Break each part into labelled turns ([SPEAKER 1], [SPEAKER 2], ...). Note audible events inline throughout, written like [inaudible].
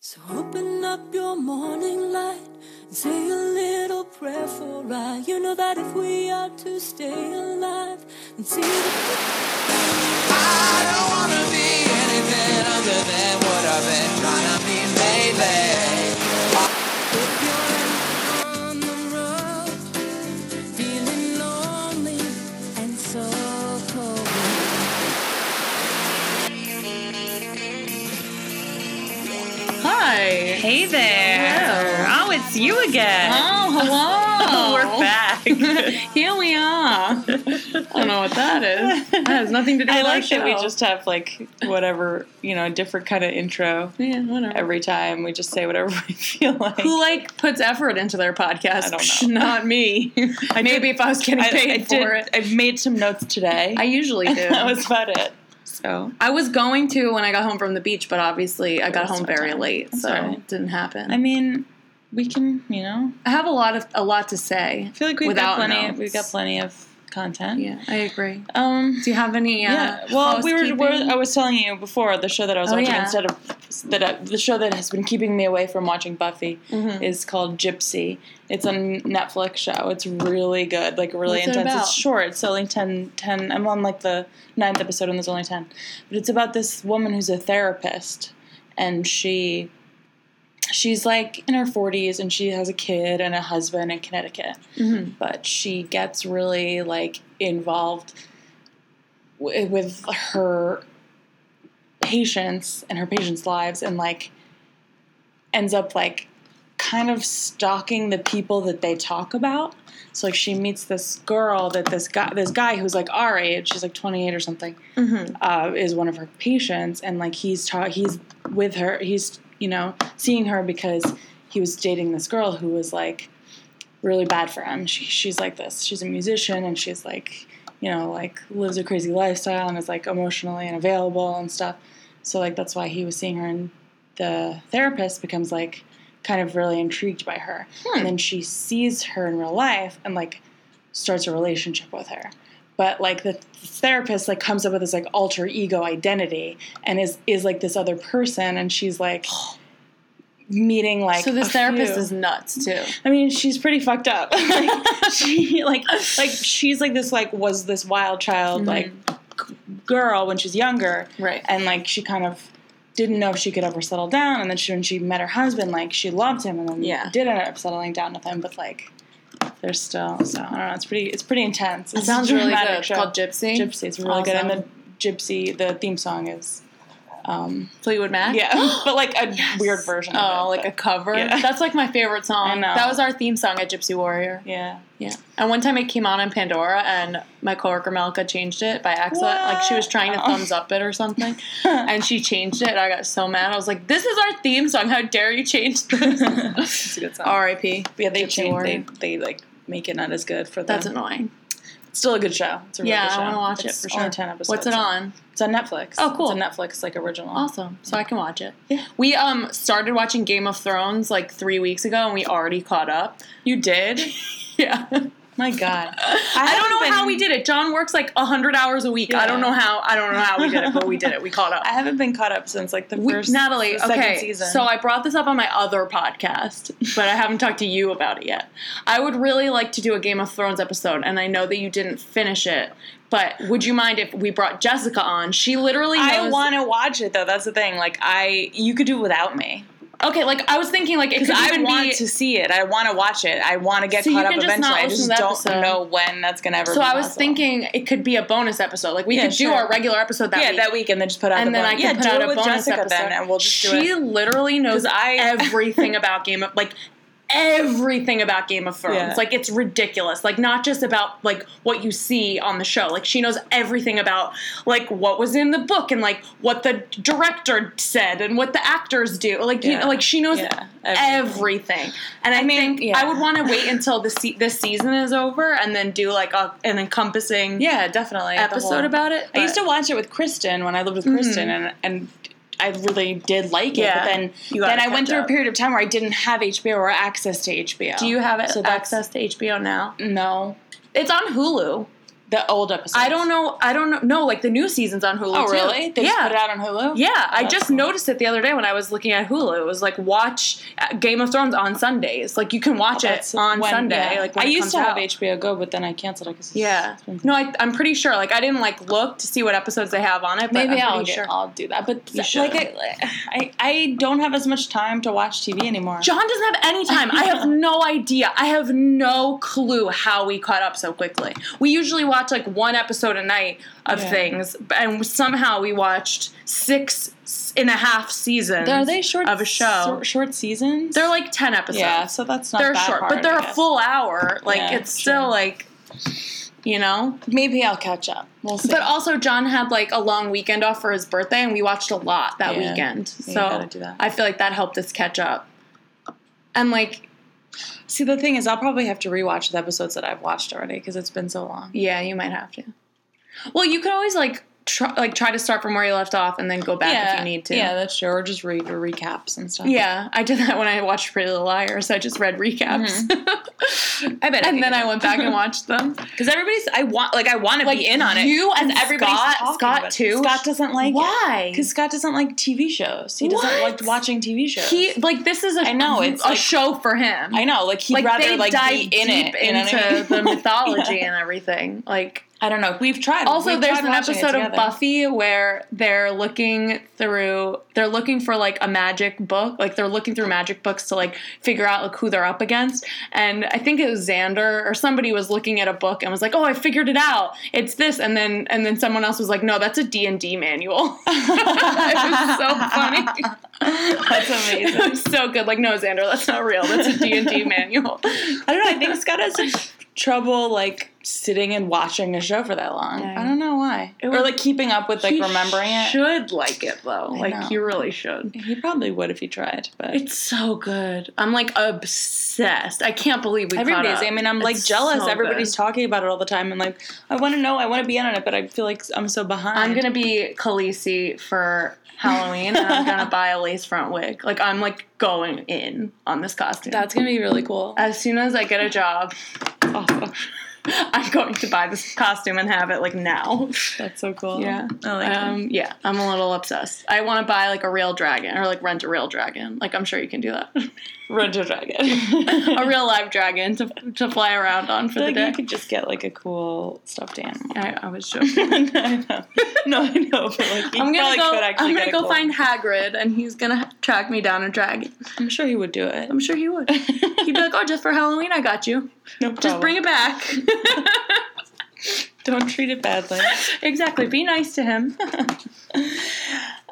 [SPEAKER 1] So open up your morning light and say a little prayer for I. You know that if we are to stay alive and see the I don't wanna be anything other than what I've been trying to be lately. If you're on the road, feeling lonely and so cold. Hi.
[SPEAKER 2] Hey there.
[SPEAKER 1] Hello.
[SPEAKER 2] Oh, it's you again.
[SPEAKER 1] Oh, hello.
[SPEAKER 2] [laughs] We're
[SPEAKER 1] [laughs]
[SPEAKER 2] back.
[SPEAKER 1] Here
[SPEAKER 2] [laughs]
[SPEAKER 1] we are. I don't know what that is. That has nothing to do with
[SPEAKER 2] I
[SPEAKER 1] our
[SPEAKER 2] like that we
[SPEAKER 1] show.
[SPEAKER 2] just have like whatever, you know, a different kind of intro
[SPEAKER 1] yeah, whatever.
[SPEAKER 2] every time. We just say whatever [laughs] we feel like.
[SPEAKER 1] Who like puts effort into their podcast?
[SPEAKER 2] I don't know.
[SPEAKER 1] Psh, [laughs] Not me. Maybe if I was getting
[SPEAKER 2] [laughs] I,
[SPEAKER 1] paid
[SPEAKER 2] I
[SPEAKER 1] for
[SPEAKER 2] did.
[SPEAKER 1] it.
[SPEAKER 2] I made some notes today.
[SPEAKER 1] [laughs] I usually do.
[SPEAKER 2] that was about it. So
[SPEAKER 1] I was going to when I got home from the beach, but obviously I got
[SPEAKER 2] was
[SPEAKER 1] home
[SPEAKER 2] no
[SPEAKER 1] very
[SPEAKER 2] time.
[SPEAKER 1] late,
[SPEAKER 2] That's
[SPEAKER 1] so
[SPEAKER 2] all right.
[SPEAKER 1] it didn't happen.
[SPEAKER 2] I mean, we can, you know,
[SPEAKER 1] I have a lot of a lot to say.
[SPEAKER 2] I feel like we've
[SPEAKER 1] without
[SPEAKER 2] got plenty.
[SPEAKER 1] notes.
[SPEAKER 2] We've got plenty of content.
[SPEAKER 1] Yeah, I agree.
[SPEAKER 2] Um.
[SPEAKER 1] Uh, Do you have any? Uh,
[SPEAKER 2] Yeah. Well, we were, we
[SPEAKER 1] housekeeping?
[SPEAKER 2] I was telling you before the show that I was
[SPEAKER 1] Oh,
[SPEAKER 2] watching
[SPEAKER 1] yeah.
[SPEAKER 2] instead of that I, the show that has been keeping me away from watching Buffy
[SPEAKER 1] Mhm.
[SPEAKER 2] is called Gypsy. It's a Netflix show. It's really good, like really
[SPEAKER 1] What's it
[SPEAKER 2] intense.
[SPEAKER 1] about?
[SPEAKER 2] It's short. It's only 10, 10 I'm on like the ninth episode and there's only ten, but it's about this woman who's a therapist, and she. She's like in her 40s and she has a kid and a husband in Connecticut
[SPEAKER 1] Mhm.
[SPEAKER 2] but she gets really like involved w- with her patients and her patients' lives and like ends up like kind of stalking the people that they talk about. So like she meets this girl that this guy this guy who's like our age, she's like 28 or something,
[SPEAKER 1] Mhm.
[SPEAKER 2] uh, is one of her patients, and like he's ta- he's with her, he's you know seeing her because he was dating this girl who was like really bad for him. She, she's like this. She's a musician, and she's like you know like lives a crazy lifestyle and is like emotionally unavailable and stuff. So like that's why he was seeing her, and the therapist becomes like kind of really intrigued by her,
[SPEAKER 1] Hmm.
[SPEAKER 2] and then she sees her in real life and like starts a relationship with her but like the therapist like comes up with this like alter ego identity and is is like this other person and she's
[SPEAKER 1] [sighs]
[SPEAKER 2] like meeting like
[SPEAKER 1] so this
[SPEAKER 2] a
[SPEAKER 1] therapist
[SPEAKER 2] few-
[SPEAKER 1] is nuts too.
[SPEAKER 2] I mean, she's pretty fucked up. [laughs] like,
[SPEAKER 1] [laughs]
[SPEAKER 2] she like like she's like this like was this wild child like g- girl when she's younger,
[SPEAKER 1] Mm-hmm. Right.
[SPEAKER 2] and like she kind of didn't know if she could ever settle down. And then she, when she met her husband, like she loved him, and then
[SPEAKER 1] Yeah.
[SPEAKER 2] did end up settling down with him. But like they're still so I don't know. It's pretty it's pretty intense.
[SPEAKER 1] It
[SPEAKER 2] It's
[SPEAKER 1] sounds
[SPEAKER 2] a
[SPEAKER 1] really good.
[SPEAKER 2] dramatic
[SPEAKER 1] It's
[SPEAKER 2] show.
[SPEAKER 1] called Gypsy.
[SPEAKER 2] Gypsy. It's really good, and the
[SPEAKER 1] Awesome.
[SPEAKER 2] Gypsy the theme song
[SPEAKER 1] [gasps]
[SPEAKER 2] is um
[SPEAKER 1] Fleetwood Mac.
[SPEAKER 2] yeah, [laughs] but like a
[SPEAKER 1] Yes.
[SPEAKER 2] weird version.
[SPEAKER 1] [laughs] Oh,
[SPEAKER 2] of it,
[SPEAKER 1] like
[SPEAKER 2] but-
[SPEAKER 1] a cover.
[SPEAKER 2] Yeah.
[SPEAKER 1] That's like my favorite song.
[SPEAKER 2] I know.
[SPEAKER 1] That was our theme song at Gypsy Warrior. [laughs]
[SPEAKER 2] yeah.
[SPEAKER 1] Yeah. And one time it came on in Pandora, and my coworker Malika changed it by accident. Like she was trying to
[SPEAKER 2] Wow.
[SPEAKER 1] thumbs up it
[SPEAKER 2] [laughs]
[SPEAKER 1] or something, and she changed it. And I got so mad. I was like, "This is our theme song. How dare you change
[SPEAKER 2] [laughs]
[SPEAKER 1] this?"
[SPEAKER 2] it's a good song.
[SPEAKER 1] R.I.P.
[SPEAKER 2] Yeah, they
[SPEAKER 1] Gypsy
[SPEAKER 2] change. They,
[SPEAKER 1] Warrior.
[SPEAKER 2] they like make it not as good for
[SPEAKER 1] That's
[SPEAKER 2] them.
[SPEAKER 1] annoying.
[SPEAKER 2] It's still a good show. It's a really
[SPEAKER 1] Yeah,
[SPEAKER 2] good
[SPEAKER 1] I
[SPEAKER 2] show.
[SPEAKER 1] wanna watch it
[SPEAKER 2] It's
[SPEAKER 1] for
[SPEAKER 2] only
[SPEAKER 1] sure.
[SPEAKER 2] Ten episodes.
[SPEAKER 1] What's it on?
[SPEAKER 2] It's on Netflix.
[SPEAKER 1] Oh, cool.
[SPEAKER 2] It's a Netflix like original.
[SPEAKER 1] Awesome. So I can watch it.
[SPEAKER 2] Yeah.
[SPEAKER 1] We um started watching Game of Thrones like three weeks ago, and we already caught up.
[SPEAKER 2] You [laughs] did?
[SPEAKER 1] Yeah.
[SPEAKER 2] My God. I,
[SPEAKER 1] [laughs] I don't
[SPEAKER 2] haven't
[SPEAKER 1] know
[SPEAKER 2] been-
[SPEAKER 1] how we did it. John works like hundred hours a week. I
[SPEAKER 2] Yeah.
[SPEAKER 1] don't know how. I don't know how we did it, but we did it. We caught up.
[SPEAKER 2] [laughs] I haven't been caught up since like the
[SPEAKER 1] We-
[SPEAKER 2] first
[SPEAKER 1] Natalie,
[SPEAKER 2] the second
[SPEAKER 1] okay.
[SPEAKER 2] season.
[SPEAKER 1] So I brought this up on my other podcast, but I haven't talked to you about it yet. I would really like to do a Game of Thrones episode, and I know that you didn't finish it. But would you mind if we brought Jessica on? She literally knows.
[SPEAKER 2] I want to watch it though. That's the thing. Like I, you could do without me
[SPEAKER 1] okay, like I was thinking, like it
[SPEAKER 2] because
[SPEAKER 1] could
[SPEAKER 2] I
[SPEAKER 1] even
[SPEAKER 2] want
[SPEAKER 1] be.
[SPEAKER 2] to see it. I want to watch it. I want to get
[SPEAKER 1] So you
[SPEAKER 2] caught up
[SPEAKER 1] can just
[SPEAKER 2] eventually.
[SPEAKER 1] not
[SPEAKER 2] I
[SPEAKER 1] listen
[SPEAKER 2] just
[SPEAKER 1] to the
[SPEAKER 2] don't
[SPEAKER 1] episode.
[SPEAKER 2] know when that's gonna ever.
[SPEAKER 1] so
[SPEAKER 2] be
[SPEAKER 1] I was
[SPEAKER 2] possible.
[SPEAKER 1] thinking it could be a bonus episode. Like we
[SPEAKER 2] Yeah,
[SPEAKER 1] could do
[SPEAKER 2] sure.
[SPEAKER 1] our regular episode that
[SPEAKER 2] yeah,
[SPEAKER 1] week.
[SPEAKER 2] that week, and then just put out.
[SPEAKER 1] and
[SPEAKER 2] the
[SPEAKER 1] then I
[SPEAKER 2] bonus.
[SPEAKER 1] can
[SPEAKER 2] yeah,
[SPEAKER 1] put
[SPEAKER 2] do
[SPEAKER 1] out
[SPEAKER 2] it
[SPEAKER 1] a
[SPEAKER 2] with
[SPEAKER 1] bonus
[SPEAKER 2] Jessica
[SPEAKER 1] episode.
[SPEAKER 2] then, and we'll just
[SPEAKER 1] she
[SPEAKER 2] do it.
[SPEAKER 1] literally knows
[SPEAKER 2] 'Cause
[SPEAKER 1] [laughs]
[SPEAKER 2] I-
[SPEAKER 1] everything about Game of like everything about Game of Thrones.
[SPEAKER 2] Yeah.
[SPEAKER 1] Like it's ridiculous. Like not just about like what you see on the show. Like she knows everything about like what was in the book and like what the director said and what the actors do. Like you
[SPEAKER 2] Yeah.
[SPEAKER 1] know, like she knows
[SPEAKER 2] Yeah,
[SPEAKER 1] everything.
[SPEAKER 2] everything.
[SPEAKER 1] And I,
[SPEAKER 2] mean,
[SPEAKER 1] think
[SPEAKER 2] yeah.
[SPEAKER 1] I would want to wait until the se- this season is over and then do like a, an encompassing
[SPEAKER 2] Yeah, definitely. the
[SPEAKER 1] episode
[SPEAKER 2] whole-
[SPEAKER 1] about it.
[SPEAKER 2] I used to watch it Hmm. with Kristen when I lived with Kristen, and and I really did like it. But
[SPEAKER 1] Yeah.
[SPEAKER 2] then
[SPEAKER 1] You gotta
[SPEAKER 2] then I
[SPEAKER 1] catch
[SPEAKER 2] went through
[SPEAKER 1] up.
[SPEAKER 2] a period of time where I didn't have HBO or access to HBO.
[SPEAKER 1] Do you have
[SPEAKER 2] So that's-
[SPEAKER 1] access to HBO now?
[SPEAKER 2] No.
[SPEAKER 1] It's on Hulu.
[SPEAKER 2] The old episode.
[SPEAKER 1] I don't know. I don't know. No, like the new season's on Hulu.
[SPEAKER 2] Oh,
[SPEAKER 1] too.
[SPEAKER 2] really? They just
[SPEAKER 1] yeah.
[SPEAKER 2] put it out on Hulu?
[SPEAKER 1] Yeah, I
[SPEAKER 2] that's
[SPEAKER 1] just
[SPEAKER 2] cool.
[SPEAKER 1] noticed it the other day when I was looking at Hulu. It was like watch uh, Game of Thrones on Sundays. Like you can watch it
[SPEAKER 2] Oh, That's
[SPEAKER 1] on
[SPEAKER 2] when-
[SPEAKER 1] Sunday.
[SPEAKER 2] yeah.
[SPEAKER 1] Like when
[SPEAKER 2] I
[SPEAKER 1] it
[SPEAKER 2] used
[SPEAKER 1] comes
[SPEAKER 2] to have
[SPEAKER 1] out.
[SPEAKER 2] HBO Go, but then I canceled it because
[SPEAKER 1] Yeah. No, I, I'm pretty sure. Like I didn't like look to see what episodes they have on it. But
[SPEAKER 2] Maybe
[SPEAKER 1] I'm
[SPEAKER 2] I'll,
[SPEAKER 1] pretty
[SPEAKER 2] get,
[SPEAKER 1] sure.
[SPEAKER 2] I'll do that, but
[SPEAKER 1] You
[SPEAKER 2] like I, I, I don't have as much time to watch TV anymore.
[SPEAKER 1] John doesn't have any time. I
[SPEAKER 2] [laughs]
[SPEAKER 1] have no idea. I have no clue how we caught up so quickly. We usually watch like one episode a night of
[SPEAKER 2] Yeah.
[SPEAKER 1] things, and somehow we watched six s- and a half seasons.
[SPEAKER 2] Are they short
[SPEAKER 1] of a show?
[SPEAKER 2] Short, short seasons?
[SPEAKER 1] They're like ten episodes.
[SPEAKER 2] yeah, so that's not
[SPEAKER 1] they're
[SPEAKER 2] that
[SPEAKER 1] short,
[SPEAKER 2] hard,
[SPEAKER 1] but they're
[SPEAKER 2] I
[SPEAKER 1] a
[SPEAKER 2] guess.
[SPEAKER 1] full hour. Like
[SPEAKER 2] Yeah,
[SPEAKER 1] it's still
[SPEAKER 2] true.
[SPEAKER 1] like, you know.
[SPEAKER 2] Maybe I'll catch up. We'll see.
[SPEAKER 1] But also, John had like a long weekend off for his birthday, and we watched a lot that
[SPEAKER 2] Yeah.
[SPEAKER 1] weekend. So
[SPEAKER 2] You gotta do that.
[SPEAKER 1] I feel like that helped us catch up. And like,
[SPEAKER 2] see, the thing is, I'll probably have to rewatch the episodes that I've watched already because it's been so long.
[SPEAKER 1] yeah, you might have to. Well, you could always like try, like try to start from where you left off, and then go back if you need to.
[SPEAKER 2] Yeah, that's true. Or just read the recaps and stuff.
[SPEAKER 1] Yeah, I did that when I watched Pretty Little Liars. I just read recaps,
[SPEAKER 2] Mm-hmm. I bet.
[SPEAKER 1] [laughs] and then I went
[SPEAKER 2] [laughs]
[SPEAKER 1] back and watched them.
[SPEAKER 2] because everybody's. I want like I want to
[SPEAKER 1] Like,
[SPEAKER 2] be in on it.
[SPEAKER 1] you and
[SPEAKER 2] 'cause everybody's
[SPEAKER 1] Scott-
[SPEAKER 2] talking
[SPEAKER 1] Scott
[SPEAKER 2] about it.
[SPEAKER 1] too?
[SPEAKER 2] Scott doesn't like
[SPEAKER 1] Why?
[SPEAKER 2] Because Scott doesn't like TV shows. He
[SPEAKER 1] What?
[SPEAKER 2] doesn't like watching TV shows.
[SPEAKER 1] He like this is a
[SPEAKER 2] I know, it's
[SPEAKER 1] a
[SPEAKER 2] like-
[SPEAKER 1] show for him.
[SPEAKER 2] I know. Like he'd
[SPEAKER 1] like
[SPEAKER 2] rather
[SPEAKER 1] they
[SPEAKER 2] like
[SPEAKER 1] dive
[SPEAKER 2] be in
[SPEAKER 1] deep
[SPEAKER 2] it. You know
[SPEAKER 1] into
[SPEAKER 2] what I mean?
[SPEAKER 1] the
[SPEAKER 2] [laughs]
[SPEAKER 1] mythology
[SPEAKER 2] Yeah.
[SPEAKER 1] and everything. Like
[SPEAKER 2] I don't know. We've tried.
[SPEAKER 1] also,
[SPEAKER 2] We've
[SPEAKER 1] there's
[SPEAKER 2] tried
[SPEAKER 1] an
[SPEAKER 2] watching it
[SPEAKER 1] episode of
[SPEAKER 2] together.
[SPEAKER 1] Buffy where they're looking through, they're looking for like a magic book, like they're looking through magic books to like figure out like who they're up against. And I think it was Xander or somebody was looking at a book and was like, "Oh, I figured it out. It's this." And then and then someone else was like, "No, that's a D and D manual." [laughs] it was so funny.
[SPEAKER 2] [laughs] That's amazing.
[SPEAKER 1] It was so good. Like, no, Xander, that's not real. That's a D and D manual.
[SPEAKER 2] I don't know. I think Scott has some [laughs] trouble like sitting and watching a show for that long.
[SPEAKER 1] Dang.
[SPEAKER 2] I don't know why.
[SPEAKER 1] It
[SPEAKER 2] or
[SPEAKER 1] would-
[SPEAKER 2] like keeping up with like
[SPEAKER 1] He
[SPEAKER 2] remembering it.
[SPEAKER 1] Should like it though.
[SPEAKER 2] I
[SPEAKER 1] like
[SPEAKER 2] know.
[SPEAKER 1] you really should.
[SPEAKER 2] He probably would if he tried, but
[SPEAKER 1] It's so good. I'm like obsessed. I can't believe we. caught
[SPEAKER 2] everybody's.
[SPEAKER 1] up.
[SPEAKER 2] I mean, I'm like
[SPEAKER 1] It's
[SPEAKER 2] jealous.
[SPEAKER 1] so
[SPEAKER 2] Everybody's
[SPEAKER 1] good.
[SPEAKER 2] talking about it all the time, and like I want to know. I want to be in on it, but I feel like I'm so behind.
[SPEAKER 1] I'm gonna be Khaleesi for Halloween, and I'm
[SPEAKER 2] [laughs]
[SPEAKER 1] gonna buy a lace front wig. Like I'm like going in on this costume.
[SPEAKER 2] That's gonna be really cool.
[SPEAKER 1] as soon as I get a job, [laughs]
[SPEAKER 2] Oh,
[SPEAKER 1] I'm going to buy this costume and have it like now.
[SPEAKER 2] [laughs] That's so cool.
[SPEAKER 1] Yeah.
[SPEAKER 2] I like it.
[SPEAKER 1] Um, yeah, I'm a little obsessed. I want to buy like a real dragon or like rent a real dragon. Like I'm sure you can do that. [laughs]
[SPEAKER 2] Red [laughs] Dragon.
[SPEAKER 1] a real live dragon to, to fly around on for the
[SPEAKER 2] like
[SPEAKER 1] day.
[SPEAKER 2] you could just get like a cool stuffed [laughs] animal.
[SPEAKER 1] I, I was joking.
[SPEAKER 2] I know. [laughs] No, I know. But like, you
[SPEAKER 1] I'm gonna
[SPEAKER 2] probably
[SPEAKER 1] go.
[SPEAKER 2] could actually
[SPEAKER 1] I'm
[SPEAKER 2] get
[SPEAKER 1] gonna
[SPEAKER 2] a
[SPEAKER 1] go
[SPEAKER 2] cool-
[SPEAKER 1] find Hagrid, and he's gonna track me down a dragon.
[SPEAKER 2] I'm sure he would do it.
[SPEAKER 1] I'm sure
[SPEAKER 2] [laughs]
[SPEAKER 1] he would. He'd be like, "Oh, just for Halloween, I got you.
[SPEAKER 2] no
[SPEAKER 1] Just bring it back." [laughs]
[SPEAKER 2] Don't treat it [laughs] badly.
[SPEAKER 1] exactly. Be nice to him. [laughs]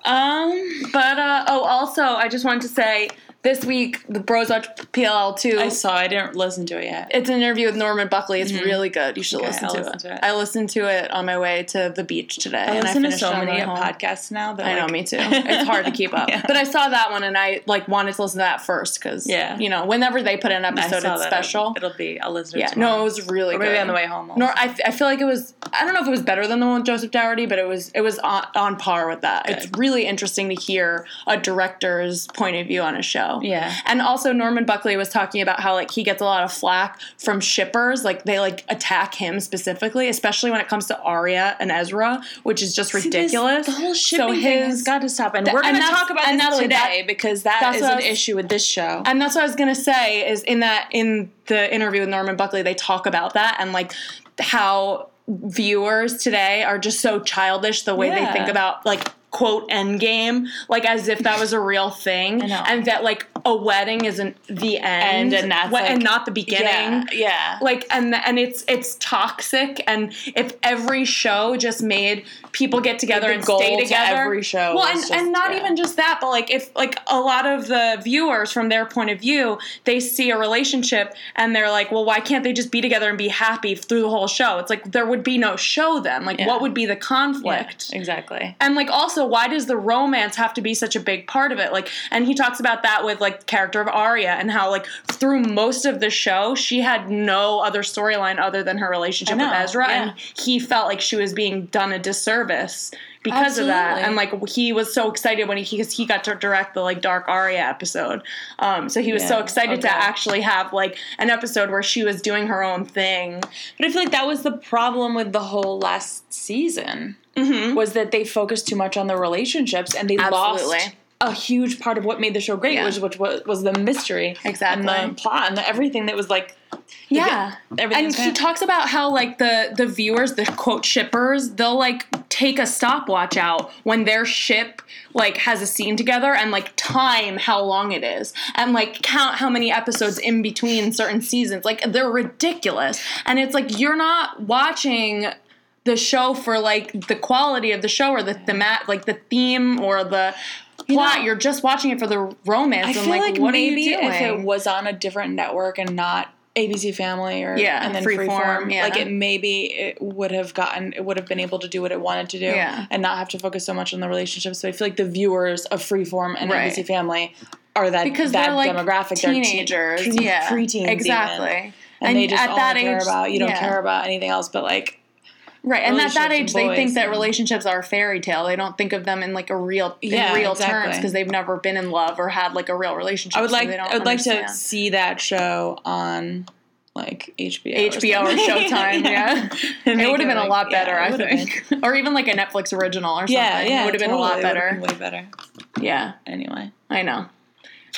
[SPEAKER 2] Um,
[SPEAKER 1] But uh, oh, also, I just wanted to say this week the Bros Watch PLL two.
[SPEAKER 2] I saw. I didn't listen to it yet.
[SPEAKER 1] It's an interview with Norman Buckley. It's really good. You should
[SPEAKER 2] Okay,
[SPEAKER 1] listen,
[SPEAKER 2] I'll
[SPEAKER 1] to,
[SPEAKER 2] listen
[SPEAKER 1] it.
[SPEAKER 2] to it.
[SPEAKER 1] I listened to it on my way to the beach today.
[SPEAKER 2] I
[SPEAKER 1] and
[SPEAKER 2] listen to
[SPEAKER 1] finished
[SPEAKER 2] so
[SPEAKER 1] it on the
[SPEAKER 2] many
[SPEAKER 1] way home.
[SPEAKER 2] podcasts now that
[SPEAKER 1] I know,
[SPEAKER 2] like- [laughs]
[SPEAKER 1] me too. It's hard to keep up.
[SPEAKER 2] Yeah.
[SPEAKER 1] But I saw that one and I like wanted to listen to that first because
[SPEAKER 2] Yeah.
[SPEAKER 1] you know, whenever they put an
[SPEAKER 2] I
[SPEAKER 1] episode,
[SPEAKER 2] saw
[SPEAKER 1] it's
[SPEAKER 2] that.
[SPEAKER 1] special.
[SPEAKER 2] It'll be. I'll listen.
[SPEAKER 1] yeah,
[SPEAKER 2] to it
[SPEAKER 1] no,
[SPEAKER 2] tomorrow.
[SPEAKER 1] it was really
[SPEAKER 2] or maybe
[SPEAKER 1] good.
[SPEAKER 2] on the way home. I'll
[SPEAKER 1] Nor
[SPEAKER 2] listen.
[SPEAKER 1] I, I feel like it was. I don't know if it was better than the one with Joseph Dougherty, but it was. It was on, on par with that. It's
[SPEAKER 2] Good.
[SPEAKER 1] really interesting to hear a director's point of view on a show.
[SPEAKER 2] Yeah.
[SPEAKER 1] and also Norman Buckley was talking about how like he gets a lot of flack from shippers. Like they like attack him specifically, especially when it comes to Arya and Ezra, which is just
[SPEAKER 2] See, this-
[SPEAKER 1] ridiculous.
[SPEAKER 2] the whole shipping
[SPEAKER 1] so his,
[SPEAKER 2] thing has got to stop. And we're
[SPEAKER 1] and
[SPEAKER 2] going to
[SPEAKER 1] that's-
[SPEAKER 2] talk about
[SPEAKER 1] and
[SPEAKER 2] this
[SPEAKER 1] not only
[SPEAKER 2] today
[SPEAKER 1] that-
[SPEAKER 2] because that
[SPEAKER 1] that's
[SPEAKER 2] is
[SPEAKER 1] what I
[SPEAKER 2] an
[SPEAKER 1] was-
[SPEAKER 2] issue with this show.
[SPEAKER 1] And that's what I was gonna say is in that in the interview with Norman Buckley, they talk about that and like how viewers today are just so childish the way they
[SPEAKER 2] Yeah.
[SPEAKER 1] think about like quote endgame, like as if that was a real
[SPEAKER 2] [laughs]
[SPEAKER 1] thing,
[SPEAKER 2] I know.
[SPEAKER 1] and that like a wedding isn't the
[SPEAKER 2] End,
[SPEAKER 1] end
[SPEAKER 2] and that's,
[SPEAKER 1] wh-
[SPEAKER 2] like-
[SPEAKER 1] and not the beginning
[SPEAKER 2] yeah, yeah.
[SPEAKER 1] like and and it's it's toxic and if every show just made people get together
[SPEAKER 2] The
[SPEAKER 1] and
[SPEAKER 2] goal
[SPEAKER 1] stay
[SPEAKER 2] to
[SPEAKER 1] together
[SPEAKER 2] every show
[SPEAKER 1] well
[SPEAKER 2] is
[SPEAKER 1] and,
[SPEAKER 2] just-
[SPEAKER 1] and not
[SPEAKER 2] yeah.
[SPEAKER 1] even just that but like if like a lot of the viewers from their point of view they see a relationship and they're like well why can't they just be together and be happy through the whole show it's like there would be no show then like
[SPEAKER 2] Yeah.
[SPEAKER 1] what would be the conflict
[SPEAKER 2] Yeah, exactly.
[SPEAKER 1] and like also why does the romance have to be such a big part of it like and he talks about that with like the character of Arya and how like through most of the show she had no other storyline other than her relationship
[SPEAKER 2] I know,
[SPEAKER 1] with Ezra
[SPEAKER 2] yeah.
[SPEAKER 1] and he felt like she was being done a disservice because of that.
[SPEAKER 2] Absolutely.
[SPEAKER 1] And like he was so excited when he because he got to direct the like Dark Aria episode. Um, so he was so
[SPEAKER 2] Yeah,
[SPEAKER 1] excited to
[SPEAKER 2] okay.
[SPEAKER 1] actually have like an episode where she was doing her own thing.
[SPEAKER 2] But I feel like that was the problem with the whole last season
[SPEAKER 1] Mm-hmm.
[SPEAKER 2] was that they focused too much on the relationships and they lost
[SPEAKER 1] Absolutely.
[SPEAKER 2] a huge part of what made the show great,
[SPEAKER 1] Yeah.
[SPEAKER 2] which, which was, was the mystery and
[SPEAKER 1] Exactly.
[SPEAKER 2] the plot and the, everything that was like
[SPEAKER 1] Yeah.
[SPEAKER 2] everything.
[SPEAKER 1] And he talks about how like the the viewers, the quote shippers, they'll like take a stopwatch out when their ship like has a scene together and like time how long it is and like count how many episodes in between certain seasons. Like they're ridiculous. And it's like you're not watching the show for like the quality of the show or the themat like the theme or the plot.
[SPEAKER 2] know-
[SPEAKER 1] you're just watching it for the romance
[SPEAKER 2] I
[SPEAKER 1] and
[SPEAKER 2] feel
[SPEAKER 1] like,
[SPEAKER 2] like,
[SPEAKER 1] what
[SPEAKER 2] maybe
[SPEAKER 1] are you doing?
[SPEAKER 2] if it was on a different network and not ABC Family or
[SPEAKER 1] Yeah,
[SPEAKER 2] and then
[SPEAKER 1] Freeform,
[SPEAKER 2] Freeform,
[SPEAKER 1] yeah.
[SPEAKER 2] like it maybe it would have gotten it would have been able to do what it wanted to do
[SPEAKER 1] Yeah.
[SPEAKER 2] and not have to focus so much on the relationship. So I feel like the viewers of Freeform and
[SPEAKER 1] Right.
[SPEAKER 2] ABC Family are that
[SPEAKER 1] because
[SPEAKER 2] that
[SPEAKER 1] they're like
[SPEAKER 2] demographic
[SPEAKER 1] teenagers,
[SPEAKER 2] they're teen, pre-
[SPEAKER 1] yeah,
[SPEAKER 2] preteens
[SPEAKER 1] exactly.
[SPEAKER 2] even. And, they just all care about you don't
[SPEAKER 1] yeah.
[SPEAKER 2] care about anything else but like
[SPEAKER 1] right? And at that
[SPEAKER 2] relationships
[SPEAKER 1] age,
[SPEAKER 2] and
[SPEAKER 1] they think
[SPEAKER 2] boys
[SPEAKER 1] that
[SPEAKER 2] and-
[SPEAKER 1] relationships are a fairy tale. They don't think of them in like a real, in
[SPEAKER 2] Yeah,
[SPEAKER 1] real terms
[SPEAKER 2] exactly.
[SPEAKER 1] because they've never been in love or had like a real relationship.
[SPEAKER 2] I would
[SPEAKER 1] so
[SPEAKER 2] like
[SPEAKER 1] they don't
[SPEAKER 2] I would like to
[SPEAKER 1] understand.
[SPEAKER 2] see that show on like HBO [laughs]
[SPEAKER 1] HBO or
[SPEAKER 2] something. [laughs]
[SPEAKER 1] Showtime,
[SPEAKER 2] And
[SPEAKER 1] yeah. [laughs] It
[SPEAKER 2] make
[SPEAKER 1] would have been
[SPEAKER 2] like-
[SPEAKER 1] a lot
[SPEAKER 2] yeah,
[SPEAKER 1] better,
[SPEAKER 2] it
[SPEAKER 1] I
[SPEAKER 2] would've
[SPEAKER 1] [laughs]
[SPEAKER 2] been.
[SPEAKER 1] think, or even like a Netflix original or something.
[SPEAKER 2] Yeah, yeah,
[SPEAKER 1] it would have been a lot
[SPEAKER 2] totally. It
[SPEAKER 1] better.
[SPEAKER 2] would've been Way better.
[SPEAKER 1] Yeah,
[SPEAKER 2] Anyway,
[SPEAKER 1] I know.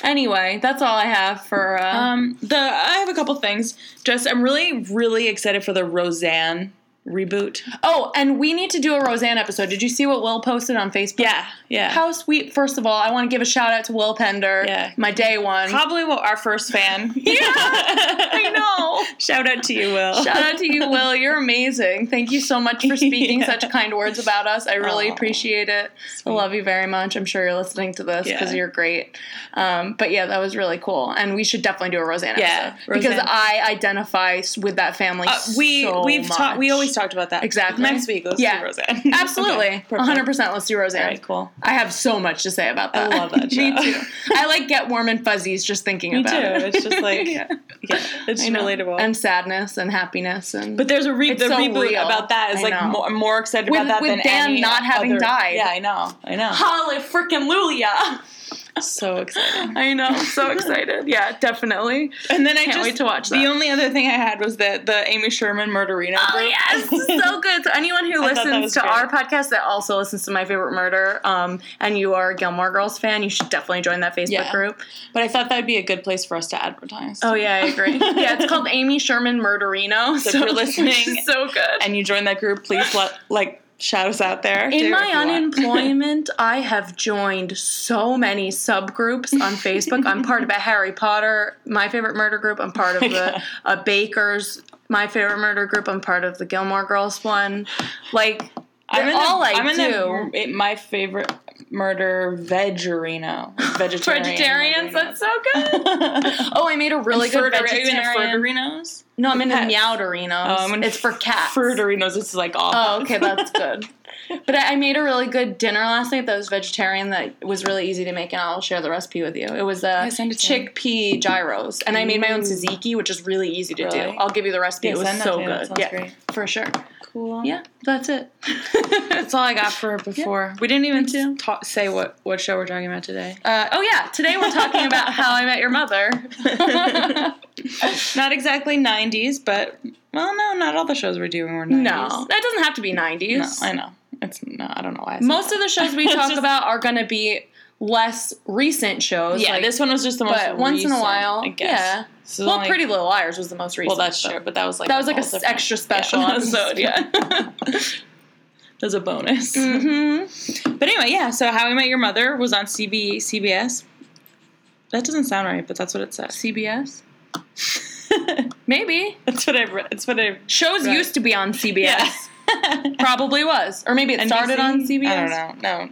[SPEAKER 1] Anyway, that's all I have for. Uh,
[SPEAKER 2] um, the I have a couple things. Just I'm really, really excited for the Roseanne reboot.
[SPEAKER 1] oh, and we need to do a Roseanne episode. Did you see what Will posted on Facebook?
[SPEAKER 2] Yeah, yeah.
[SPEAKER 1] How sweet! First of all, I want to give a shout out to Will Pender,
[SPEAKER 2] Yeah.
[SPEAKER 1] my day one.
[SPEAKER 2] Probably what our first fan. [laughs]
[SPEAKER 1] [laughs]
[SPEAKER 2] yeah,
[SPEAKER 1] I know.
[SPEAKER 2] Shout out to you, Will.
[SPEAKER 1] [laughs] Shout out to you, Will. You're amazing. Thank you so much for
[SPEAKER 2] [laughs]
[SPEAKER 1] speaking
[SPEAKER 2] Yeah.
[SPEAKER 1] such kind words about us. I really
[SPEAKER 2] Aw.
[SPEAKER 1] appreciate it. I love you very much. I'm sure you're listening to this because
[SPEAKER 2] Yeah.
[SPEAKER 1] you're great. Um, but yeah, that was really cool, and we should definitely do a Roseanne
[SPEAKER 2] Yeah,
[SPEAKER 1] episode because
[SPEAKER 2] Roseanne.
[SPEAKER 1] I identify s- with that family.
[SPEAKER 2] Uh, we
[SPEAKER 1] so
[SPEAKER 2] we've talked. We
[SPEAKER 1] much.
[SPEAKER 2] always talked about that.
[SPEAKER 1] Exactly.
[SPEAKER 2] Next week, let's
[SPEAKER 1] Yeah.
[SPEAKER 2] do Roseanne. [laughs]
[SPEAKER 1] Absolutely,
[SPEAKER 2] Okay, perfect.
[SPEAKER 1] 100%. Let's do Roseanne.
[SPEAKER 2] All right, cool.
[SPEAKER 1] I have so much to say about
[SPEAKER 2] I
[SPEAKER 1] that.
[SPEAKER 2] love that
[SPEAKER 1] [laughs] Me
[SPEAKER 2] show.
[SPEAKER 1] too. I like get warm and fuzzies just thinking
[SPEAKER 2] Me too.
[SPEAKER 1] about it.
[SPEAKER 2] It's
[SPEAKER 1] [laughs]
[SPEAKER 2] just like yeah, it's
[SPEAKER 1] I know.
[SPEAKER 2] relatable.
[SPEAKER 1] and sadness and happiness and
[SPEAKER 2] but there's a re-
[SPEAKER 1] It's
[SPEAKER 2] the
[SPEAKER 1] so
[SPEAKER 2] reboot
[SPEAKER 1] real.
[SPEAKER 2] about that is
[SPEAKER 1] I
[SPEAKER 2] like
[SPEAKER 1] know.
[SPEAKER 2] more, I'm more excited
[SPEAKER 1] With-
[SPEAKER 2] about that
[SPEAKER 1] with
[SPEAKER 2] than
[SPEAKER 1] Dan
[SPEAKER 2] any
[SPEAKER 1] not having
[SPEAKER 2] other-
[SPEAKER 1] died.
[SPEAKER 2] Yeah, I know. I know.
[SPEAKER 1] Holly freaking Lulia.
[SPEAKER 2] so excited.
[SPEAKER 1] I know, [laughs] I'm so excited. Yeah, definitely.
[SPEAKER 2] And then I
[SPEAKER 1] Can't
[SPEAKER 2] just
[SPEAKER 1] wait to watch
[SPEAKER 2] The
[SPEAKER 1] that.
[SPEAKER 2] only other thing I had was that the Amy Sherman murderino.
[SPEAKER 1] Oh
[SPEAKER 2] group.
[SPEAKER 1] yes,
[SPEAKER 2] [laughs]
[SPEAKER 1] [laughs] so good. So anyone who
[SPEAKER 2] I thought that
[SPEAKER 1] listens
[SPEAKER 2] was
[SPEAKER 1] to
[SPEAKER 2] great.
[SPEAKER 1] our podcast that also listens to My Favorite Murder, um, and you are a Gilmore Girls fan, you should definitely join that Facebook
[SPEAKER 2] Yeah.
[SPEAKER 1] group.
[SPEAKER 2] but I thought that'd be a good place for us to advertise.
[SPEAKER 1] Oh yeah, I
[SPEAKER 2] [laughs]
[SPEAKER 1] agree. yeah, it's called Amy Sherman Murderino.
[SPEAKER 2] So if
[SPEAKER 1] [laughs]
[SPEAKER 2] you're listening-
[SPEAKER 1] so good.
[SPEAKER 2] and you join that group, please let like shout us out there.
[SPEAKER 1] In
[SPEAKER 2] too,
[SPEAKER 1] my
[SPEAKER 2] if you want. [laughs]
[SPEAKER 1] unemployment, I have joined so many subgroups on Facebook. I'm part of a Harry Potter, my favorite murder group. I'm part of
[SPEAKER 2] [laughs]
[SPEAKER 1] the a Baker's, my favorite murder group. I'm part of the Gilmore Girls one. Like
[SPEAKER 2] I'm in the-
[SPEAKER 1] all I
[SPEAKER 2] I'm in
[SPEAKER 1] do.
[SPEAKER 2] the- my favorite murder
[SPEAKER 1] [laughs]
[SPEAKER 2] vegerino, like vegetarian.
[SPEAKER 1] Vegetarians, that's so good.
[SPEAKER 2] [laughs] so
[SPEAKER 1] Oh, I made a really good vegetarian.
[SPEAKER 2] Fruiterinos.
[SPEAKER 1] No, I'm in the
[SPEAKER 2] Pets.
[SPEAKER 1] meowderinos.
[SPEAKER 2] Oh, I'm in
[SPEAKER 1] it's for cats.
[SPEAKER 2] Fruiterinos. This is like all.
[SPEAKER 1] Oh, okay,
[SPEAKER 2] [laughs]
[SPEAKER 1] that's good. [laughs] But I I made a really good dinner last night that was vegetarian that was really easy to make, and I'll share the recipe with you. It was uh,
[SPEAKER 2] Yeah, send it to me.
[SPEAKER 1] chickpea gyros, and I made my own
[SPEAKER 2] Ooh.
[SPEAKER 1] tzatziki, which is really easy to do.
[SPEAKER 2] Really?
[SPEAKER 1] I'll give you the recipe.
[SPEAKER 2] Yeah,
[SPEAKER 1] it
[SPEAKER 2] send
[SPEAKER 1] was
[SPEAKER 2] that
[SPEAKER 1] so
[SPEAKER 2] to me. That
[SPEAKER 1] good.
[SPEAKER 2] sounds
[SPEAKER 1] yeah,
[SPEAKER 2] great.
[SPEAKER 1] for sure.
[SPEAKER 2] cool.
[SPEAKER 1] Yeah, that's [laughs] it.
[SPEAKER 2] That's all I got for before. We didn't even ta- say what what show we're talking about
[SPEAKER 1] [laughs]
[SPEAKER 2] today. [laughs]
[SPEAKER 1] Uh, oh yeah, today we're talking about [laughs] how I met your mother.
[SPEAKER 2] not exactly 90s, but well, no, not all the shows we're doing were 90s.
[SPEAKER 1] no, that doesn't have to be
[SPEAKER 2] no,
[SPEAKER 1] nineties.
[SPEAKER 2] I know. It's no, I don't know why. I said
[SPEAKER 1] Most
[SPEAKER 2] that.
[SPEAKER 1] of the shows
[SPEAKER 2] [laughs]
[SPEAKER 1] we
[SPEAKER 2] It's
[SPEAKER 1] talk
[SPEAKER 2] just-
[SPEAKER 1] about are going to be less recent shows.
[SPEAKER 2] yeah,
[SPEAKER 1] like-
[SPEAKER 2] this one was just the most.
[SPEAKER 1] but once in a
[SPEAKER 2] recent,
[SPEAKER 1] while,
[SPEAKER 2] I guess.
[SPEAKER 1] yeah.
[SPEAKER 2] This is
[SPEAKER 1] well,
[SPEAKER 2] only-
[SPEAKER 1] Pretty Little Liars was the most recent.
[SPEAKER 2] Well, that's
[SPEAKER 1] but-
[SPEAKER 2] true, but that was like
[SPEAKER 1] That was like
[SPEAKER 2] a
[SPEAKER 1] an
[SPEAKER 2] whole different-
[SPEAKER 1] extra special
[SPEAKER 2] [laughs] yeah, that was-
[SPEAKER 1] episode, yeah.
[SPEAKER 2] [laughs] That was a bonus.
[SPEAKER 1] hmm
[SPEAKER 2] But anyway, yeah. So How I Met Your Mother was on CB CBS. That doesn't sound right, but that's what it says.
[SPEAKER 1] CBS? Maybe.
[SPEAKER 2] [laughs] that's what I. re- That's what I.
[SPEAKER 1] Shows
[SPEAKER 2] Right.
[SPEAKER 1] used to be on CBS.
[SPEAKER 2] Yeah. [laughs]
[SPEAKER 1] Probably was. Or maybe it started on CBS.
[SPEAKER 2] I don't know. No.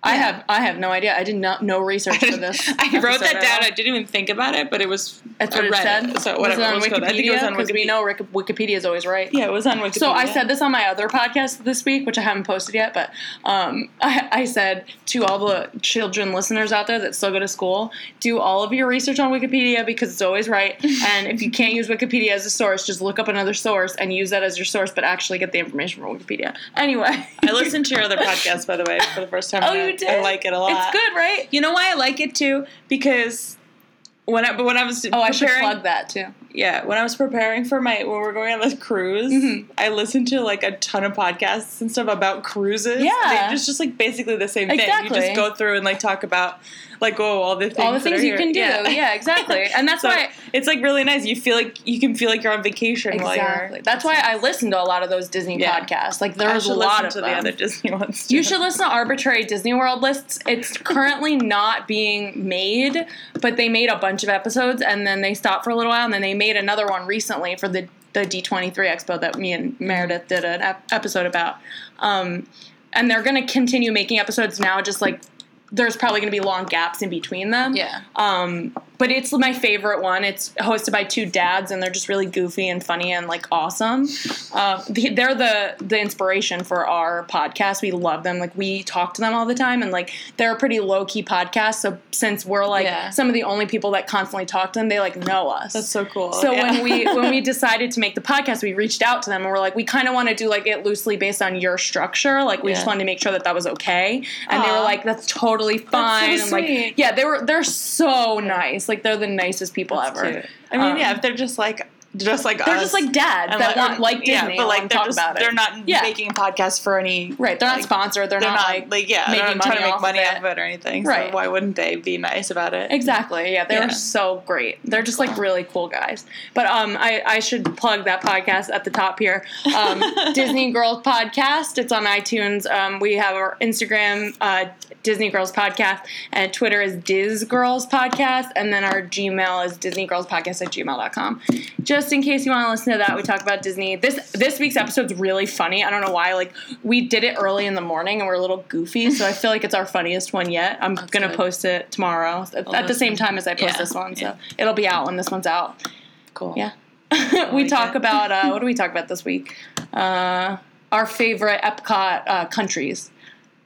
[SPEAKER 1] I have I have no idea. I did not no research for this.
[SPEAKER 2] [laughs] I wrote
[SPEAKER 1] episode
[SPEAKER 2] that
[SPEAKER 1] at
[SPEAKER 2] down.
[SPEAKER 1] all.
[SPEAKER 2] I didn't even think about it, but it was.
[SPEAKER 1] That's what
[SPEAKER 2] I
[SPEAKER 1] it
[SPEAKER 2] read
[SPEAKER 1] said.
[SPEAKER 2] So
[SPEAKER 1] Was
[SPEAKER 2] whatever.
[SPEAKER 1] it on
[SPEAKER 2] let's go.
[SPEAKER 1] Wikipedia?
[SPEAKER 2] I think it was on
[SPEAKER 1] 'Cause
[SPEAKER 2] Wikipedia.
[SPEAKER 1] we know Rick- Wikipedia is always right.
[SPEAKER 3] Yeah, it was on Wikipedia.
[SPEAKER 1] So I said this on my other podcast this week, which I haven't posted yet, but um, [laughs] I, I said to all the children listeners out there that still go to school, do all of your research on Wikipedia because it's
[SPEAKER 2] [laughs]
[SPEAKER 1] always right. and if you can't use Wikipedia as a source, just look up another source and use that as your source, but actually get the information from Wikipedia. Anyway,
[SPEAKER 2] I listened to your other podcast, by the way, for the first time.
[SPEAKER 1] [laughs]
[SPEAKER 2] and
[SPEAKER 1] Oh,
[SPEAKER 2] I-
[SPEAKER 1] you did?
[SPEAKER 2] I like it a lot.
[SPEAKER 1] it's good, right?
[SPEAKER 2] You know why I like it too? Because when I but when I was
[SPEAKER 1] Oh, I should
[SPEAKER 2] preparing-
[SPEAKER 1] plug that too.
[SPEAKER 2] yeah when I was preparing for my when we are going on this cruise,
[SPEAKER 1] Mm-hmm.
[SPEAKER 2] I listened to like a ton of podcasts and stuff about cruises.
[SPEAKER 1] Yeah.
[SPEAKER 2] they just just like basically the same thing. You
[SPEAKER 1] Exactly.
[SPEAKER 2] just go through and like talk about like oh all the things
[SPEAKER 1] All the
[SPEAKER 2] that
[SPEAKER 1] things
[SPEAKER 2] are
[SPEAKER 1] you
[SPEAKER 2] here.
[SPEAKER 1] can do.
[SPEAKER 2] [laughs]
[SPEAKER 1] Yeah, exactly. And that's
[SPEAKER 2] So
[SPEAKER 1] why
[SPEAKER 2] it's like really nice. You feel like you can feel like you're on vacation while
[SPEAKER 1] Exactly.
[SPEAKER 2] you're.
[SPEAKER 1] That's why I listened to a lot of those Disney
[SPEAKER 2] Yeah.
[SPEAKER 1] podcasts. Like there
[SPEAKER 2] I
[SPEAKER 1] was a
[SPEAKER 2] should
[SPEAKER 1] lot
[SPEAKER 2] listen
[SPEAKER 1] of
[SPEAKER 2] to
[SPEAKER 1] them.
[SPEAKER 2] the other Disney [laughs] ones.
[SPEAKER 1] You
[SPEAKER 2] too.
[SPEAKER 1] should listen to arbitrary Disney World lists. It's currently not being made, but they made a bunch of episodes and then they stopped for a little while and then they made another one recently for the the D23 Expo that me and Meredith did an ep- episode about. Um, and they're going to continue making episodes now just like there's probably going to be long gaps in between them.
[SPEAKER 3] Yeah.
[SPEAKER 2] Oh,
[SPEAKER 1] Um, but it's my favorite one. It's hosted by two dads, and they're just really goofy and funny and like awesome. Uh, the, they're the the inspiration for our podcast. We love them. Like we talk to them all the time, and like they're a pretty low key podcast. So since we're like
[SPEAKER 3] Yeah.
[SPEAKER 1] some of the only people that constantly talk to them, they like know us.
[SPEAKER 2] That's so cool.
[SPEAKER 1] So
[SPEAKER 2] Oh, Yeah.
[SPEAKER 1] when we
[SPEAKER 2] [laughs]
[SPEAKER 1] when we decided to make the podcast, we reached out to them and we're like, we kind of want to do like it loosely based on your structure. Like we just
[SPEAKER 2] Yeah.
[SPEAKER 1] wanted to make sure that that was okay. And they were
[SPEAKER 3] Aw.
[SPEAKER 1] like, that's totally fine.
[SPEAKER 3] so
[SPEAKER 1] I'm like,
[SPEAKER 3] sweet.
[SPEAKER 1] yeah, they were they're so nice. Like they're the nicest people
[SPEAKER 2] That's
[SPEAKER 1] ever.
[SPEAKER 2] cute. I mean,
[SPEAKER 1] Um,
[SPEAKER 2] yeah, if they're just like just like
[SPEAKER 1] They're
[SPEAKER 2] us,
[SPEAKER 1] just like dads
[SPEAKER 2] and
[SPEAKER 1] that
[SPEAKER 2] like-
[SPEAKER 1] want like Disney,
[SPEAKER 2] yeah, but like
[SPEAKER 1] and
[SPEAKER 2] they're
[SPEAKER 1] talk
[SPEAKER 2] just
[SPEAKER 1] about it.
[SPEAKER 2] they're not
[SPEAKER 1] Yeah.
[SPEAKER 2] making a podcast for any
[SPEAKER 1] right. They're not
[SPEAKER 2] like,
[SPEAKER 1] sponsored. They're,
[SPEAKER 2] They're,
[SPEAKER 1] not, like,
[SPEAKER 2] yeah, they're
[SPEAKER 1] making
[SPEAKER 2] not trying
[SPEAKER 1] money
[SPEAKER 2] to
[SPEAKER 1] off
[SPEAKER 2] make
[SPEAKER 1] of
[SPEAKER 2] money
[SPEAKER 1] it.
[SPEAKER 2] off of it or anything.
[SPEAKER 1] Right.
[SPEAKER 2] So why wouldn't they be nice about it?
[SPEAKER 1] Exactly. Yeah, they
[SPEAKER 2] Yeah.
[SPEAKER 1] were so great. They're just like really cool guys. But um, I, I should plug that podcast at the top here.
[SPEAKER 3] [laughs]
[SPEAKER 1] Um, Disney Girls Podcast. It's on iTunes. Um, we have our Instagram, uh, Disney Girls Podcast, and Twitter is Diz Girls Podcast, and then our Gmail is Disney Girls Podcast at gmail.com. Just in case you want to listen to that, we talk about Disney. This this week's episode's really funny. I don't know why. Like we did it early in the morning and we're a little goofy, so I feel like it's our funniest one yet. I'm gonna
[SPEAKER 3] good.
[SPEAKER 1] post it tomorrow at, at the
[SPEAKER 3] listen.
[SPEAKER 1] same time as I post
[SPEAKER 3] Yeah,
[SPEAKER 1] this one, so
[SPEAKER 3] yeah.
[SPEAKER 1] it'll be out when this one's out.
[SPEAKER 2] [laughs]
[SPEAKER 3] cool.
[SPEAKER 1] Yeah. [laughs] we
[SPEAKER 3] like
[SPEAKER 1] talk
[SPEAKER 3] it.
[SPEAKER 1] about uh, what do we talk about this week? Uh, our favorite Epcot uh, countries.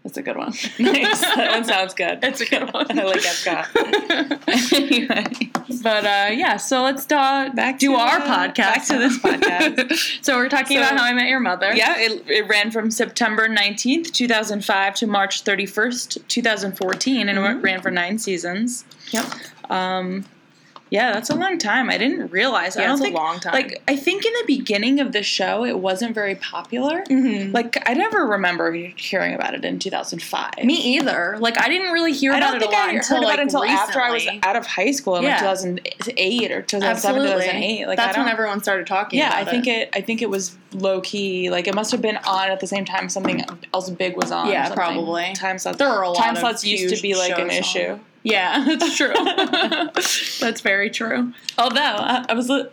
[SPEAKER 1] That's a good one. [laughs]
[SPEAKER 2] Nice. [laughs] that one sounds good. It's a [laughs] good one. I like Epcot. [laughs] anyway,
[SPEAKER 1] But uh, yeah, so let's uh,
[SPEAKER 2] Back
[SPEAKER 1] do
[SPEAKER 2] to
[SPEAKER 1] our
[SPEAKER 2] the-
[SPEAKER 1] podcast.
[SPEAKER 2] back to
[SPEAKER 1] [laughs]
[SPEAKER 2] this podcast.
[SPEAKER 1] so we're talking
[SPEAKER 2] So-
[SPEAKER 1] about how I met your mother.
[SPEAKER 2] [laughs] yeah, it, it ran from September nineteenth, two thousand five, to March thirty first, two thousand fourteen, and it ran for nine seasons.
[SPEAKER 1] Yep.
[SPEAKER 2] Um, yeah, that's a long time. I didn't realize. I
[SPEAKER 1] Yeah,
[SPEAKER 2] don't
[SPEAKER 1] it's a
[SPEAKER 2] think,
[SPEAKER 1] long time.
[SPEAKER 2] Like, I think in the beginning of the show, it wasn't very popular.
[SPEAKER 1] Mhm.
[SPEAKER 2] Like, I never remember hearing about it in 2005.
[SPEAKER 1] Me either. Like I didn't really hear
[SPEAKER 2] I
[SPEAKER 1] about
[SPEAKER 2] don't
[SPEAKER 1] it a
[SPEAKER 2] think
[SPEAKER 1] lot
[SPEAKER 2] I
[SPEAKER 1] until
[SPEAKER 2] heard about
[SPEAKER 1] like
[SPEAKER 2] it until after I was
[SPEAKER 1] recently.
[SPEAKER 2] out of high school in
[SPEAKER 1] Yeah.
[SPEAKER 2] like 2008 or 2007,
[SPEAKER 1] Absolutely.
[SPEAKER 2] 2008. Like,
[SPEAKER 1] That's
[SPEAKER 2] I don't,
[SPEAKER 1] when everyone started talking.
[SPEAKER 2] Yeah, I
[SPEAKER 1] about
[SPEAKER 2] think it. I think it was low key. Like it must have been on at the same time something else big was on. or
[SPEAKER 1] Yeah,
[SPEAKER 2] something.
[SPEAKER 1] probably.
[SPEAKER 2] Time slots.
[SPEAKER 1] There are a lot
[SPEAKER 2] time
[SPEAKER 1] of
[SPEAKER 2] slots used
[SPEAKER 1] huge
[SPEAKER 2] to be like an
[SPEAKER 1] shows on.
[SPEAKER 2] issue.
[SPEAKER 1] Yeah, [laughs] that's true.
[SPEAKER 2] [laughs]
[SPEAKER 1] that's very true.
[SPEAKER 2] Although I, I was, li-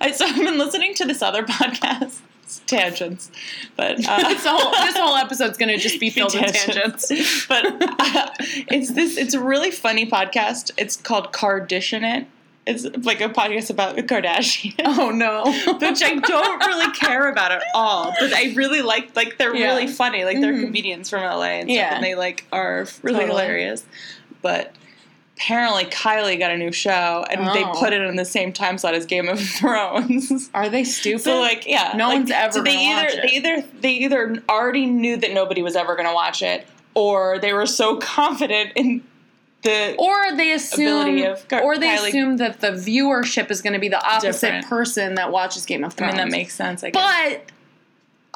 [SPEAKER 2] I so I've been listening to this other [laughs] podcast, It's tangents, but
[SPEAKER 1] [laughs]
[SPEAKER 2] uh,
[SPEAKER 1] this whole this whole episode's gonna just be filled with tangents.
[SPEAKER 2] but uh, it's this. It's a really funny podcast. It's called Cardition It. It's like a podcast about the Kardashians.
[SPEAKER 1] [laughs] Oh no.
[SPEAKER 2] Which I don't really care about at all, but I really like like they're
[SPEAKER 1] Yeah.
[SPEAKER 2] really funny. Like they're
[SPEAKER 1] Mhm.
[SPEAKER 2] comedians from LA and stuff,
[SPEAKER 1] Yeah.
[SPEAKER 2] and they like are really
[SPEAKER 1] Totally.
[SPEAKER 2] hilarious. But apparently, Kylie got a new show, and they
[SPEAKER 1] Oh.
[SPEAKER 2] put it in the same time slot as Game of [laughs] Thrones.
[SPEAKER 1] Are they stupid?
[SPEAKER 2] So like yeah,
[SPEAKER 1] No
[SPEAKER 2] like,
[SPEAKER 1] one's ever
[SPEAKER 2] So they
[SPEAKER 1] gonna
[SPEAKER 2] either
[SPEAKER 1] watch it.
[SPEAKER 2] they either they either already knew that nobody was ever going to watch it, or they were so [laughs] confident in the
[SPEAKER 1] or they assume,
[SPEAKER 2] Ability of Ky-
[SPEAKER 1] or they
[SPEAKER 2] Kylie-
[SPEAKER 1] assume that the viewership is going to be the opposite
[SPEAKER 2] Different.
[SPEAKER 1] person that watches Game of
[SPEAKER 2] I
[SPEAKER 1] Thrones.
[SPEAKER 2] mean that makes sense. I guess.
[SPEAKER 1] But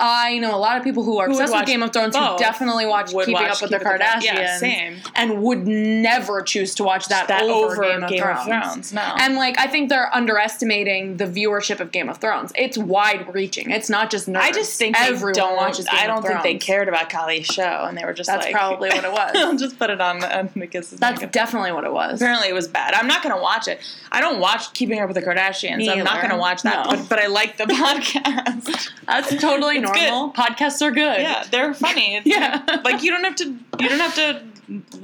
[SPEAKER 1] I know a lot of people who are
[SPEAKER 2] Who would
[SPEAKER 1] obsessed with
[SPEAKER 2] watch
[SPEAKER 1] Game of Thrones who
[SPEAKER 2] both
[SPEAKER 1] definitely watch
[SPEAKER 2] would
[SPEAKER 1] Keeping
[SPEAKER 2] watch
[SPEAKER 1] Up with
[SPEAKER 2] Keeping
[SPEAKER 1] the
[SPEAKER 2] Up
[SPEAKER 1] Kardashians
[SPEAKER 2] with the- yeah, same.
[SPEAKER 1] and would never choose to watch that,
[SPEAKER 2] That
[SPEAKER 1] over,
[SPEAKER 2] over
[SPEAKER 1] Game, of,
[SPEAKER 2] Game
[SPEAKER 1] Thrones.
[SPEAKER 2] of Thrones, no.
[SPEAKER 1] And like I think they're underestimating the viewership of Game of Thrones. It's wide reaching. It's not just nerds.
[SPEAKER 2] I just think
[SPEAKER 1] everyone
[SPEAKER 2] they don't.
[SPEAKER 1] watches Game
[SPEAKER 2] I don't
[SPEAKER 1] of
[SPEAKER 2] think they
[SPEAKER 1] Thrones.
[SPEAKER 2] cared about Kylie's show, and they were just
[SPEAKER 1] That's
[SPEAKER 2] like, [laughs]
[SPEAKER 1] probably what it was.
[SPEAKER 2] I'll just put it on the on because it's
[SPEAKER 1] That's
[SPEAKER 2] not good.
[SPEAKER 1] definitely what it was.
[SPEAKER 2] apparently it was bad. I'm not gonna watch it. I don't watch Keeping Up with the Kardashians.
[SPEAKER 1] Me
[SPEAKER 2] I'm not
[SPEAKER 1] either.
[SPEAKER 2] gonna watch that.
[SPEAKER 1] No.
[SPEAKER 2] But, but I like the [laughs] podcast. [laughs]
[SPEAKER 1] That's totally
[SPEAKER 2] It's
[SPEAKER 1] normal. Podcasts are good. [laughs]
[SPEAKER 2] yeah, they're funny. It's
[SPEAKER 1] Yeah.
[SPEAKER 2] like you don't have to. You don't have to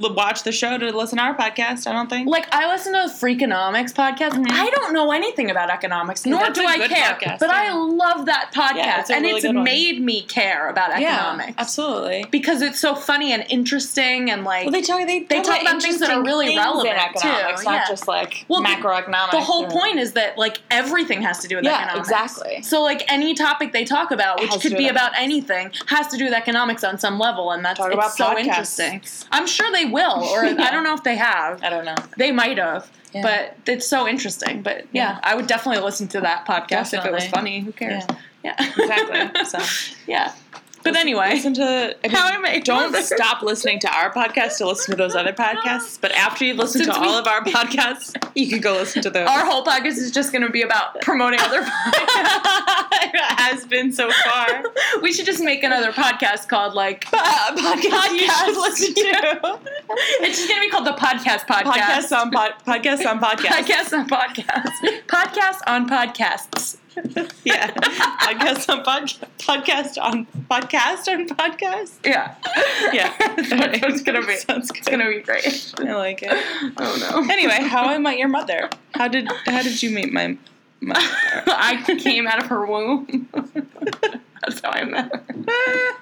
[SPEAKER 2] l- watch the show to listen to our podcast. I don't think.
[SPEAKER 1] Like I listen to Freakonomics podcast. I don't know anything about economics, nor
[SPEAKER 2] Mm-hmm. that's
[SPEAKER 1] do
[SPEAKER 2] a
[SPEAKER 1] I
[SPEAKER 2] good
[SPEAKER 1] care.
[SPEAKER 2] podcast,
[SPEAKER 1] but
[SPEAKER 2] yeah.
[SPEAKER 1] I love that podcast,
[SPEAKER 2] Yeah, it's a
[SPEAKER 1] and
[SPEAKER 2] really
[SPEAKER 1] it's
[SPEAKER 2] good one.
[SPEAKER 1] made me care about economics
[SPEAKER 2] Yeah, absolutely.
[SPEAKER 1] because it's so funny and interesting, and like
[SPEAKER 2] Well, they talk. They,
[SPEAKER 1] They talk about things that are
[SPEAKER 2] interesting
[SPEAKER 1] really
[SPEAKER 2] things
[SPEAKER 1] relevant,
[SPEAKER 2] in economics, not
[SPEAKER 1] too, yeah.
[SPEAKER 2] just like
[SPEAKER 1] Well, the-
[SPEAKER 2] macroeconomics.
[SPEAKER 1] the whole
[SPEAKER 2] or-
[SPEAKER 1] point is that like everything has to do with
[SPEAKER 2] Yeah,
[SPEAKER 1] economics.
[SPEAKER 2] exactly.
[SPEAKER 1] So like any topic they talk about, which
[SPEAKER 2] Has to
[SPEAKER 1] could
[SPEAKER 2] do
[SPEAKER 1] be
[SPEAKER 2] with
[SPEAKER 1] about anything, has to do with economics on some level, and that's
[SPEAKER 2] Talk
[SPEAKER 1] it's
[SPEAKER 2] about
[SPEAKER 1] so
[SPEAKER 2] podcasts.
[SPEAKER 1] interesting. I'm sure they will,
[SPEAKER 2] [laughs]
[SPEAKER 1] or I don't know if they have.
[SPEAKER 2] I don't know.
[SPEAKER 1] They might have,
[SPEAKER 2] Yeah.
[SPEAKER 1] but it's so interesting. But yeah,
[SPEAKER 2] Yeah.
[SPEAKER 1] I would definitely listen to that podcast if it was
[SPEAKER 2] Definitely.
[SPEAKER 1] funny. Who cares?
[SPEAKER 2] Yeah.
[SPEAKER 1] Yeah,
[SPEAKER 2] Exactly.
[SPEAKER 1] [laughs]
[SPEAKER 2] So.
[SPEAKER 1] yeah. But anyway,
[SPEAKER 2] listen to I mean,
[SPEAKER 1] [laughs] How I Met Your
[SPEAKER 2] don't
[SPEAKER 1] Mother.
[SPEAKER 2] stop listening to our podcast to listen to those other podcasts. But after you've listened
[SPEAKER 1] Since
[SPEAKER 2] to
[SPEAKER 1] we-
[SPEAKER 2] all of our podcasts, you can go listen
[SPEAKER 1] [laughs]
[SPEAKER 2] to those.
[SPEAKER 1] our whole podcast is just going to be about promoting other [laughs] podcasts.
[SPEAKER 2] it [laughs] has been so far.
[SPEAKER 1] we should just make another podcast called like
[SPEAKER 2] [laughs] Uh, podcast you should
[SPEAKER 1] Podcast.
[SPEAKER 2] listen to. [laughs]
[SPEAKER 1] it's just going to be called the podcast podcast.
[SPEAKER 2] Podcasts on pod, podcasts on podcasts.
[SPEAKER 1] Podcast on podcast. podcast on podcasts.
[SPEAKER 2] [laughs] Yeah. Podcasts on [laughs] podcast podcast on podcast on podcast.
[SPEAKER 1] Yeah.
[SPEAKER 2] Yeah. [laughs]
[SPEAKER 1] That's what it's gonna be.
[SPEAKER 2] Sounds good.
[SPEAKER 1] It's gonna be great.
[SPEAKER 2] I like it.
[SPEAKER 1] Oh
[SPEAKER 2] [laughs]
[SPEAKER 1] no.
[SPEAKER 2] Anyway, how I met your mother. How did how did you meet my mother?
[SPEAKER 1] I came out of her womb. [laughs] That's how I met her.
[SPEAKER 2] [laughs]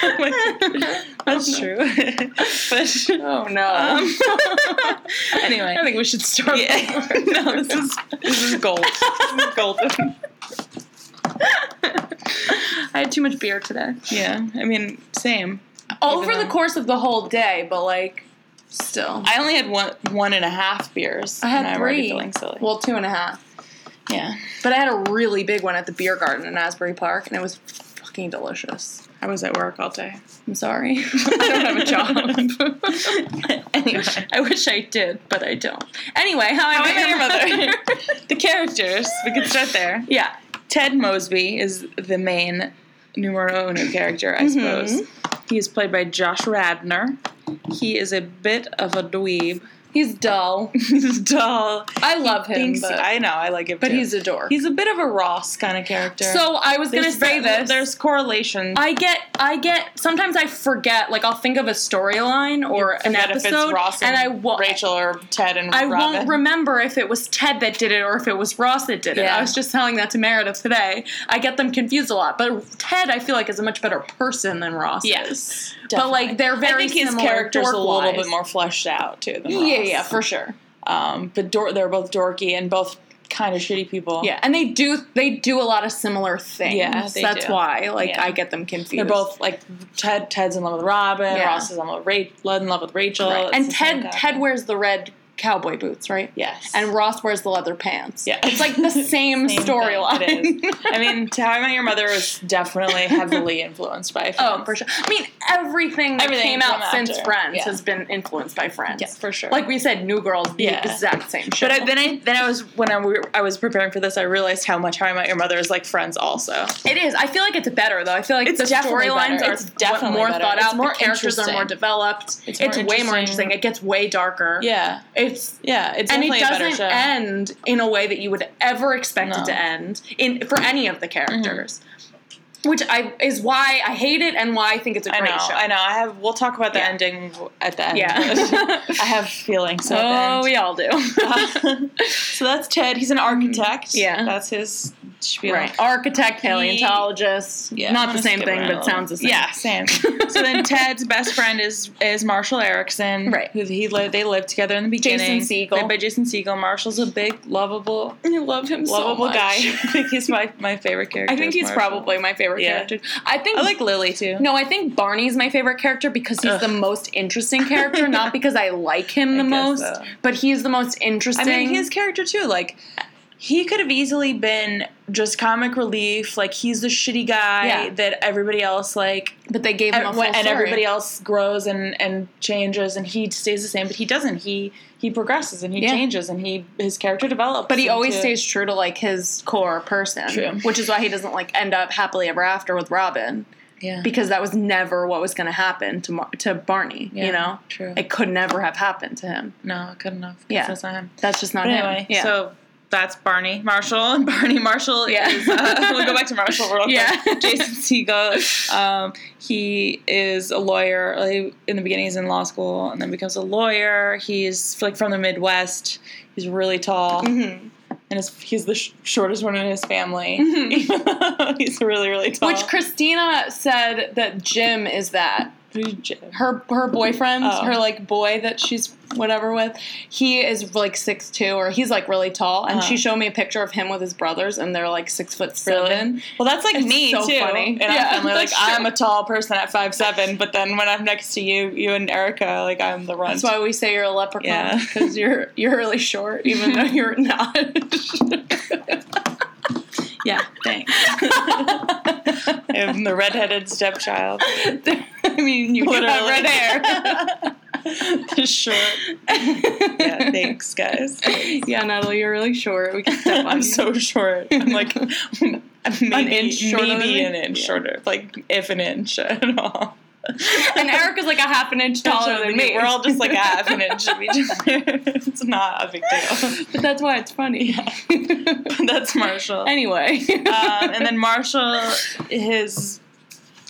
[SPEAKER 2] Oh my God. That's true. but
[SPEAKER 1] Oh no.
[SPEAKER 2] um,
[SPEAKER 1] anyway. I think we should start.
[SPEAKER 2] yeah, [laughs] no, this is this is [laughs] gold. This is golden.
[SPEAKER 1] [laughs] I had too much beer today.
[SPEAKER 2] Yeah, I mean, same.
[SPEAKER 1] Over
[SPEAKER 2] though-
[SPEAKER 1] the course of the whole day, but like still.
[SPEAKER 2] I only had one one and a half beers.
[SPEAKER 1] I had
[SPEAKER 2] and I'm
[SPEAKER 1] three.
[SPEAKER 2] already feeling silly.
[SPEAKER 1] Well, two and a half.
[SPEAKER 2] yeah,
[SPEAKER 1] But I had a really big one at the beer garden in Asbury Park, and it was fucking delicious.
[SPEAKER 2] I was at work all [laughs] day.
[SPEAKER 1] I'm sorry. [laughs] I don't have a
[SPEAKER 2] [laughs]
[SPEAKER 1] job. [laughs] anyway, I wish I did, but I don't. Anyway, how,
[SPEAKER 2] How
[SPEAKER 1] I met your mother.
[SPEAKER 2] The characters. We can start there.
[SPEAKER 1] [laughs] yeah.
[SPEAKER 2] Ted Mosby is the main numero uno character,
[SPEAKER 1] Mm-hmm.
[SPEAKER 2] I suppose. He is played by Josh Radner. He is a bit of a dweeb. [laughs]
[SPEAKER 1] He's dull.
[SPEAKER 2] He's dull.
[SPEAKER 1] I love him,
[SPEAKER 2] Thinks-
[SPEAKER 1] but,
[SPEAKER 2] I know, I like it.
[SPEAKER 1] but
[SPEAKER 2] too.
[SPEAKER 1] he's a dork.
[SPEAKER 2] He's a bit of a Ross kind of character.
[SPEAKER 1] so I was going
[SPEAKER 2] There's-
[SPEAKER 1] to say this.
[SPEAKER 2] There's correlation.
[SPEAKER 1] I get, I get. Sometimes I forget. Like I'll think of a storyline or an
[SPEAKER 2] that
[SPEAKER 1] episode,
[SPEAKER 2] if it's Ross and,
[SPEAKER 1] I won't.
[SPEAKER 2] Rachel or Ted and
[SPEAKER 1] I
[SPEAKER 2] Robin.
[SPEAKER 1] won't remember if it was Ted that did it or if it was Ross that did it.
[SPEAKER 2] Yeah.
[SPEAKER 1] I was just telling that to Meredith today. I get them confused a lot, but Ted I feel like is a much better person than Ross. is.
[SPEAKER 2] Yes,
[SPEAKER 1] But, like, they're very
[SPEAKER 2] I think his
[SPEAKER 1] similar
[SPEAKER 2] character's a little
[SPEAKER 1] dork-wise.
[SPEAKER 2] bit more fleshed out too. Than
[SPEAKER 1] Yeah,
[SPEAKER 2] Ross.
[SPEAKER 1] yeah, for sure.
[SPEAKER 2] Um, but dor- they're both dorky and both kind of shitty people.
[SPEAKER 1] Yeah, and they do they do a lot of similar things.
[SPEAKER 2] Yeah, they
[SPEAKER 1] that's
[SPEAKER 2] do.
[SPEAKER 1] why like
[SPEAKER 2] Yeah.
[SPEAKER 1] I get them confused.
[SPEAKER 2] They're both like Ted. Ted's in love with Robin.
[SPEAKER 1] Yeah.
[SPEAKER 2] Ross is in love with Ra- in love with Rachel.
[SPEAKER 1] Right.
[SPEAKER 2] uh, It's
[SPEAKER 1] and
[SPEAKER 2] the same
[SPEAKER 1] Ted
[SPEAKER 2] guy.
[SPEAKER 1] Ted wears the red cowboy boots, right?
[SPEAKER 2] Yes.
[SPEAKER 1] And Ross wears the leather pants.
[SPEAKER 2] Yeah.
[SPEAKER 1] it's like
[SPEAKER 2] [laughs]
[SPEAKER 1] the same,
[SPEAKER 2] Same thing.
[SPEAKER 1] storyline.
[SPEAKER 2] It is. I mean, How I Met Your Mother was definitely heavily influenced by.
[SPEAKER 1] [laughs] [laughs] Oh,
[SPEAKER 2] Friends.
[SPEAKER 1] for sure. I mean, everything that
[SPEAKER 2] Everything
[SPEAKER 1] came out
[SPEAKER 2] came
[SPEAKER 1] since
[SPEAKER 2] after.
[SPEAKER 1] Friends
[SPEAKER 2] Yeah.
[SPEAKER 1] has been influenced by Friends.
[SPEAKER 2] Yeah, for sure.
[SPEAKER 1] Like we said, New Girl's the
[SPEAKER 2] Yeah.
[SPEAKER 1] exact same show.
[SPEAKER 2] But I, then I then I was when I, were, I was preparing for this, I realized how much How I Met Your Mother is like Friends. Also,
[SPEAKER 1] it is. I feel like it's better though. I feel like
[SPEAKER 2] It's
[SPEAKER 1] the
[SPEAKER 2] definitely
[SPEAKER 1] storylines
[SPEAKER 2] better.
[SPEAKER 1] are
[SPEAKER 2] It's definitely
[SPEAKER 1] more
[SPEAKER 2] better.
[SPEAKER 1] thought
[SPEAKER 2] It's
[SPEAKER 1] out.
[SPEAKER 2] more
[SPEAKER 1] the characters are
[SPEAKER 2] interesting.
[SPEAKER 1] more developed. It's,
[SPEAKER 2] It's more
[SPEAKER 1] way more
[SPEAKER 2] interesting.
[SPEAKER 1] interesting. It gets way darker.
[SPEAKER 2] yeah,
[SPEAKER 1] It's
[SPEAKER 2] yeah, it's
[SPEAKER 1] and it
[SPEAKER 2] definitely a better
[SPEAKER 1] doesn't
[SPEAKER 2] show.
[SPEAKER 1] end in a way that you would ever expect
[SPEAKER 2] No.
[SPEAKER 1] it to end in for any of the characters. Which I is why I hate it and why I think it's a
[SPEAKER 2] Mm-hmm. I
[SPEAKER 1] great
[SPEAKER 2] know,
[SPEAKER 1] show.
[SPEAKER 2] I know. I have. We'll talk about the
[SPEAKER 1] Yeah.
[SPEAKER 2] ending at the end. [laughs]
[SPEAKER 1] Yeah.
[SPEAKER 2] I have feelings.
[SPEAKER 1] [laughs] oh,
[SPEAKER 2] at the end.
[SPEAKER 1] we
[SPEAKER 2] [laughs]
[SPEAKER 1] all do.
[SPEAKER 2] so that's Ted. He's an architect.
[SPEAKER 1] Mm, Yeah.
[SPEAKER 2] that's his spiel.
[SPEAKER 1] Right. Architect, paleontologist.
[SPEAKER 2] Yeah,
[SPEAKER 1] Not
[SPEAKER 2] I'm gonna
[SPEAKER 1] the same
[SPEAKER 2] skip
[SPEAKER 1] thing,
[SPEAKER 2] around a
[SPEAKER 1] but
[SPEAKER 2] little.
[SPEAKER 1] sounds the same.
[SPEAKER 2] Yeah,
[SPEAKER 1] [laughs]
[SPEAKER 2] same. so then Ted's best friend is is Marshall Erickson,
[SPEAKER 1] Right.
[SPEAKER 2] Who he lived, they lived together in the
[SPEAKER 1] Jason
[SPEAKER 2] beginning.
[SPEAKER 1] Segel.
[SPEAKER 2] Played by Jason Segel. Marshall's a big, lovable,
[SPEAKER 1] I love him
[SPEAKER 2] lovable guy. [laughs] I think he's my my favorite character.
[SPEAKER 1] I think
[SPEAKER 2] is
[SPEAKER 1] he's
[SPEAKER 2] Marshall.
[SPEAKER 1] probably my favorite
[SPEAKER 2] Yeah.
[SPEAKER 1] character. I think
[SPEAKER 2] I like Lily too.
[SPEAKER 1] No, I think Barney's my favorite character because he's
[SPEAKER 2] Ugh.
[SPEAKER 1] the most interesting
[SPEAKER 2] [laughs]
[SPEAKER 1] character, not because I like him the
[SPEAKER 2] I guess
[SPEAKER 1] most,
[SPEAKER 2] so.
[SPEAKER 1] but he's the most interesting.
[SPEAKER 2] I mean his character too. Like he could have easily been just comic relief. Like he's the shitty guy
[SPEAKER 1] Yeah.
[SPEAKER 2] that everybody else like,
[SPEAKER 1] but they gave him a
[SPEAKER 2] and,
[SPEAKER 1] full
[SPEAKER 2] and
[SPEAKER 1] story.
[SPEAKER 2] everybody else grows and and changes, and he stays the same. But he doesn't. He he progresses and he
[SPEAKER 1] Yeah.
[SPEAKER 2] changes and he his character develops.
[SPEAKER 1] But he always
[SPEAKER 2] into-
[SPEAKER 1] stays true to like his core person,
[SPEAKER 2] True.
[SPEAKER 1] which is why he doesn't like end up happily ever after with Robin
[SPEAKER 2] Yeah.
[SPEAKER 1] because that was never what was going to happen to Mar- to Barney.
[SPEAKER 2] Yeah,
[SPEAKER 1] You know,
[SPEAKER 2] True.
[SPEAKER 1] it could never have happened to him.
[SPEAKER 2] no, I couldn't have. 'cause
[SPEAKER 1] Yeah.
[SPEAKER 2] That's not him.
[SPEAKER 1] That's just not
[SPEAKER 2] But
[SPEAKER 1] him.
[SPEAKER 2] anyway,
[SPEAKER 1] yeah.
[SPEAKER 2] so that's Barney Marshall, and [laughs] Barney Marshall
[SPEAKER 1] Yeah.
[SPEAKER 2] is. Uh, [laughs] we'll go back to Marshall real quick.
[SPEAKER 1] Yeah.
[SPEAKER 2] [laughs] Jason Segel. Um, he is a lawyer. Like, In the beginning, he's in law school, and then becomes a lawyer. He's like from the Midwest. He's really tall,
[SPEAKER 1] Mhm.
[SPEAKER 2] and his, he's the sh- shortest one in his family.
[SPEAKER 1] Mhm.
[SPEAKER 2] Even though [laughs] he's really, really tall.
[SPEAKER 1] Which Christina said that Jim is that.
[SPEAKER 2] Christian.
[SPEAKER 1] Her her boyfriend,
[SPEAKER 2] Oh.
[SPEAKER 1] her like boy that she's whatever with, he is like six two or he's like really tall. And
[SPEAKER 2] Uh-huh.
[SPEAKER 1] she showed me a picture of him with his brothers and they're like six foot
[SPEAKER 2] Really?
[SPEAKER 1] seven.
[SPEAKER 2] Well, that's like
[SPEAKER 1] It's
[SPEAKER 2] me
[SPEAKER 1] so
[SPEAKER 2] too.
[SPEAKER 1] funny.
[SPEAKER 2] And
[SPEAKER 1] Yeah,
[SPEAKER 2] I'm like,
[SPEAKER 1] that's
[SPEAKER 2] I'm
[SPEAKER 1] true.
[SPEAKER 2] a tall person at five seven, but then when I'm next to you, you and Erica, like I'm the runt.
[SPEAKER 1] That's why we say you're a leprechaun
[SPEAKER 2] Yeah. [laughs]
[SPEAKER 1] because you're you're really short, even though you're not.
[SPEAKER 2] yeah, thanks. I'm the redheaded stepchild.
[SPEAKER 1] I mean, you could have
[SPEAKER 2] [laughs] Literally.
[SPEAKER 1] red hair. [laughs]
[SPEAKER 2] Sure. [laughs] Yeah, thanks, guys.
[SPEAKER 1] yeah, Natalie, you're really short. We can step on
[SPEAKER 2] I'm
[SPEAKER 1] [laughs] you.
[SPEAKER 2] so [laughs] short. I'm
[SPEAKER 1] [laughs]
[SPEAKER 2] like maybe, an
[SPEAKER 1] inch shorter than
[SPEAKER 2] maybe
[SPEAKER 1] me?
[SPEAKER 2] an inch shorter, like if an inch at all.
[SPEAKER 1] and Erica's like a half an inch taller than me.
[SPEAKER 2] We're
[SPEAKER 1] [laughs]
[SPEAKER 2] all just like a half an inch of each other. It's not a big deal. [laughs]
[SPEAKER 1] but that's why it's funny.
[SPEAKER 2] That's Marshall.
[SPEAKER 1] [laughs] anyway,
[SPEAKER 2] [laughs] um, and then Marshall, his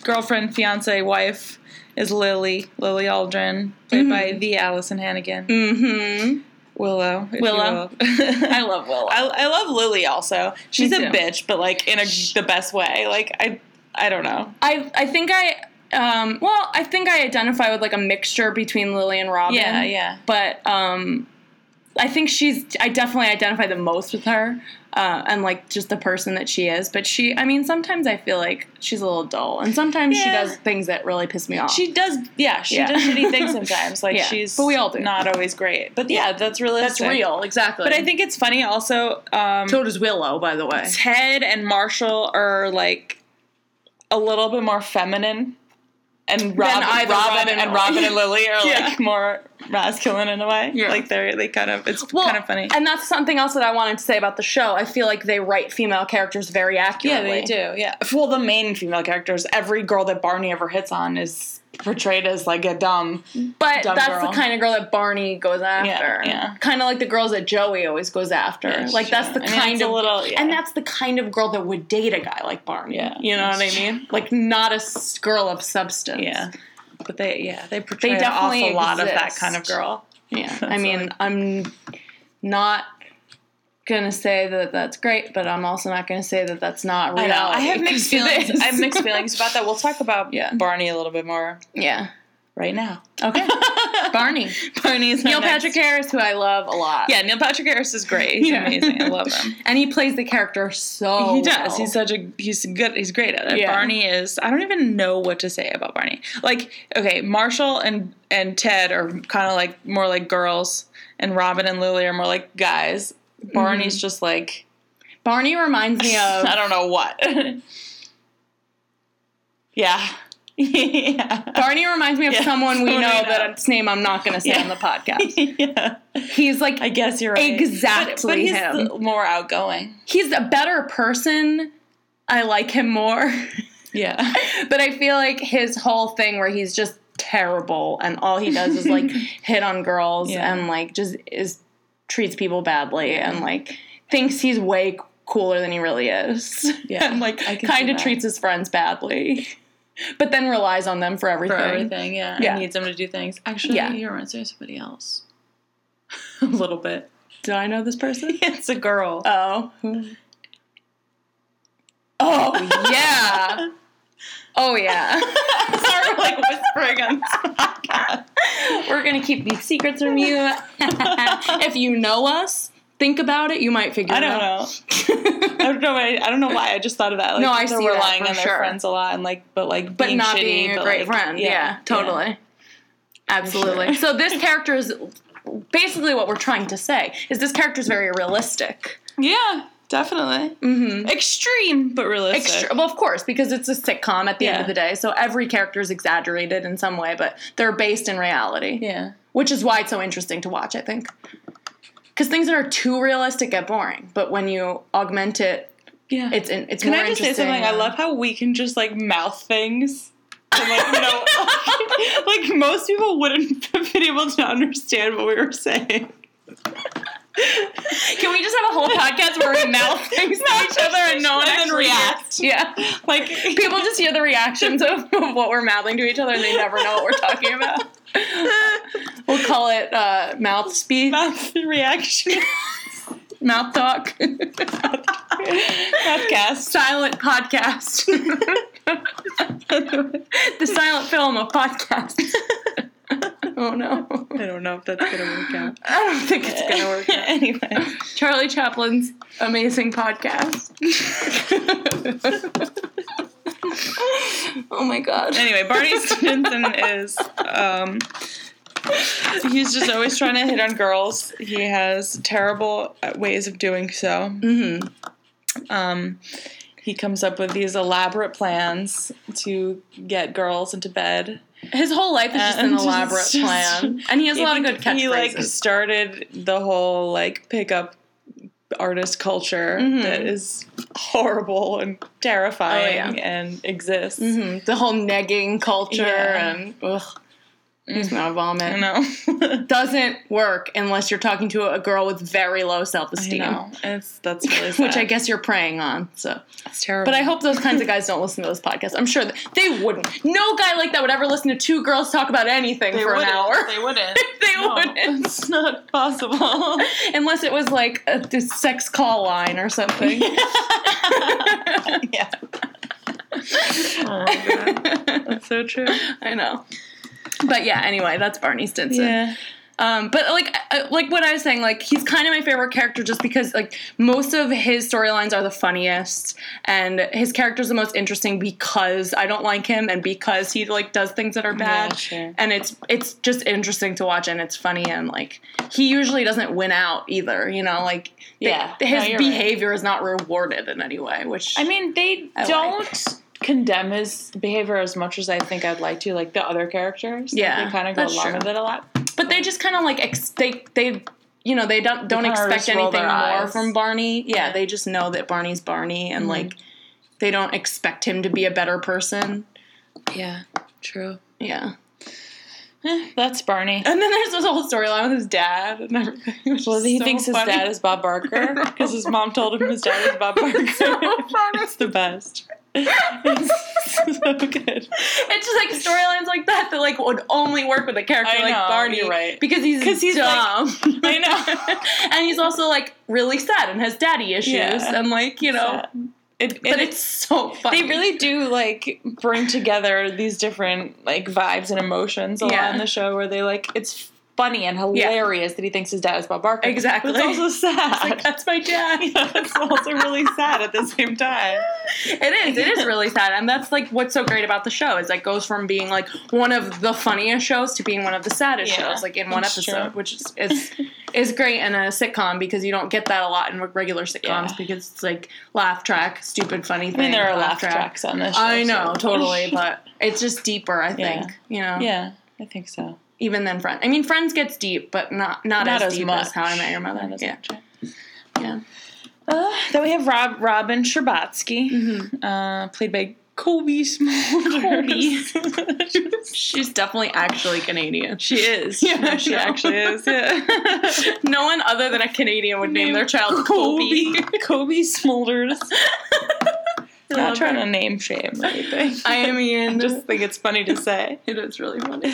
[SPEAKER 2] girlfriend, fiance, wife is Lily, Lily Aldrin, played by the Allison Hannigan.
[SPEAKER 1] mm-hmm.
[SPEAKER 2] Willow. if you
[SPEAKER 1] Willow.
[SPEAKER 2] will. [laughs] I,
[SPEAKER 1] I love Willow.
[SPEAKER 2] I love Lily also. She's a
[SPEAKER 1] too.
[SPEAKER 2] bitch, but like in a, the best way. Like I I don't know.
[SPEAKER 1] I I think I um well I think I identify with like a mixture between Lily and Robin.
[SPEAKER 2] yeah.
[SPEAKER 1] But um, I think she's I definitely identify the most with her. Uh, and like just the person that she is, but she, I mean, sometimes I feel like she's a little dull, and sometimes she
[SPEAKER 2] Yeah.
[SPEAKER 1] does things that really piss me off.
[SPEAKER 2] She does, yeah. She
[SPEAKER 1] Yeah.
[SPEAKER 2] does shitty [laughs] things sometimes. Like
[SPEAKER 1] Yeah,
[SPEAKER 2] she's,
[SPEAKER 1] but we all do.
[SPEAKER 2] not always great. But yeah, that's realistic.
[SPEAKER 1] that's real, exactly.
[SPEAKER 2] But I think it's funny also. Um,
[SPEAKER 1] so does Willow, by the way.
[SPEAKER 2] Ted and Marshall are like a little bit more feminine, and Robin,
[SPEAKER 1] either
[SPEAKER 2] Robin,
[SPEAKER 1] Robin
[SPEAKER 2] and
[SPEAKER 1] or-
[SPEAKER 2] Robin and Lily [laughs] are
[SPEAKER 1] Yeah.
[SPEAKER 2] like more masculine in a way.
[SPEAKER 1] Yeah.
[SPEAKER 2] Like they're they kind of it's
[SPEAKER 1] [laughs] Well,
[SPEAKER 2] kind of funny.
[SPEAKER 1] And that's something else that I wanted to say about the show. I feel like they write female characters very accurately.
[SPEAKER 2] Yeah. [laughs] Well, the main female characters, every girl that Barney ever hits on is portrayed as like a dumb.
[SPEAKER 1] But
[SPEAKER 2] Dumb
[SPEAKER 1] that's
[SPEAKER 2] girl.
[SPEAKER 1] the kind of girl that Barney goes after.
[SPEAKER 2] yeah.
[SPEAKER 1] Kind of like the girls that Joey always goes after.
[SPEAKER 2] Yeah,
[SPEAKER 1] like that's
[SPEAKER 2] sure.
[SPEAKER 1] the
[SPEAKER 2] I mean,
[SPEAKER 1] kind
[SPEAKER 2] it's a
[SPEAKER 1] of
[SPEAKER 2] little- yeah.
[SPEAKER 1] and that's the kind of girl that would date a guy like Barney.
[SPEAKER 2] Yeah,
[SPEAKER 1] You know what I
[SPEAKER 2] that's
[SPEAKER 1] mean? Like not a s- girl of substance.
[SPEAKER 2] Yeah. But they yeah they portray an
[SPEAKER 1] definitely
[SPEAKER 2] awful lot of that
[SPEAKER 1] exist.
[SPEAKER 2] kind of girl. [laughs]
[SPEAKER 1] Yeah.
[SPEAKER 2] So,
[SPEAKER 1] I mean,
[SPEAKER 2] like-
[SPEAKER 1] I'm not gonna say that that's great, but I'm also not gonna say that that's not reality.
[SPEAKER 2] I have mixed
[SPEAKER 1] 'cause it
[SPEAKER 2] feelings.
[SPEAKER 1] is.
[SPEAKER 2] I have mixed feelings about that. We'll talk about
[SPEAKER 1] Yeah.
[SPEAKER 2] Barney a little bit more [laughs]
[SPEAKER 1] yeah.
[SPEAKER 2] right now. [laughs]
[SPEAKER 1] Okay. Barney.
[SPEAKER 2] Barney's
[SPEAKER 1] Neil Patrick Harris, who I love a lot.
[SPEAKER 2] Yeah, Neil Patrick Harris is great. He's
[SPEAKER 1] Yeah.
[SPEAKER 2] amazing. I love [laughs] him.
[SPEAKER 1] And he plays the character so
[SPEAKER 2] he does.
[SPEAKER 1] well.
[SPEAKER 2] He's such a he's good. He's great at it.
[SPEAKER 1] Yeah.
[SPEAKER 2] Barney is. I don't even know what to say about Barney. Like, okay, Marshall and and Ted are kind of like more like girls, and Robin and Lily are more like guys. Barney's just like
[SPEAKER 1] Barney reminds me of
[SPEAKER 2] [laughs] I don't know what. [laughs] yeah. [laughs] yeah.
[SPEAKER 1] Barney reminds me of
[SPEAKER 2] Yeah,
[SPEAKER 1] someone we know,
[SPEAKER 2] someone we know.
[SPEAKER 1] that its name I'm not going to say
[SPEAKER 2] Yeah.
[SPEAKER 1] on the podcast.
[SPEAKER 2] yeah.
[SPEAKER 1] [laughs] He's like
[SPEAKER 2] I guess you're right.
[SPEAKER 1] Exactly
[SPEAKER 2] But, but he's
[SPEAKER 1] him.
[SPEAKER 2] the- more outgoing.
[SPEAKER 1] he's a better person. I like him more, [laughs]
[SPEAKER 2] [laughs] Yeah.
[SPEAKER 1] but I feel like his whole thing where he's just terrible and all he does is [laughs] like hit on girls
[SPEAKER 2] Yeah.
[SPEAKER 1] and like just is treats people badly and like thinks he's way cooler than he really [laughs] is.
[SPEAKER 2] Yeah,
[SPEAKER 1] and like
[SPEAKER 2] I can see
[SPEAKER 1] kind of
[SPEAKER 2] that.
[SPEAKER 1] treats his friends badly, but then relies on them for everything.
[SPEAKER 2] for everything. Yeah,
[SPEAKER 1] Yeah.
[SPEAKER 2] and needs them to do things. Actually,
[SPEAKER 1] Yeah.
[SPEAKER 2] he reminds me of somebody else. [laughs] a little bit.
[SPEAKER 1] Do I know this person?
[SPEAKER 2] [laughs] It's a girl.
[SPEAKER 1] Oh. Oh yeah. Oh yeah.
[SPEAKER 2] [laughs] Sorry, we're, like whispering on this podcast.
[SPEAKER 1] We're gonna keep these secrets from you. [laughs] if you know us, think about it. You might figure.
[SPEAKER 2] I don't
[SPEAKER 1] it out.
[SPEAKER 2] [laughs] know. I don't know. Why, I don't know why. I just thought of that. Like,
[SPEAKER 1] No, I
[SPEAKER 2] people
[SPEAKER 1] see that
[SPEAKER 2] relying
[SPEAKER 1] for
[SPEAKER 2] on their
[SPEAKER 1] sure.
[SPEAKER 2] friends a lot, and like, but like,
[SPEAKER 1] but
[SPEAKER 2] being
[SPEAKER 1] not
[SPEAKER 2] shitty,
[SPEAKER 1] being a
[SPEAKER 2] but, like,
[SPEAKER 1] great friend. Yeah, totally.
[SPEAKER 2] [laughs]
[SPEAKER 1] Absolutely.
[SPEAKER 2] sure.
[SPEAKER 1] So this character is basically what we're trying to say is this character is very realistic.
[SPEAKER 2] Yeah, definitely.
[SPEAKER 1] Mm-hmm.
[SPEAKER 2] Extreme, but realistic.
[SPEAKER 1] Extra, well, of course, because it's a sitcom at the end
[SPEAKER 2] Yeah.
[SPEAKER 1] of the day, so every character is exaggerated in some way, but they're based in reality.
[SPEAKER 2] Yeah.
[SPEAKER 1] which is why it's so interesting to watch i think because things that are too realistic get boring but when you augment it
[SPEAKER 2] Yeah.
[SPEAKER 1] it's in, it's
[SPEAKER 2] Can
[SPEAKER 1] more
[SPEAKER 2] I just say
[SPEAKER 1] interesting
[SPEAKER 2] something? I love how we can just like mouth things. And, like, no, [laughs] like most people [laughs] wouldn't have been able to understand what we were saying.
[SPEAKER 1] [laughs] can we just have a whole podcast where
[SPEAKER 2] [laughs]
[SPEAKER 1] we mouth things to each other and no one
[SPEAKER 2] And then
[SPEAKER 1] actually
[SPEAKER 2] react. [laughs]
[SPEAKER 1] Yeah, like people just hear the reactions of, of what we're mouthing to each other and they never know what we're
[SPEAKER 2] [laughs]
[SPEAKER 1] talking about. We'll call it uh, mouth speak,
[SPEAKER 2] Mouth reaction. [laughs]
[SPEAKER 1] mouth talk, [laughs]
[SPEAKER 2] Podcast.
[SPEAKER 1] silent podcast, [laughs] the silent film of podcasts. [laughs] oh no.
[SPEAKER 2] I don't know if that's gonna work out.
[SPEAKER 1] I don't think it's gonna work. [laughs]
[SPEAKER 2] anyway.
[SPEAKER 1] Charlie Chaplin's amazing podcast. oh my god. [laughs]
[SPEAKER 2] Anyway, Barney Stinson is um he's just always trying to hit on girls. He has terrible uh, ways of doing so.
[SPEAKER 1] Mm-hmm.
[SPEAKER 2] Um he comes up with these elaborate plans to get girls into bed.
[SPEAKER 1] His whole life is Uh, [laughs] just an
[SPEAKER 2] And it's
[SPEAKER 1] elaborate
[SPEAKER 2] just-
[SPEAKER 1] plan, and he has a lot of good
[SPEAKER 2] He like
[SPEAKER 1] catchphrases.
[SPEAKER 2] started the whole like pickup artist culture
[SPEAKER 1] Mhm.
[SPEAKER 2] that is horrible and terrifying
[SPEAKER 1] Oh, yeah.
[SPEAKER 2] and exists.
[SPEAKER 1] Mhm. The whole negging culture
[SPEAKER 2] Yeah.
[SPEAKER 1] and ugh, he's gonna vomit.
[SPEAKER 2] I know. [laughs]
[SPEAKER 1] Doesn't work unless you're talking to a girl with very low self
[SPEAKER 2] I
[SPEAKER 1] esteem,
[SPEAKER 2] know. It's that's really sad.
[SPEAKER 1] [laughs] which I guess you're preying on. So.
[SPEAKER 2] it's terrible.
[SPEAKER 1] But I hope those kinds of guys don't listen to this podcast. I'm sure that they wouldn't. No guy like that would ever listen to two girls talk about anything for an hour.
[SPEAKER 2] They
[SPEAKER 3] [laughs]
[SPEAKER 1] [laughs]
[SPEAKER 2] wouldn't.
[SPEAKER 1] They wouldn't.
[SPEAKER 2] It's not possible.
[SPEAKER 1] [laughs] Unless it was like a, the sex call line or
[SPEAKER 2] [laughs]
[SPEAKER 1] something. [laughs]
[SPEAKER 2] yeah. Oh my god. That's so true.
[SPEAKER 1] I know. But yeah, anyway, that's Barney Stinson.
[SPEAKER 2] Yeah.
[SPEAKER 1] Um, but like, I- like what I was saying, like he's kind of my favorite character just because like most of his storylines are the funniest, and his character's the most interesting because I don't like him and because he like does things that are bad,
[SPEAKER 2] Yeah, sure.
[SPEAKER 1] and it's it's just interesting to watch and it's funny and like he usually doesn't win out either, you know, like they-
[SPEAKER 3] Yeah.
[SPEAKER 1] his
[SPEAKER 3] No, you're right.
[SPEAKER 1] behavior is not rewarded in any way, which
[SPEAKER 3] I mean, they
[SPEAKER 1] I like.
[SPEAKER 3] don't condemn his behavior as much as I think I'd like to, like the other characters. Like,
[SPEAKER 1] Yeah,
[SPEAKER 3] they kind of go
[SPEAKER 1] that's
[SPEAKER 3] along
[SPEAKER 1] true.
[SPEAKER 3] with it a lot.
[SPEAKER 1] But they just kind of like ex- they they you know they don't don't
[SPEAKER 3] kinda
[SPEAKER 1] expect
[SPEAKER 3] just roll
[SPEAKER 1] anything
[SPEAKER 3] their
[SPEAKER 1] more
[SPEAKER 3] eyes.
[SPEAKER 1] from Barney. Yeah,
[SPEAKER 3] Yeah. Mm-hmm.
[SPEAKER 1] they just know that Barney's Barney, and like they don't expect him to be a better person.
[SPEAKER 2] Yeah. True.
[SPEAKER 1] Yeah,
[SPEAKER 2] Eh, that's Barney.
[SPEAKER 1] and then there's this whole storyline with his dad and everything.
[SPEAKER 2] [laughs]
[SPEAKER 1] Which
[SPEAKER 2] Well,
[SPEAKER 1] is
[SPEAKER 2] he
[SPEAKER 1] so
[SPEAKER 2] thinks
[SPEAKER 1] funny.
[SPEAKER 2] his dad is
[SPEAKER 3] [laughs]
[SPEAKER 2] Bob Barker because his mom told him his dad is Bob Barker. [laughs] it's
[SPEAKER 3] [laughs]
[SPEAKER 2] the best. [laughs] It's so good.
[SPEAKER 1] It's just like storylines like that that like would only work with a character
[SPEAKER 2] I
[SPEAKER 1] like
[SPEAKER 2] know,
[SPEAKER 1] Barney,
[SPEAKER 2] you're right.
[SPEAKER 1] Because he's
[SPEAKER 2] 'Cause he's, [laughs]
[SPEAKER 1] dumb.
[SPEAKER 2] like- I know.
[SPEAKER 1] and he's also like really sad and has daddy issues
[SPEAKER 2] Yeah.
[SPEAKER 1] and like you know.
[SPEAKER 2] It,
[SPEAKER 1] But
[SPEAKER 2] it-
[SPEAKER 1] it's so funny.
[SPEAKER 2] they really do like bring together these different like vibes and emotions a lot
[SPEAKER 1] Yeah.
[SPEAKER 2] in the show where they like it's funny and hilarious that he thinks his dad is Bob Barker.
[SPEAKER 1] Exactly.
[SPEAKER 2] But it's also sad. It's,
[SPEAKER 1] [laughs] like that's my
[SPEAKER 2] [laughs]
[SPEAKER 1] dad.
[SPEAKER 2] also really sad at the same time.
[SPEAKER 1] It is. It is really sad, and that's like what's so great about the show is that it goes from being like one of the funniest shows to being one of the saddest
[SPEAKER 2] Yeah,
[SPEAKER 1] shows, like in one
[SPEAKER 2] that's
[SPEAKER 1] episode,
[SPEAKER 2] true.
[SPEAKER 1] which is is is great in a sitcom because you don't get that a lot in regular sitcoms
[SPEAKER 2] Yeah.
[SPEAKER 1] because it's like laugh track, stupid funny thing.
[SPEAKER 2] I mean, there are laugh tracks on this show.
[SPEAKER 1] I know,
[SPEAKER 2] so- [laughs]
[SPEAKER 1] totally, but it's just deeper. I think you know,
[SPEAKER 2] yeah, I think so.
[SPEAKER 1] even than Friends. I mean, Friends gets deep, but not not,
[SPEAKER 2] Not
[SPEAKER 1] as,
[SPEAKER 2] as
[SPEAKER 1] deep
[SPEAKER 2] much.
[SPEAKER 1] as How I Met Your Mother.
[SPEAKER 2] Not as
[SPEAKER 1] yeah,
[SPEAKER 2] much.
[SPEAKER 1] yeah.
[SPEAKER 2] Uh, then we have Rob Robin Scherbatsky,
[SPEAKER 1] Mm-hmm.
[SPEAKER 2] uh, played by Kobe Smulders. [laughs]
[SPEAKER 1] She's definitely actually Canadian.
[SPEAKER 2] she is. [laughs] Yeah, she
[SPEAKER 1] I know.
[SPEAKER 2] actually is. [laughs] Yeah.
[SPEAKER 1] No one other than a Canadian would name their child Kobe. [laughs]
[SPEAKER 2] Kobe. Kobe Smulders. Not trying to name shame or anything. [laughs]
[SPEAKER 1] I mean,
[SPEAKER 2] just think it's funny to [laughs] say.
[SPEAKER 1] it is really funny.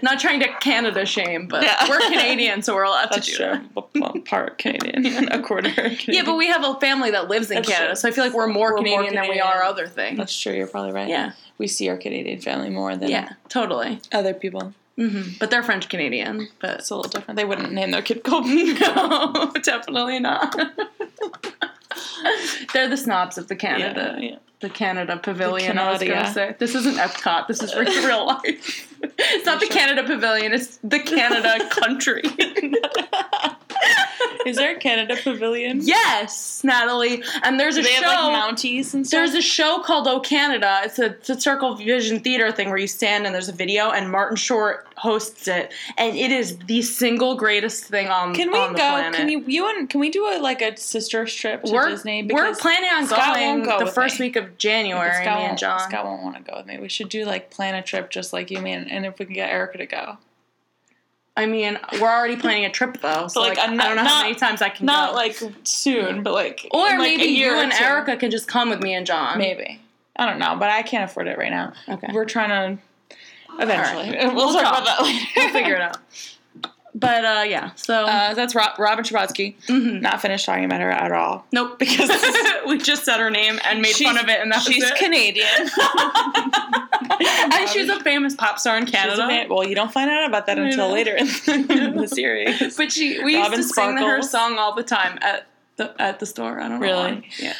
[SPEAKER 1] Not trying to Canada shame, but
[SPEAKER 2] Yeah. [laughs]
[SPEAKER 1] we're Canadian, so we're allowed
[SPEAKER 2] That's
[SPEAKER 1] to do
[SPEAKER 2] true.
[SPEAKER 1] that.
[SPEAKER 2] Well, part Canadian, [laughs] a quarter Canadian.
[SPEAKER 1] Yeah, but we have a family that lives in
[SPEAKER 2] That's
[SPEAKER 1] Canada,
[SPEAKER 2] true.
[SPEAKER 1] so I feel like we're more,
[SPEAKER 2] We're more
[SPEAKER 1] Canadian, than we
[SPEAKER 2] Canadian.
[SPEAKER 1] are other things.
[SPEAKER 2] That's true. You're probably right.
[SPEAKER 1] Yeah.
[SPEAKER 2] We see our Canadian family more than
[SPEAKER 1] yeah, totally.
[SPEAKER 2] other people.
[SPEAKER 1] hmm But they're French Canadian,
[SPEAKER 2] [laughs]
[SPEAKER 1] but [laughs]
[SPEAKER 2] It's a little different. They wouldn't name their kid Kobe. [laughs]
[SPEAKER 1] no, [laughs] definitely not. they're the snobs of the Canada,
[SPEAKER 2] Yeah, yeah.
[SPEAKER 1] the Canada Pavilion. I was gonna
[SPEAKER 2] Canadia.
[SPEAKER 1] say this isn't Epcot. This is
[SPEAKER 2] [laughs]
[SPEAKER 1] re- real life. It's not the Canada Pavilion. It's
[SPEAKER 2] [laughs]
[SPEAKER 1] the Canada country.
[SPEAKER 2] Is there a Canada Pavilion?
[SPEAKER 1] Yes, Natalie. And there's a
[SPEAKER 2] They
[SPEAKER 1] show.
[SPEAKER 2] have like Mounties and stuff.
[SPEAKER 1] there's a show called Oh Canada. It's a, it's a Circle Vision Theater thing where you stand and there's a video, and Martin Short hosts it, and it is the single greatest thing on
[SPEAKER 2] Can we
[SPEAKER 1] on the
[SPEAKER 2] go?
[SPEAKER 1] planet.
[SPEAKER 2] Can you you and can we do a like a sister trip to
[SPEAKER 1] We're,
[SPEAKER 2] Disney?
[SPEAKER 1] we're planning on
[SPEAKER 2] Scott
[SPEAKER 1] going
[SPEAKER 2] won't go
[SPEAKER 1] the
[SPEAKER 2] with
[SPEAKER 1] first
[SPEAKER 2] me.
[SPEAKER 1] week of January,
[SPEAKER 2] Scott,
[SPEAKER 1] me and
[SPEAKER 2] won't-
[SPEAKER 1] John.
[SPEAKER 2] Scott won't want to go with me. We should do like plan a trip just like you mean, and if we can get Erica to go,
[SPEAKER 1] I mean, we're already planning a trip though, so
[SPEAKER 2] Like,
[SPEAKER 1] like,
[SPEAKER 2] I'm
[SPEAKER 1] I don't
[SPEAKER 2] not-
[SPEAKER 1] know how
[SPEAKER 2] not-
[SPEAKER 1] many times I can
[SPEAKER 2] Not
[SPEAKER 1] go.
[SPEAKER 2] like soon, but like
[SPEAKER 1] or
[SPEAKER 2] in, like, a
[SPEAKER 1] maybe
[SPEAKER 2] year
[SPEAKER 1] you
[SPEAKER 2] or
[SPEAKER 1] and
[SPEAKER 2] two.
[SPEAKER 1] Erica can just come with me and John.
[SPEAKER 2] Maybe I don't know, but I can't afford it right now.
[SPEAKER 1] Okay.
[SPEAKER 2] we're trying to. Eventually, [laughs]
[SPEAKER 1] All
[SPEAKER 2] we'll,
[SPEAKER 1] right. We'll
[SPEAKER 2] talk
[SPEAKER 1] talk.
[SPEAKER 2] about that later.
[SPEAKER 1] we'll figure it out. But uh, yeah, so
[SPEAKER 2] Uh, that's Rob, Robin Shabatsky.
[SPEAKER 1] mhm.
[SPEAKER 2] Not finished talking about her at all. [laughs]
[SPEAKER 1] nope, [laughs] because we just said her name and made
[SPEAKER 2] She's-
[SPEAKER 1] fun of it, and that's
[SPEAKER 2] She's
[SPEAKER 1] it.
[SPEAKER 2] Canadian.
[SPEAKER 1] [laughs]
[SPEAKER 2] [laughs]
[SPEAKER 1] and she's a famous pop star in
[SPEAKER 2] She's a
[SPEAKER 1] Canada.
[SPEAKER 2] man- well, you don't find out about that
[SPEAKER 1] I
[SPEAKER 2] until
[SPEAKER 1] know.
[SPEAKER 2] later in the,
[SPEAKER 1] [laughs]
[SPEAKER 2] in the series.
[SPEAKER 1] But she, we
[SPEAKER 2] Robin
[SPEAKER 1] used to sing her
[SPEAKER 2] Sparkles.
[SPEAKER 1] song all the time at the at the store. I don't know
[SPEAKER 2] Really?
[SPEAKER 1] why.
[SPEAKER 2] [laughs]
[SPEAKER 1] Yeah.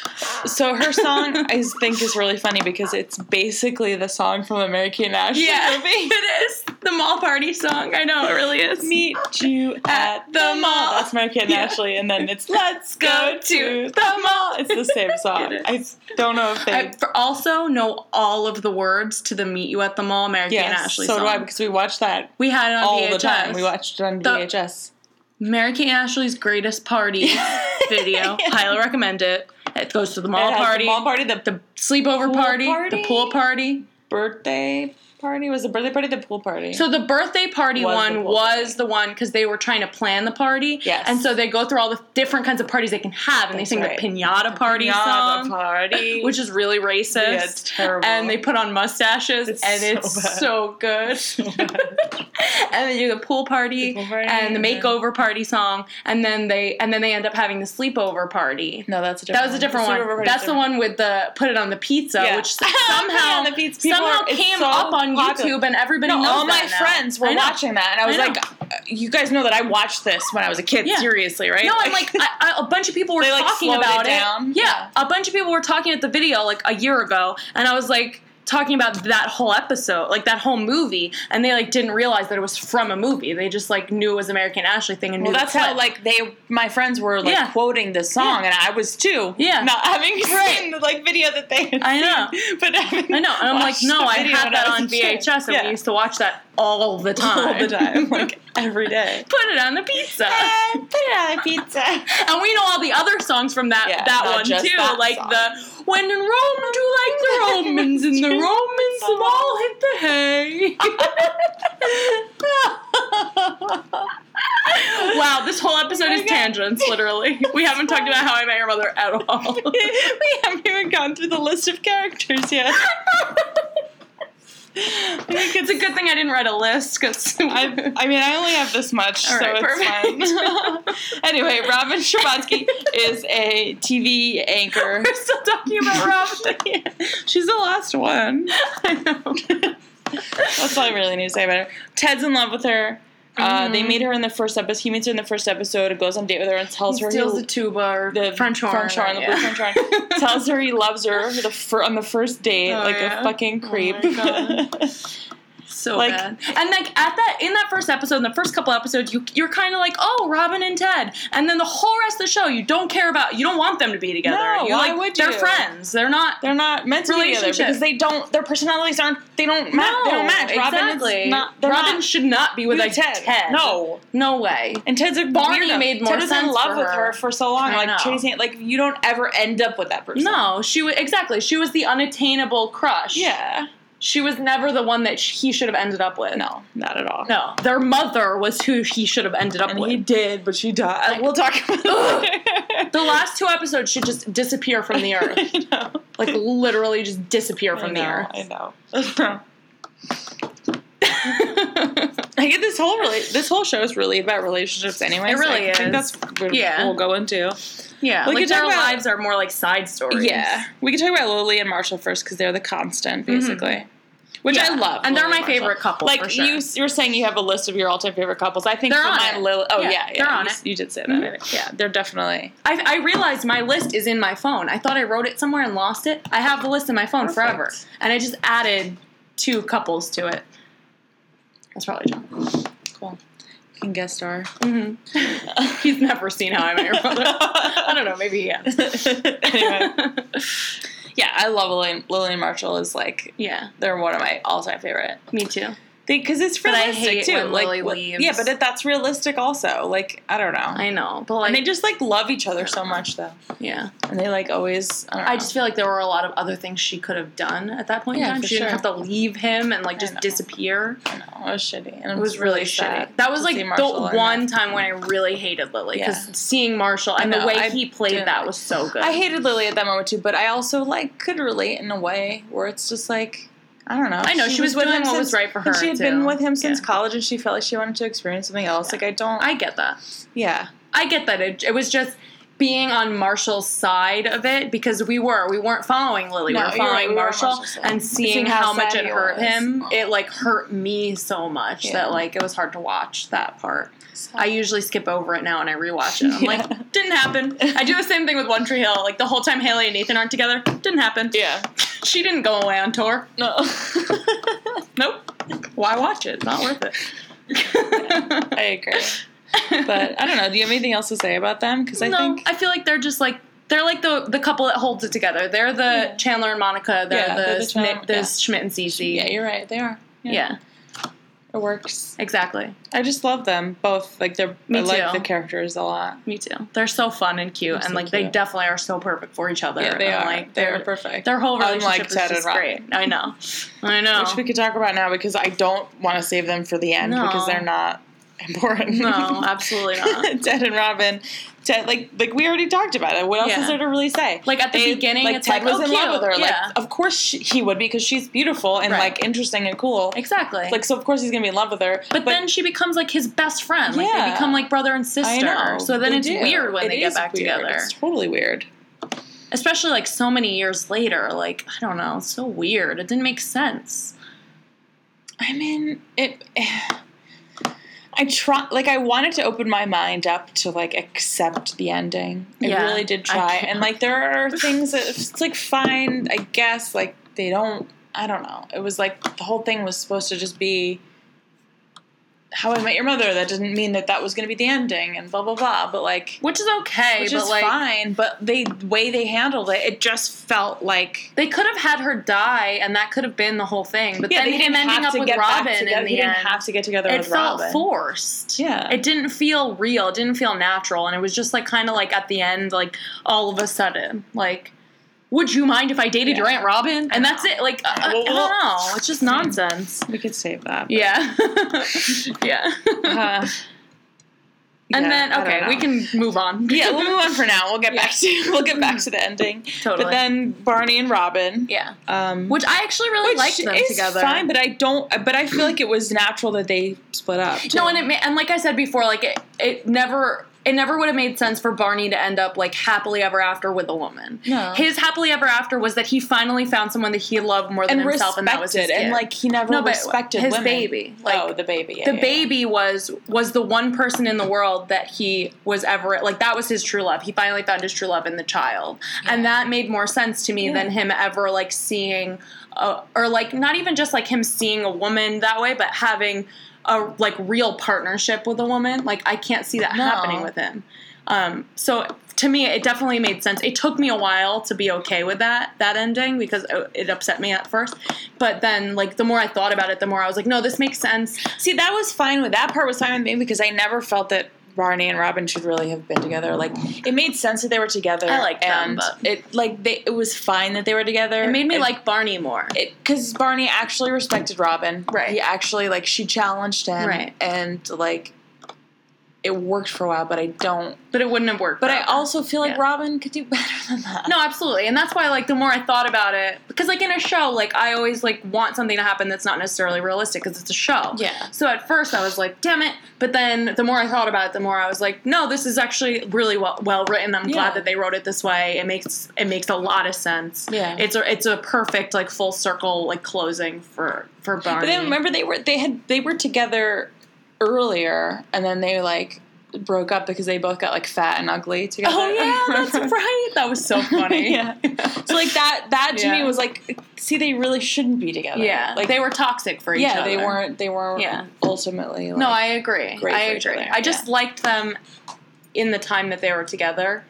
[SPEAKER 2] So her song, I think, is really funny because it's basically the song from the Mary Kay and Ashley
[SPEAKER 1] Yeah,
[SPEAKER 2] movie.
[SPEAKER 1] [laughs] it is the mall party song. I know it really is.
[SPEAKER 2] Meet you at the mall. That's Mary Kay and
[SPEAKER 1] Yeah.
[SPEAKER 2] Ashley, and then it's [laughs] Let's Go to
[SPEAKER 1] the mall.
[SPEAKER 2] It's the
[SPEAKER 1] [laughs]
[SPEAKER 2] same song.
[SPEAKER 1] It
[SPEAKER 2] I don't know if they.
[SPEAKER 1] I f- also know all of the words to the "Meet You at the Mall" Mary Kay and
[SPEAKER 2] yes,
[SPEAKER 1] Ashley
[SPEAKER 2] so
[SPEAKER 1] song.
[SPEAKER 2] do I because we watched that
[SPEAKER 1] we had it on
[SPEAKER 2] all
[SPEAKER 1] VHS.
[SPEAKER 2] the time. We watched it on
[SPEAKER 1] The-
[SPEAKER 2] VHS.
[SPEAKER 1] Mary Kay and Ashley's greatest
[SPEAKER 2] [laughs]
[SPEAKER 1] party video. Highly recommend it. It goes to the mall
[SPEAKER 2] It has
[SPEAKER 1] party,
[SPEAKER 2] The mall party. The,
[SPEAKER 1] the sleepover
[SPEAKER 2] Pool
[SPEAKER 1] party,
[SPEAKER 2] party?
[SPEAKER 1] the pool party.
[SPEAKER 2] birthday party was the birthday party. The pool party.
[SPEAKER 1] So the birthday party
[SPEAKER 2] Was the
[SPEAKER 1] one
[SPEAKER 2] pool
[SPEAKER 1] was
[SPEAKER 2] party.
[SPEAKER 1] the one because they were trying to plan the party.
[SPEAKER 2] Yes.
[SPEAKER 1] And so they go through all the different kinds of parties they can have, and
[SPEAKER 2] That's
[SPEAKER 1] they sing
[SPEAKER 2] right.
[SPEAKER 1] the pinata party
[SPEAKER 2] Yeah, the
[SPEAKER 1] song,
[SPEAKER 2] party.
[SPEAKER 1] [laughs] which is really racist.
[SPEAKER 2] Yeah, it's terrible.
[SPEAKER 1] And they put on mustaches,
[SPEAKER 2] It's
[SPEAKER 1] and
[SPEAKER 2] so
[SPEAKER 1] it's
[SPEAKER 2] bad.
[SPEAKER 1] so good. and they do the pool party,
[SPEAKER 2] The pool party,
[SPEAKER 1] and the
[SPEAKER 2] and then-
[SPEAKER 1] makeover party song, and then they and then they end up having the sleepover party.
[SPEAKER 2] [laughs] no, that's a different.
[SPEAKER 1] That was a different
[SPEAKER 2] Super
[SPEAKER 1] one.
[SPEAKER 2] Bowl
[SPEAKER 1] That's
[SPEAKER 2] party's
[SPEAKER 1] the
[SPEAKER 2] different.
[SPEAKER 1] one with the put it on the pizza,
[SPEAKER 2] Yeah.
[SPEAKER 1] which
[SPEAKER 2] [laughs] Put it on
[SPEAKER 1] somehow
[SPEAKER 2] the pizza. People
[SPEAKER 1] somehow
[SPEAKER 2] are- it's
[SPEAKER 1] came
[SPEAKER 2] so
[SPEAKER 1] up on
[SPEAKER 2] popular.
[SPEAKER 1] YouTube and everybody
[SPEAKER 2] No,
[SPEAKER 1] knows
[SPEAKER 2] all my
[SPEAKER 1] that now.
[SPEAKER 2] friends were
[SPEAKER 1] I know.
[SPEAKER 2] watching that, and I was
[SPEAKER 1] I know.
[SPEAKER 2] like, uh, "You guys know that I watched this when I was a kid.
[SPEAKER 1] Yeah.
[SPEAKER 2] Seriously, right?"
[SPEAKER 1] No, I'm like
[SPEAKER 2] [laughs]
[SPEAKER 1] I, I, a bunch of people were
[SPEAKER 2] They, like,
[SPEAKER 1] talking
[SPEAKER 2] slowed it
[SPEAKER 1] about it.
[SPEAKER 2] down.
[SPEAKER 1] Yeah, a bunch of people were talking at the video like a year ago, and I was like talking about that whole episode, like that whole movie, and they like didn't realize that it was from a movie. They just like knew it was American Ashley thing and
[SPEAKER 2] well,
[SPEAKER 1] knew the
[SPEAKER 2] that's how
[SPEAKER 1] clip.
[SPEAKER 2] like they, my friends were like
[SPEAKER 1] Yeah.
[SPEAKER 2] quoting this song,
[SPEAKER 1] Yeah.
[SPEAKER 2] and I was too.
[SPEAKER 1] Yeah.
[SPEAKER 2] not having
[SPEAKER 1] Right.
[SPEAKER 2] seen the like video that they had
[SPEAKER 1] I know.
[SPEAKER 2] [laughs] seen, but having
[SPEAKER 1] I know, and I'm like,
[SPEAKER 2] watched
[SPEAKER 1] no,
[SPEAKER 2] the
[SPEAKER 1] I
[SPEAKER 2] video
[SPEAKER 1] had
[SPEAKER 2] when
[SPEAKER 1] that
[SPEAKER 2] was
[SPEAKER 1] on
[SPEAKER 2] a kid.
[SPEAKER 1] VHS, and
[SPEAKER 2] Yeah.
[SPEAKER 1] we used
[SPEAKER 2] [laughs]
[SPEAKER 1] to watch that all the time.
[SPEAKER 2] all the time, like every day.
[SPEAKER 1] [laughs] Put it on the pizza.
[SPEAKER 2] And [laughs] put it on a pizza. [laughs]
[SPEAKER 1] And we know all the other songs from that
[SPEAKER 2] Yeah,
[SPEAKER 1] that
[SPEAKER 2] not
[SPEAKER 1] one
[SPEAKER 2] just
[SPEAKER 1] too,
[SPEAKER 2] that
[SPEAKER 1] like
[SPEAKER 2] song.
[SPEAKER 1] the "When in Rome, do like the Romans, and the Romans have all hit the
[SPEAKER 2] [laughs]
[SPEAKER 1] hay." wow, this whole episode is
[SPEAKER 2] Oh God.
[SPEAKER 1] tangents.
[SPEAKER 2] [laughs]
[SPEAKER 1] Literally, we haven't talked about How I Met Your Mother at all.
[SPEAKER 2] we haven't even gone through the list of characters yet.
[SPEAKER 1] it's a good thing I didn't write a list because
[SPEAKER 2] I, [laughs]
[SPEAKER 1] [laughs]
[SPEAKER 2] I mean, I only have this much,
[SPEAKER 1] All
[SPEAKER 2] so
[SPEAKER 1] right, [laughs]
[SPEAKER 2] it's fine. anyway, Robin Scherbatsky is a TV anchor.
[SPEAKER 1] we're still talking
[SPEAKER 2] [laughs]
[SPEAKER 1] about Robin.
[SPEAKER 2] She's the last one.
[SPEAKER 1] I know.
[SPEAKER 2] That's all I really need to say about her. Ted's in love with her. Uh,
[SPEAKER 1] Mm-hmm.
[SPEAKER 2] They meet her in the first episode. He meets her in the first episode. Goes on a date with her and tells her
[SPEAKER 1] Steals
[SPEAKER 2] he
[SPEAKER 1] the tuba, or
[SPEAKER 2] the
[SPEAKER 1] French horn,
[SPEAKER 2] French horn, the blue French horn. tells her he loves her the fir- on the first date,
[SPEAKER 1] Oh,
[SPEAKER 2] like a
[SPEAKER 1] yeah?
[SPEAKER 2] fucking
[SPEAKER 1] Oh
[SPEAKER 2] creep.
[SPEAKER 1] my God. so
[SPEAKER 2] Like-
[SPEAKER 1] bad. And like at that in that first episode, in the first couple episodes, you you're kind of like, oh, Robin and Ted, and then the whole rest of the show, you don't care about, you don't want them to be together.
[SPEAKER 2] No,
[SPEAKER 1] you
[SPEAKER 2] why
[SPEAKER 1] like,
[SPEAKER 2] would
[SPEAKER 1] They're
[SPEAKER 2] you?
[SPEAKER 1] friends. They're not.
[SPEAKER 2] [laughs] They're not meant to be together
[SPEAKER 1] Relationship.
[SPEAKER 2] because they don't. Their personalities aren't. They don't match. they don't match. Robin
[SPEAKER 1] exactly.
[SPEAKER 2] is not. They're
[SPEAKER 1] Robin
[SPEAKER 2] not
[SPEAKER 1] should not be with
[SPEAKER 2] with
[SPEAKER 1] a Ted.
[SPEAKER 2] Ted. No.
[SPEAKER 1] no way.
[SPEAKER 2] And Ted's a
[SPEAKER 1] Barney
[SPEAKER 2] weirdo.
[SPEAKER 1] made more
[SPEAKER 2] Ted was in
[SPEAKER 1] sense
[SPEAKER 2] love
[SPEAKER 1] for
[SPEAKER 2] with
[SPEAKER 1] her.
[SPEAKER 2] her for so long,
[SPEAKER 1] I
[SPEAKER 2] like
[SPEAKER 1] know.
[SPEAKER 2] chasing it. Like you don't ever end up with that person.
[SPEAKER 1] No, she was exactly. She was the unattainable crush.
[SPEAKER 2] Yeah.
[SPEAKER 1] she was never the one that sh- he should have ended up with.
[SPEAKER 2] No, not at all.
[SPEAKER 1] no, their mother was who he should have ended up
[SPEAKER 2] And
[SPEAKER 1] with.
[SPEAKER 2] he did, but she died.
[SPEAKER 1] [laughs]
[SPEAKER 2] we'll talk about
[SPEAKER 1] Ugh.
[SPEAKER 2] that.
[SPEAKER 1] The last two episodes should just disappear from the
[SPEAKER 2] [laughs]
[SPEAKER 1] earth.
[SPEAKER 2] I know.
[SPEAKER 1] Like literally just disappear
[SPEAKER 2] I
[SPEAKER 1] from the
[SPEAKER 2] know.
[SPEAKER 1] earth.
[SPEAKER 2] I know. [laughs] I get this whole really this whole show is really about relationships anyway.
[SPEAKER 1] It
[SPEAKER 2] so
[SPEAKER 1] really
[SPEAKER 2] I think
[SPEAKER 1] is.
[SPEAKER 2] that's what
[SPEAKER 1] Yeah.
[SPEAKER 2] we'll go into.
[SPEAKER 1] yeah,
[SPEAKER 2] We
[SPEAKER 1] like
[SPEAKER 2] could talk
[SPEAKER 1] their
[SPEAKER 2] about-
[SPEAKER 1] lives are more like side stories.
[SPEAKER 2] Yeah, we can talk about Lily and Marshall first because they're the constant, basically. Which I
[SPEAKER 1] Mm-hmm. Yeah.
[SPEAKER 2] love,
[SPEAKER 1] And they're
[SPEAKER 2] Lily
[SPEAKER 1] my favorite couple,
[SPEAKER 2] Like
[SPEAKER 1] for sure.
[SPEAKER 2] you, you were saying, you have a list of your all-time favorite couples. I think
[SPEAKER 1] They're
[SPEAKER 2] for
[SPEAKER 1] on
[SPEAKER 2] mine,
[SPEAKER 1] it.
[SPEAKER 2] Lily. Oh yeah,
[SPEAKER 1] Yeah,
[SPEAKER 2] yeah,
[SPEAKER 1] they're on
[SPEAKER 2] you,
[SPEAKER 1] it.
[SPEAKER 2] you did say that. I
[SPEAKER 1] Mhm.
[SPEAKER 2] think. Yeah, they're definitely.
[SPEAKER 1] I, I realized my list is in my phone. I thought I wrote it somewhere and lost it. I have the list in my phone forever,
[SPEAKER 2] Perfect.
[SPEAKER 1] and I just added two couples to it. That's probably John.
[SPEAKER 2] You can guest
[SPEAKER 1] [laughs]
[SPEAKER 2] star. [laughs] Mm-hmm.
[SPEAKER 1] He's never seen How I Met Your Mother. I don't know. Maybe he has.
[SPEAKER 2] [laughs]
[SPEAKER 1] [laughs]
[SPEAKER 2] anyway, yeah, I love Lily, Lily and Marshall. Is like
[SPEAKER 1] yeah,
[SPEAKER 2] they're one of my all-time favorite.
[SPEAKER 1] me too.
[SPEAKER 2] because it's
[SPEAKER 1] I
[SPEAKER 2] realistic
[SPEAKER 1] hate
[SPEAKER 2] too.
[SPEAKER 1] when
[SPEAKER 2] like,
[SPEAKER 1] Lily
[SPEAKER 2] what-
[SPEAKER 1] leaves.
[SPEAKER 2] yeah, but it, that's realistic also. Like, I don't know.
[SPEAKER 1] I know, but like,
[SPEAKER 2] and they just like love each other so much though,
[SPEAKER 1] yeah.
[SPEAKER 2] and they like always. I, don't
[SPEAKER 1] I
[SPEAKER 2] know.
[SPEAKER 1] just feel like there were a lot of other things she could have done at that point in
[SPEAKER 2] Yeah,
[SPEAKER 1] time.
[SPEAKER 2] for
[SPEAKER 1] She didn't
[SPEAKER 2] sure.
[SPEAKER 1] have to leave him and like
[SPEAKER 2] I
[SPEAKER 1] just
[SPEAKER 2] know.
[SPEAKER 1] disappear.
[SPEAKER 2] I know, it was shitty. And
[SPEAKER 1] It was really
[SPEAKER 2] sad
[SPEAKER 1] shitty. That was
[SPEAKER 2] to
[SPEAKER 1] like
[SPEAKER 2] see
[SPEAKER 1] the
[SPEAKER 2] Marshall in that.
[SPEAKER 1] one time when I really hated Lily because
[SPEAKER 2] Yeah.
[SPEAKER 1] seeing Marshall and
[SPEAKER 2] know,
[SPEAKER 1] the way
[SPEAKER 2] I
[SPEAKER 1] he played
[SPEAKER 2] didn't
[SPEAKER 1] that
[SPEAKER 2] like-
[SPEAKER 1] was so good.
[SPEAKER 2] I hated Lily at that moment too, but I also like could relate in a way where it's just like I don't know.
[SPEAKER 1] I know, she was
[SPEAKER 2] with
[SPEAKER 1] doing
[SPEAKER 2] him
[SPEAKER 1] what
[SPEAKER 2] since,
[SPEAKER 1] was right for
[SPEAKER 2] and
[SPEAKER 1] her,
[SPEAKER 2] she had
[SPEAKER 1] too.
[SPEAKER 2] been with him since
[SPEAKER 1] Yeah.
[SPEAKER 2] college, and she felt like she wanted to experience something else. Like I don't.
[SPEAKER 1] I get that.
[SPEAKER 2] yeah.
[SPEAKER 1] I get that. It, it was just being on Marshall's side of it because we were we weren't following Lily.
[SPEAKER 2] No,
[SPEAKER 1] we were
[SPEAKER 2] you're right,
[SPEAKER 1] following
[SPEAKER 2] we were on
[SPEAKER 1] Marshall
[SPEAKER 2] Marshall's side.
[SPEAKER 1] and seeing,
[SPEAKER 2] Seeing how
[SPEAKER 1] how, much
[SPEAKER 2] sad
[SPEAKER 1] it
[SPEAKER 2] he
[SPEAKER 1] hurt
[SPEAKER 2] was. Oh.
[SPEAKER 1] him. It like hurt me so much
[SPEAKER 2] Yeah.
[SPEAKER 1] that like it was hard to watch that part. I usually skip over it now and I rewatch it. I'm
[SPEAKER 2] Yeah.
[SPEAKER 1] like, didn't happen. I do the same thing with One Tree Hill. Like the whole time Haley and Nathan aren't together, didn't happen.
[SPEAKER 2] Yeah.
[SPEAKER 1] She didn't go away on tour.
[SPEAKER 2] No. [laughs]
[SPEAKER 1] Nope. Why watch it? It's not
[SPEAKER 2] [laughs]
[SPEAKER 1] worth it. [laughs]
[SPEAKER 2] I agree. But I don't know. Do you have anything else to say about them? Because I
[SPEAKER 1] no,
[SPEAKER 2] think
[SPEAKER 1] I feel like they're just like they're like the the couple that holds it together. They're the
[SPEAKER 2] Yeah.
[SPEAKER 1] Chandler and Monica. They're
[SPEAKER 2] Yeah,
[SPEAKER 1] the,
[SPEAKER 2] they're the
[SPEAKER 1] Schmidt,
[SPEAKER 2] Chandler-
[SPEAKER 1] the
[SPEAKER 2] yeah.
[SPEAKER 1] Schmidt and Cece.
[SPEAKER 2] yeah, you're right. They are.
[SPEAKER 1] Yeah,
[SPEAKER 2] It works.
[SPEAKER 1] exactly.
[SPEAKER 2] I just love them both. Like they're
[SPEAKER 1] Me
[SPEAKER 2] I like
[SPEAKER 1] too.
[SPEAKER 2] the characters a lot.
[SPEAKER 1] Me too. They're so fun and cute,
[SPEAKER 2] They're
[SPEAKER 1] and
[SPEAKER 2] so
[SPEAKER 1] like they
[SPEAKER 2] cute.
[SPEAKER 1] definitely are so perfect for each other.
[SPEAKER 2] yeah, they
[SPEAKER 1] and,
[SPEAKER 2] are.
[SPEAKER 1] Like
[SPEAKER 2] they are
[SPEAKER 1] their
[SPEAKER 2] perfect.
[SPEAKER 1] their whole
[SPEAKER 2] Unlike
[SPEAKER 1] relationship is
[SPEAKER 2] Ted and
[SPEAKER 1] just
[SPEAKER 2] Robin.
[SPEAKER 1] great. I know. I know.
[SPEAKER 2] Which we could talk about now because I don't want to save them for the end
[SPEAKER 1] No.
[SPEAKER 2] because they're not important. [laughs]
[SPEAKER 1] no, uh-uh. absolutely not.
[SPEAKER 2] Ted and Robin, Ted like like we already talked about it. What else
[SPEAKER 1] Yeah.
[SPEAKER 2] is there to really say?
[SPEAKER 1] Like at the
[SPEAKER 2] They-
[SPEAKER 1] beginning,
[SPEAKER 2] like
[SPEAKER 1] it's
[SPEAKER 2] Ted
[SPEAKER 1] like
[SPEAKER 2] was
[SPEAKER 1] oh,
[SPEAKER 2] in
[SPEAKER 1] cute.
[SPEAKER 2] love with her.
[SPEAKER 1] Yeah,
[SPEAKER 2] Like of course she, he would be because she's beautiful and
[SPEAKER 1] Right.
[SPEAKER 2] like interesting and cool.
[SPEAKER 1] exactly.
[SPEAKER 2] Like so of course he's gonna be in love with her.
[SPEAKER 1] but, then she becomes like his best friend. Like they
[SPEAKER 2] Yeah.
[SPEAKER 1] become like brother and sister.
[SPEAKER 2] I know.
[SPEAKER 1] So then
[SPEAKER 2] they
[SPEAKER 1] it's
[SPEAKER 2] do.
[SPEAKER 1] weird when
[SPEAKER 2] It
[SPEAKER 1] they get
[SPEAKER 2] is
[SPEAKER 1] back
[SPEAKER 2] weird.
[SPEAKER 1] together.
[SPEAKER 2] It's totally weird.
[SPEAKER 1] especially like so many years later like i don't know it's so weird it didn't make sense
[SPEAKER 2] I mean, it. [sighs] I try like I wanted to open my mind up to like accept the ending. I
[SPEAKER 1] Yeah,
[SPEAKER 2] really did
[SPEAKER 1] I
[SPEAKER 2] try,
[SPEAKER 1] can't.
[SPEAKER 2] and like there
[SPEAKER 1] [laughs]
[SPEAKER 2] are things that it's like fine, I guess. Like they don't. I don't know. It was like the whole thing was supposed to just be how I met your mother. That didn't mean that that was going to be the ending, and blah blah blah. But like,
[SPEAKER 1] which is okay
[SPEAKER 2] which
[SPEAKER 1] but
[SPEAKER 2] is
[SPEAKER 1] like
[SPEAKER 2] fine. But they the way they handled it, it just felt like
[SPEAKER 1] they could have had her die and that could have been the whole thing but then him ending up with
[SPEAKER 2] back
[SPEAKER 1] robin in
[SPEAKER 2] together.
[SPEAKER 1] the
[SPEAKER 2] he didn't
[SPEAKER 1] end
[SPEAKER 2] have to get together
[SPEAKER 1] it
[SPEAKER 2] with
[SPEAKER 1] felt
[SPEAKER 2] Robin.
[SPEAKER 1] forced
[SPEAKER 2] Yeah.
[SPEAKER 1] it didn't feel real it didn't feel natural and it was just like kind of like at the end like all of a sudden like would you mind if I dated your aunt Robin? And that's it. Like uh, I, I-
[SPEAKER 2] Well,
[SPEAKER 1] I don't
[SPEAKER 2] well-
[SPEAKER 1] know. It's just nonsense.
[SPEAKER 2] We could save that. but-
[SPEAKER 1] Yeah, [laughs] yeah. [laughs]
[SPEAKER 2] Uh,
[SPEAKER 1] and
[SPEAKER 2] yeah,
[SPEAKER 1] then
[SPEAKER 2] I don't
[SPEAKER 1] okay,
[SPEAKER 2] know.
[SPEAKER 1] we can move
[SPEAKER 2] [laughs]
[SPEAKER 1] on.
[SPEAKER 2] Yeah, we'll move on for now. We'll get back to [laughs] we'll get [laughs] back to the ending.
[SPEAKER 1] Totally.
[SPEAKER 2] But then Barney and Robin.
[SPEAKER 1] yeah.
[SPEAKER 2] Um
[SPEAKER 1] Which I actually really
[SPEAKER 2] which
[SPEAKER 1] liked them
[SPEAKER 2] is
[SPEAKER 1] together.
[SPEAKER 2] fine, but I don't but I feel like it was natural that they split up. too.
[SPEAKER 1] no, and it ma- and like I said before, like it, it never it never would have made sense for Barney to end up like happily ever after with a woman.
[SPEAKER 2] No.
[SPEAKER 1] His happily ever after was that he finally found someone that he loved more than
[SPEAKER 2] and
[SPEAKER 1] himself,
[SPEAKER 2] respected
[SPEAKER 1] and that was his kid.
[SPEAKER 2] and like he never
[SPEAKER 1] No, but
[SPEAKER 2] respected
[SPEAKER 1] his
[SPEAKER 2] women.
[SPEAKER 1] baby, like,
[SPEAKER 2] oh, the baby. Yeah,
[SPEAKER 1] the
[SPEAKER 2] yeah, yeah.
[SPEAKER 1] baby was was the one person in the world that he was ever like that was his true love. He finally found his true love in the child, and that made more sense to me than him ever like seeing, a, or like not even just like him seeing a woman that way, but having a like real partnership with a woman. Like I can't see that
[SPEAKER 2] No.
[SPEAKER 1] happening with him. Um, so to me, it definitely made sense. It took me a while to be okay with that that ending because it- it upset me at first. But then, like the more I thought about it, the more I was like, no, this makes sense.
[SPEAKER 2] See, that was fine with that part was fine with me because I never felt that Barney and Robin should really have been together. Like it made sense that they were together.
[SPEAKER 1] I liked them,
[SPEAKER 2] and
[SPEAKER 1] but-
[SPEAKER 2] it like they it was fine that they were together.
[SPEAKER 1] It made me like Barney more.
[SPEAKER 2] because Barney actually respected Robin.
[SPEAKER 1] Right.
[SPEAKER 2] He actually like she challenged him.
[SPEAKER 1] Right.
[SPEAKER 2] And like it worked for a while, but I don't.
[SPEAKER 1] but it wouldn't have worked.
[SPEAKER 2] But I
[SPEAKER 1] forever.
[SPEAKER 2] also feel like
[SPEAKER 1] Yeah.
[SPEAKER 2] Robin could do [laughs] better than that.
[SPEAKER 1] no, absolutely, and that's why like the more I thought about it, because like in a show, like I always like want something to happen that's not necessarily realistic because it's a show.
[SPEAKER 2] Yeah.
[SPEAKER 1] So at first I was like, damn it, but then the more I thought about it, the more I was like, no, this is actually really well well written. I'm
[SPEAKER 2] Yeah.
[SPEAKER 1] glad that they wrote it this way. It makes it makes a lot of sense.
[SPEAKER 2] Yeah.
[SPEAKER 1] It's a it's a perfect like full circle like closing for for Barney.
[SPEAKER 2] But then remember they were they had they were together earlier, and then they like broke up because they both got like fat and ugly together.
[SPEAKER 1] Oh
[SPEAKER 2] [laughs]
[SPEAKER 1] yeah, that's right. That was so funny.
[SPEAKER 2] yeah. So like that that to me
[SPEAKER 1] Yeah.
[SPEAKER 2] was like see they really shouldn't be together.
[SPEAKER 1] Yeah,
[SPEAKER 2] Like
[SPEAKER 1] they were toxic for each
[SPEAKER 2] yeah,
[SPEAKER 1] other.
[SPEAKER 2] they weren't they weren't
[SPEAKER 1] Yeah.
[SPEAKER 2] ultimately like,
[SPEAKER 1] No, I agree.
[SPEAKER 2] great
[SPEAKER 1] I
[SPEAKER 2] for each
[SPEAKER 1] agree.
[SPEAKER 2] other,
[SPEAKER 1] I just
[SPEAKER 2] yeah.
[SPEAKER 1] liked them in the time that they were together.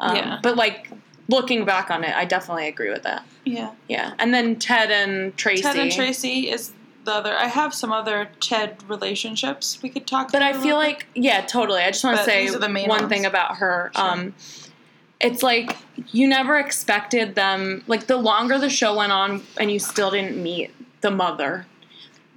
[SPEAKER 1] Um,
[SPEAKER 2] Yeah.
[SPEAKER 1] But like looking back on it, I definitely agree with that.
[SPEAKER 2] yeah.
[SPEAKER 1] Yeah. And then Ted and Tracy.
[SPEAKER 2] Ted and Tracy is the other. I have some other Ched relationships we could talk.
[SPEAKER 1] But I
[SPEAKER 2] through
[SPEAKER 1] feel
[SPEAKER 2] real quick.
[SPEAKER 1] like, yeah, totally. I just want to
[SPEAKER 2] But
[SPEAKER 1] say
[SPEAKER 2] these are the main
[SPEAKER 1] one
[SPEAKER 2] ones.
[SPEAKER 1] thing about her. Um, it's like you never expected them. Like the longer the show went on, and you still didn't meet the mother.